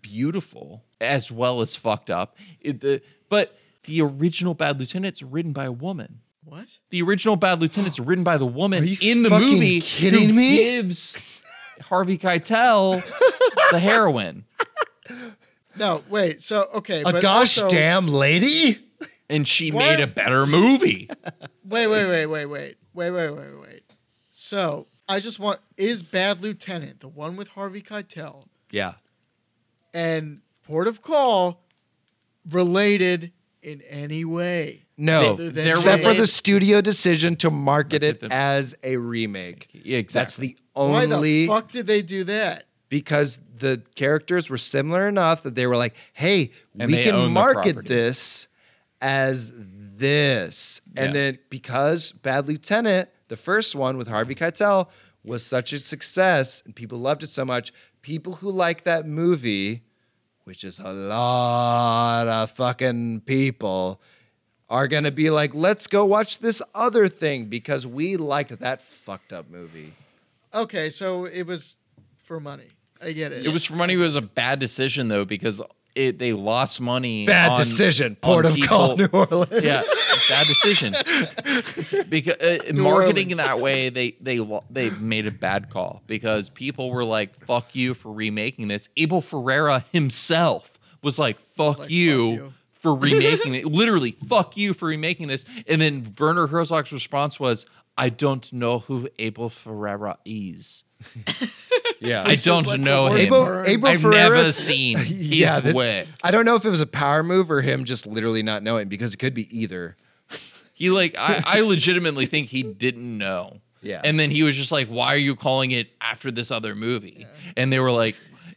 S5: beautiful as well as fucked up. It, the, but the original Bad Lieutenant's written by a woman.
S6: what?
S5: The original Bad Lieutenant's written by the woman
S3: Are you
S5: in the
S3: fucking
S5: movie
S3: kidding
S5: who
S3: me?
S5: gives Harvey Keitel the heroin.
S6: No, wait. So okay,
S3: A
S6: but
S3: gosh
S6: also-
S3: damn lady.
S5: and she
S6: What?
S5: made a better movie.
S6: Wait, wait, wait, wait, wait, wait, wait, wait, wait. So I just want is Bad Lieutenant the one with Harvey Keitel
S5: yeah.
S6: and Port of Call related in any way?
S3: No,
S6: They- they-
S3: except for
S6: they-
S3: the studio decision to market it
S5: them-
S3: as a remake.
S5: Yeah,
S3: That's
S5: exactly.
S3: the only
S6: Why the fuck did they do that?
S3: because the characters were similar enough that they were like, "Hey,
S5: And
S3: we
S5: they
S3: can
S5: own the
S3: market
S5: property.
S3: this as this." And
S5: Yeah.
S3: then because Bad Lieutenant, the first one with Harvey Keitel, was such a success and people loved it so much, people who like that movie, which is a lot of fucking people, are gonna be like, "Let's go watch this other thing because we liked that fucked up movie."
S6: Okay, so it was for money. I get it.
S5: It was for money. It was a bad decision though because it they lost money.
S3: Bad
S5: on-
S3: decision,
S5: on
S3: Port of Call, New
S5: people-
S3: Orleans.
S5: Yeah, bad decision. Because uh, marketing that way, they they lo- they made a bad call because people were like, "Fuck you" for remaking this. Abel Ferreira himself was like, "Fuck,
S6: like,
S5: you,
S6: fuck you.
S5: for remaking it." Literally, "Fuck you" for remaking this. And then Werner Herzog's response was, "I don't know who Abel Ferreira is."
S3: Yeah.
S5: I don't
S6: like the
S5: know
S6: word
S5: him.
S3: Abel, Abel
S5: I've never
S3: Ferreira's-
S5: seen his
S3: Yeah, that's-
S5: way.
S3: I don't know if it was a power move or him just literally not knowing because it could be either.
S5: He like I, I legitimately think he didn't know.
S3: Yeah.
S5: And then he was just like, "Why are you calling it after this other movie?" And they were like,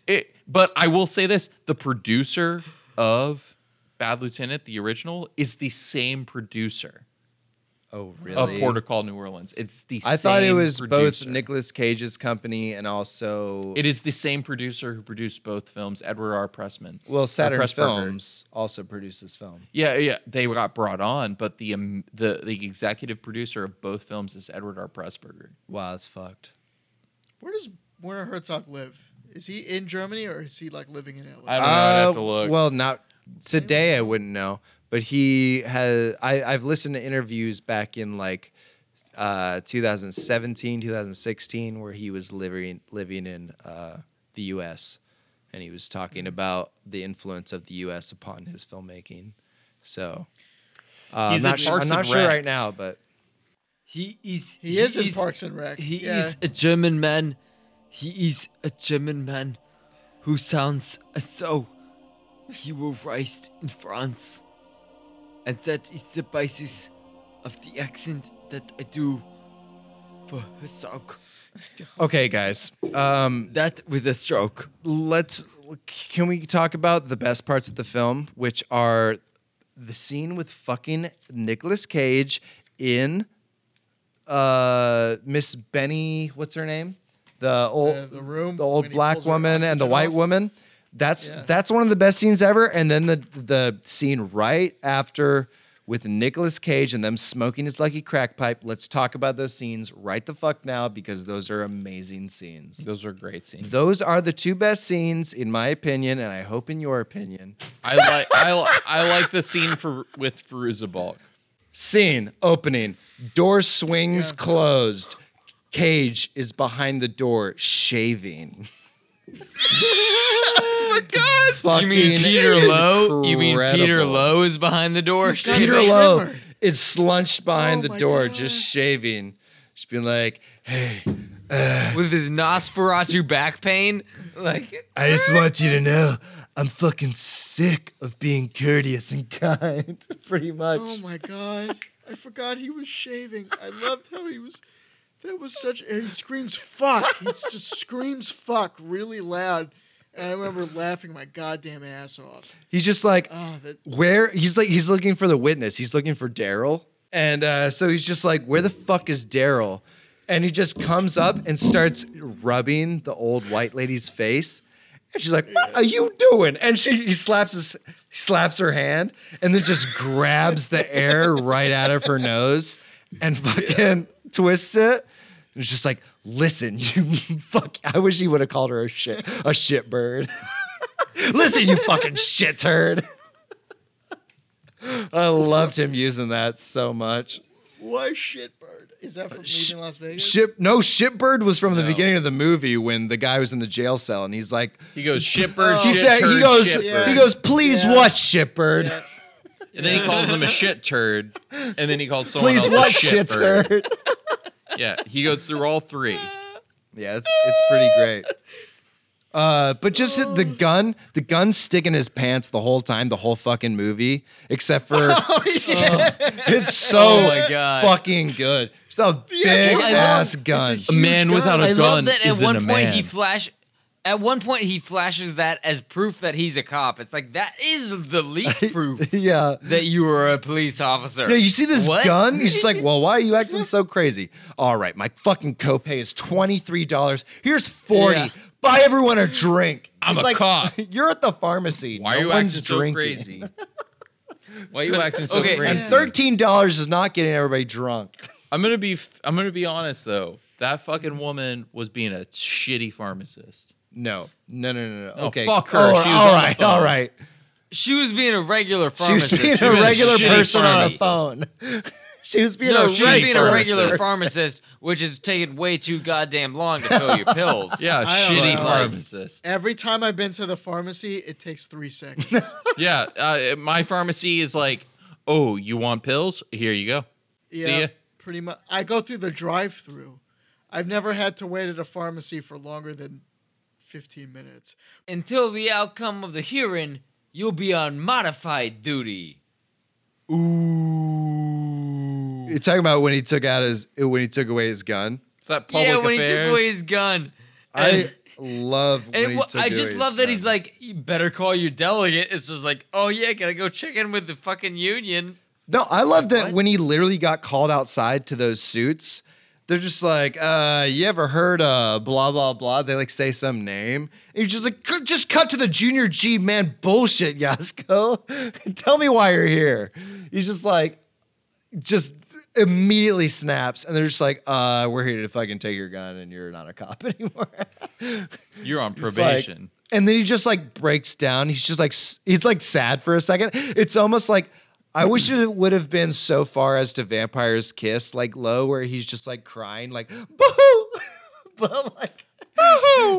S5: "It." But I will say this: the producer of Bad Lieutenant, the original, is the same producer
S3: Oh,
S5: of Porter Call New Orleans. It's the.
S3: I thought it
S5: same
S3: was
S5: producer.
S3: both Nicolas Cage's company and also
S5: It is the same producer who produced both films, Edward R. Pressman.
S3: well
S5: or
S3: Saturn
S5: Pressburger.
S3: Films also produces film.
S5: Yeah, yeah, they got brought on, but the um, the the executive producer of both films is Edward R. Pressburger.
S3: Wow, that's fucked.
S6: Where does Werner Herzog live? Is he in Germany or is he like living in LA?
S5: I don't know. I'd have to
S3: Uh,
S5: look.
S3: Well, not today. I wouldn't know, but he has. I, I've listened to interviews back in like uh, 2017, 2016, where he was living living in uh, the U.S. and he was
S5: Mm.
S3: talking about the influence of the U.S. upon his filmmaking. So uh,
S5: He's
S3: I'm
S5: in
S3: not, sure, I'm
S5: Parks
S3: not
S5: and
S3: sure
S5: Rec.
S3: right now, but
S2: He is.
S6: he is in Parks and Rec.
S2: He
S6: Yeah.
S2: is a German man. He is a German man who sounds as though he were raised in France. And that is the basis of the accent that I do for Herzog.
S3: okay, guys. Um,
S2: That with a stroke.
S3: let's can we talk about the best parts of the film which are the scene with fucking Nicolas Cage in uh Miss Benny what's her name the old
S6: Uh, the room
S3: the old
S6: when he
S3: black
S6: pulls her
S3: woman and the
S6: oxygen
S3: white
S6: off.
S3: woman that's
S6: Yeah.
S3: that's one of the best scenes ever and then the the scene right after with Nicolas Cage and them smoking his lucky crack pipe let's talk about those scenes right the fuck now because those are amazing scenes
S5: Those are great scenes.
S3: those are the two best scenes, in my opinion, and I hope in your opinion.
S5: I like I, li- I like the scene for with Feruza Balk.
S3: Scene opening, door swings closed. Cage is behind the door shaving. Forgot.
S4: You mean Peter Lowe? You mean Peter
S3: incredible.
S4: Lowe is behind the door?
S6: He's not
S3: Peter
S6: Big
S3: Lowe
S6: Ripper.
S3: is slunched behind
S6: Oh
S3: the
S6: my
S3: door,
S6: God.
S3: just shaving. Just being like, "Hey,
S4: with his Nosferatu back pain. Like
S3: I just want you to know, I'm fucking sick of being courteous and kind." Pretty much.
S6: Oh my god! I forgot he was shaving. I loved how he was. That was such. and He screams "fuck." He just screams "fuck" really loud, and I remember laughing my goddamn ass off.
S3: He's just like,
S6: Ah, that
S3: where he's like he's looking for the witness he's looking for daryl and uh, so he's just like where the fuck is daryl and he just comes up and starts rubbing the old white lady's face and she's like what are you doing and she he slaps his slaps her hand and then just grabs the air right out of her nose and fucking twists it and it's just like listen you fuck i wish he would have called her a shit a shit bird listen you fucking shit turd I loved him using that so much.
S6: why shitbird? Is that from
S3: Sh-
S6: Leaving Las Vegas?
S3: Ship no shipbird was from the beginning of the movie when the guy was in the jail cell and he's like
S5: He goes shipper.
S3: Oh. he said he goes
S6: shipbird."
S3: he goes please
S6: Yeah.
S3: watch shipbird.
S6: Yeah.
S5: And then he calls him a shit turd. And then he calls someone
S3: Please
S5: else a
S3: watch
S5: shit
S3: shit
S5: turd.
S3: turd.
S5: Yeah, he goes through all three.
S3: Yeah, it's it's pretty great. Uh, but just hit the gun, the gun stick in his pants the whole time, the whole fucking movie, except for it's so
S4: Oh my God.
S3: fucking good. It's a big
S4: I
S3: ass gun.
S5: A man without a
S4: I
S5: gun
S4: love that at
S5: isn't
S4: one
S5: a
S4: point
S5: man.
S4: he flash. At one point he flashes that as proof that he's a cop. It's like that is the least proof
S3: yeah.
S4: that you are a police officer.
S3: Yeah, you see this
S4: What?
S3: gun? He's just like, well, why are you acting so crazy? All right, my fucking copay is $23. Here's 40
S4: Yeah.
S3: Buy everyone a drink.
S5: I'm
S3: It's
S5: a
S3: like,
S5: cop.
S3: You're at the pharmacy.
S5: Why
S3: no
S5: are you acting
S3: one's
S5: so
S3: drinking.
S5: crazy? Why are you acting so
S4: Okay,
S5: crazy?
S3: And thirteen dollars is not getting everybody drunk.
S5: I'm gonna be f- I'm gonna be honest though. That fucking woman was being a shitty pharmacist.
S3: No, no, no, no, no.
S5: No,
S3: okay,
S5: fuck her.
S3: Oh,
S5: She was on
S3: all
S5: the
S3: right,
S5: phone.
S3: all right.
S4: She was being a regular
S3: She was
S4: pharmacist.
S3: being
S5: was
S3: a
S5: a
S3: regular
S5: shitty
S3: person
S5: pharmacist.
S3: on a phone. she was being
S4: no,
S3: a
S4: she
S3: shitty
S4: was being a regular
S3: pharmacist.
S4: pharmacist, which is taking way too goddamn long to fill your pills.
S5: Yeah,
S6: I don't
S5: shitty
S6: know.
S5: pharmacist.
S6: Every time I've been to the pharmacy, it takes three seconds.
S5: yeah, uh, my pharmacy is like, oh, you want pills? Here you go. See ya.
S6: Pretty much. I go through the drive-through. I've never had to wait at a pharmacy for longer than 15 minutes.
S4: Until the outcome of the hearing, you'll be on modified duty.
S3: You're talking about when he took out his when he took away his gun.
S5: It's that public
S4: yeah, when he
S5: affairs.
S4: took away his gun.
S3: I
S4: And-
S3: love. When
S4: And
S3: he
S4: it, wa-
S3: took
S4: I
S3: away
S4: just
S3: his
S4: love that
S3: gun.
S4: he's like, you better call your delegate. It's just like, oh yeah, gotta go check in with the fucking union.
S3: No, I love that when he literally got called outside to those suits, they're just like, uh, you ever heard of blah blah blah? They like say some name. And you're just like, "Cut- just cut to the junior G man bullshit, Yasko. Tell me why you're here. He's just like, just immediately snaps, and they're just like, uh, we're here to fucking take your gun, and you're not a cop anymore.
S5: You're on
S3: It's like-
S5: probation.
S3: and then he just like breaks down. He's just like s- he's like sad for a second. It's almost like I wish it would have been so far as to Vampire's Kiss, like low, where he's just like crying, like boo, but like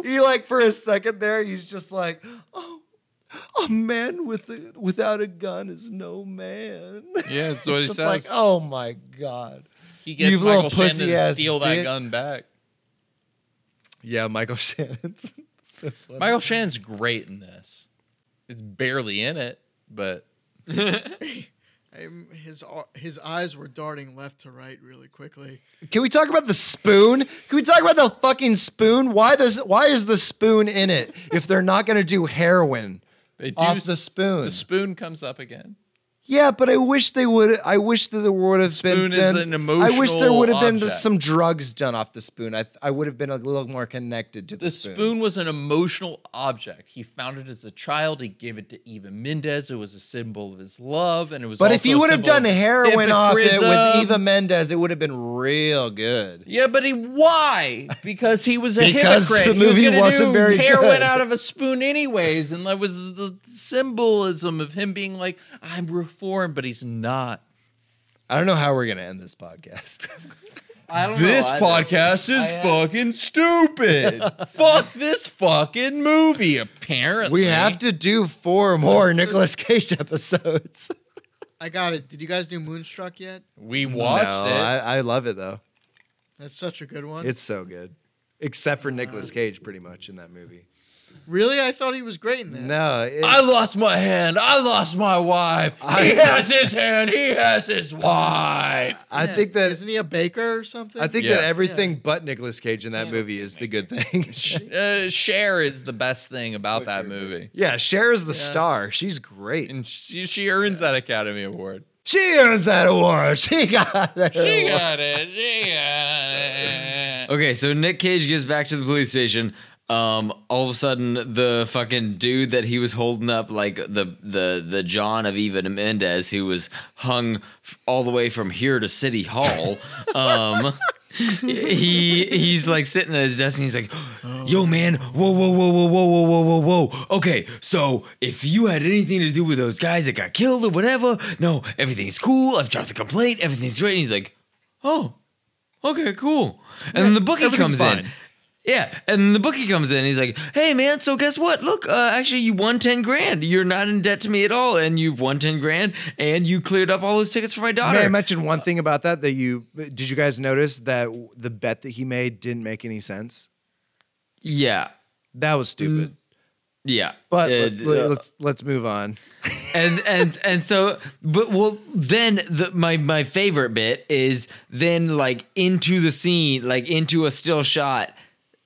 S3: he like for a second there, he's just like oh. A man with a, without a gun is no man.
S5: yeah, that's what he
S3: It's
S5: says.
S3: like, oh my god.
S5: he
S3: you
S5: gets
S3: little
S5: Michael Shannon to
S3: pussy-ass
S5: steal
S3: bitch.
S5: that gun back.
S3: Yeah, Michael Shannon's so funny.
S5: Michael Shannon's great in this. It's barely in it, but
S6: I'm, his au- his eyes were darting left to right really quickly.
S3: Can we talk about the spoon? Can we talk about the fucking spoon? Why this? Why is the spoon in it if they're not going to do heroin
S5: they do
S3: off
S5: s-
S3: the spoon?
S5: the spoon comes up again.
S3: yeah, but I wish they would. I wish that there would have been.
S5: spoon is
S3: done-
S5: an
S3: I wish there would have been
S5: emotional object.
S3: some drugs done off the spoon. I I would have been a little more connected to the,
S5: The spoon was an emotional object. He found it as a child. He gave it to Eva Mendez. It was a symbol of his love, and it was.
S3: But
S5: also
S3: if you
S5: a
S3: would have
S5: symbol
S3: done
S5: of
S3: heroin off it with
S5: hypocrisy.
S3: Eva Mendes, it would have been real good.
S5: Yeah, but he why? Because he was a
S3: Because
S5: hypocrite.
S3: the
S5: He was
S3: movie
S5: gonna
S3: wasn't
S5: do
S3: very
S5: heroin
S3: good.
S5: out of a spoon, anyways, and that was the symbolism of him being like, "I'm reformed," but he's not.
S3: I don't know how we're gonna end this podcast.
S4: I don't
S5: This
S4: know. I- uh,
S5: podcast is fucking stupid. Fuck this fucking movie. Apparently,
S3: we have to do four more Nicolas Cage episodes.
S6: I got it. Did you guys do Moonstruck yet?
S5: We watched
S3: No,
S5: it.
S3: I, I love it though.
S6: That's such a good one.
S3: It's so good. Except for Nicolas Cage, pretty much in that movie.
S6: really, I thought he was great in that.
S3: No, it,
S5: I lost my hand. I lost my wife. he has his hand. He has his wife.
S3: I
S6: Yeah,
S3: think that
S6: isn't he a baker or something?
S3: I think
S5: Yeah.
S3: that everything but Nicolas Cage in that movie is the good thing.
S5: Uh, Cher is the best thing about that movie,
S3: yeah, Cher is the star. She's great.
S5: and she she earns that Academy Award.
S3: She earns that award. She got that.
S5: She
S3: award.
S5: got it. She got it.
S4: Okay, so Nick Cage gets back to the police station. Um, all of a sudden, the fucking dude that he was holding up, like the the the John of Eva Mendez, who was hung f- all the way from here to City Hall. um, he he's like sitting at his desk and he's like, "Yo, man, whoa, whoa, whoa, whoa, whoa, whoa, whoa, whoa, whoa. Okay, so if you had anything to do with those guys that got killed or whatever, no, everything's cool. I've dropped the complaint. Everything's great." And he's like, "Oh." Okay, cool. And then the bookie
S5: everything's
S4: comes
S5: fine.
S4: in. Yeah, and the bookie comes in. he's like, "Hey, man. So guess what? Look, uh, actually, you won ten grand. You're not in debt to me at all, and you've won ten grand, and you cleared up all those tickets for my daughter."
S3: May I mention one thing about that? That you did you guys notice that w- the bet that he made didn't make any sense?
S4: yeah,
S3: That was stupid.
S5: Mm.
S4: yeah.
S3: But
S4: Uh,
S3: let, let- let's let's move on.
S4: and and and so but well then the my my favorite bit is then like into the scene like into a still shot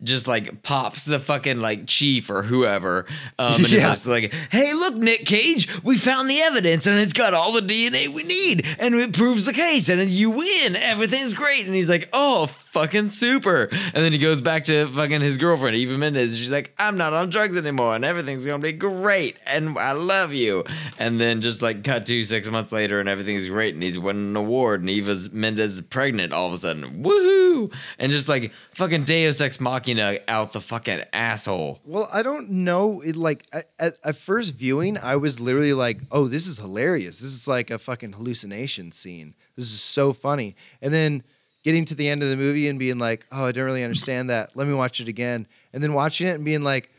S4: just like pops the fucking like chief or whoever um and
S3: Yeah.
S4: yeah. it's like hey look nick cage we found the evidence and it's got all the dna we need and it proves the case and you win everything's great and he's like oh fucking super and then he goes back to fucking his girlfriend eva mendez and she's like i'm not on drugs anymore and everything's gonna be great and i love you and then just like cut to six months later and everything's great and he's winning an award and eva's mendez is pregnant all of a sudden woohoo and just like fucking deus ex machina out the fucking asshole
S3: Well, I don't know. It like at, at, at first viewing, I was literally like, "Oh, this is hilarious! This is like a fucking hallucination scene. This is so funny." And then getting to the end of the movie and being like, "Oh, I don't really understand that. Let me watch it again." And then watching it and being like,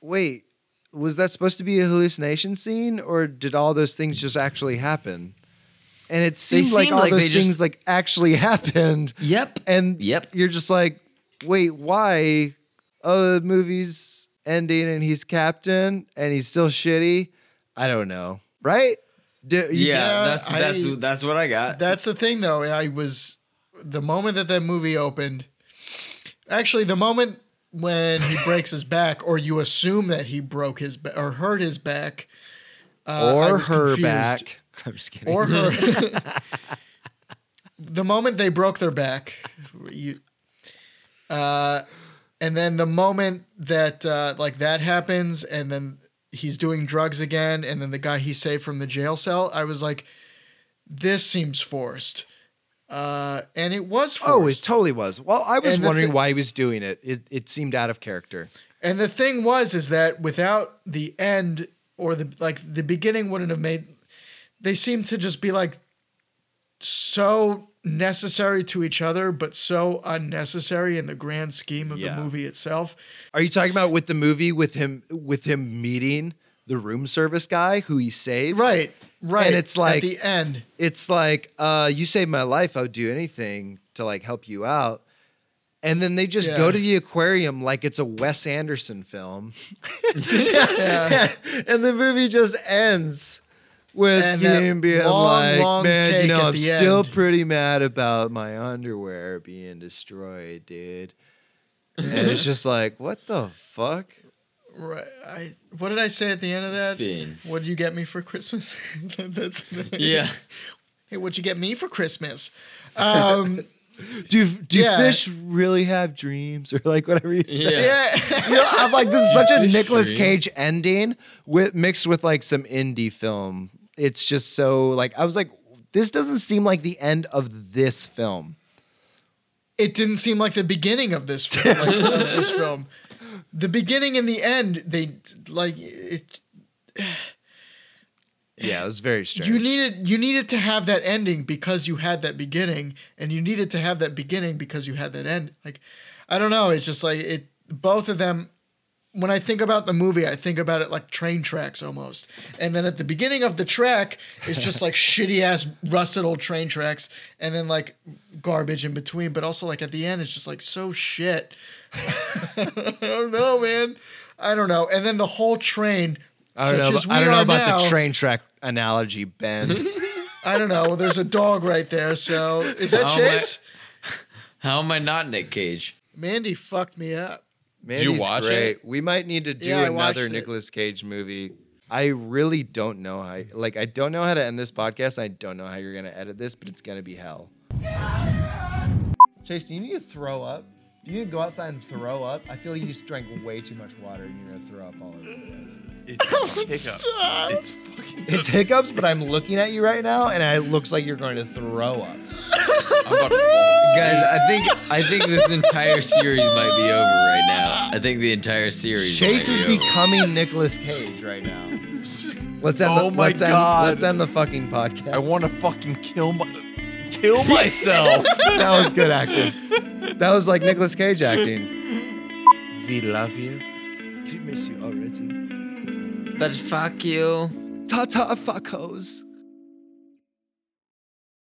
S3: "Wait, was that supposed to be a hallucination scene, or did all those things just actually happen?" And it seemed like
S4: seemed
S3: all
S4: like
S3: those
S4: they just-
S3: things like actually happened.
S4: yep
S3: And
S4: Yep.
S3: you're just like, wait, why? Oh, the movie's ending and he's captain and he's still shitty. I don't know, right? Do, you-
S6: Yeah,
S4: yeah, that's that's
S6: I-
S4: that's what i got
S6: That's the thing, though. I was the moment that that movie opened. Actually, the moment when he breaks his back, or you assume that he broke his ba- or hurt his back, uh, I
S3: or
S6: was
S3: her
S6: confused.
S3: back. I'm just kidding.
S6: or her. the moment they broke their back, you, uh, and then the moment that uh, like that happens, and then he's doing drugs again, and then the guy he saved from the jail cell, I was like, this seems forced, uh, and it was forced.
S3: oh, it totally was. Well, I was
S6: And the
S3: wondering
S6: thi-
S3: why he was doing it. it. It seemed out of character.
S6: And the thing was is that without the end or the like the beginning wouldn't have made they seem to just be like so necessary to each other but so unnecessary in the grand scheme of
S3: Yeah.
S6: the movie itself.
S3: Are you talking about with the movie with him with him meeting the room service guy who he saved?
S6: Right. Right.
S3: And it's like-
S6: at the end.
S3: it's like uh, you saved my life i would do anything to like help you out and then they just go
S6: Yeah.
S3: to the aquarium like it's a wes anderson film and the movie just ends with
S6: And that
S3: him being
S6: long,
S3: like
S6: long
S3: man you
S6: take
S3: know
S6: at
S3: i'm
S6: the
S3: still
S6: end."
S3: pretty mad about my underwear being destroyed dude and it's just like what the fuck
S6: Right. I what did I say at the end of that?
S4: Finn.
S6: What did you get me for Christmas? That's
S4: yeah
S6: Hey, what'd you get me for Christmas? Um
S3: do do
S6: Yeah.
S3: fish really have dreams or like whatever you say
S4: Yeah.
S6: yeah.
S3: You know, I'm like, this is such a Nicolas
S4: Fishery.
S3: Cage ending with mixed with like some indie film. It's just so like I was like, this doesn't seem like the end of this film.
S6: it didn't seem like the beginning of this film. Like, of this film, the beginning and the end, they like it.
S3: Yeah, it was very strange.
S6: You needed you needed to have that ending because you had that beginning, and you needed to have that beginning because you had that end. Like, I don't know. It's just like it. Both of them. When I think about the movie, I think about it like train tracks almost. And then at the beginning of the track, it's just like shitty ass rusted old train tracks, and then like garbage in between. But also like at the end, it's just like so shit. I don't know, man. I don't know. And then the whole train.
S3: I don't
S6: such
S3: know.
S6: as we
S3: I don't
S6: are
S3: know about
S6: now,
S3: the train track analogy, Ben.
S6: I don't know. Well, there's a dog right there. So is that
S4: Oh,
S6: Chase?
S4: how am i not nick cage
S6: Mandy fucked me up.
S3: Mandy's
S8: watch
S3: great. We might need to do
S6: Yeah, I watched
S3: another
S6: it.
S3: Nicolas Cage movie. I really don't know how. Like, I don't know how to end this podcast. And I don't know how you're gonna edit this, but it's gonna be hell. Chase, do you need to throw up? Do you need to go outside and throw up? I feel like you just drank way too much water and you're gonna throw up all over the place. Oh,
S5: It's fucking.
S3: It's hiccups, but I'm looking at you right now, and it looks like you're going to throw up.
S5: I'm about to fall.
S4: guys i think i think this entire series might be over right now i think the entire series
S3: Chase
S4: might
S3: is
S4: be over.
S3: becoming Nicolas Cage right now. Let's end.
S5: Oh
S3: the,
S5: my
S3: let's End,
S5: God.
S3: let's end the fucking podcast.
S5: I want to fucking kill my.
S3: kill myself. that was good acting. That was like Nicolas Cage acting.
S4: We love you.
S3: We miss you already.
S4: But fuck you.
S3: Ta ta fuckos.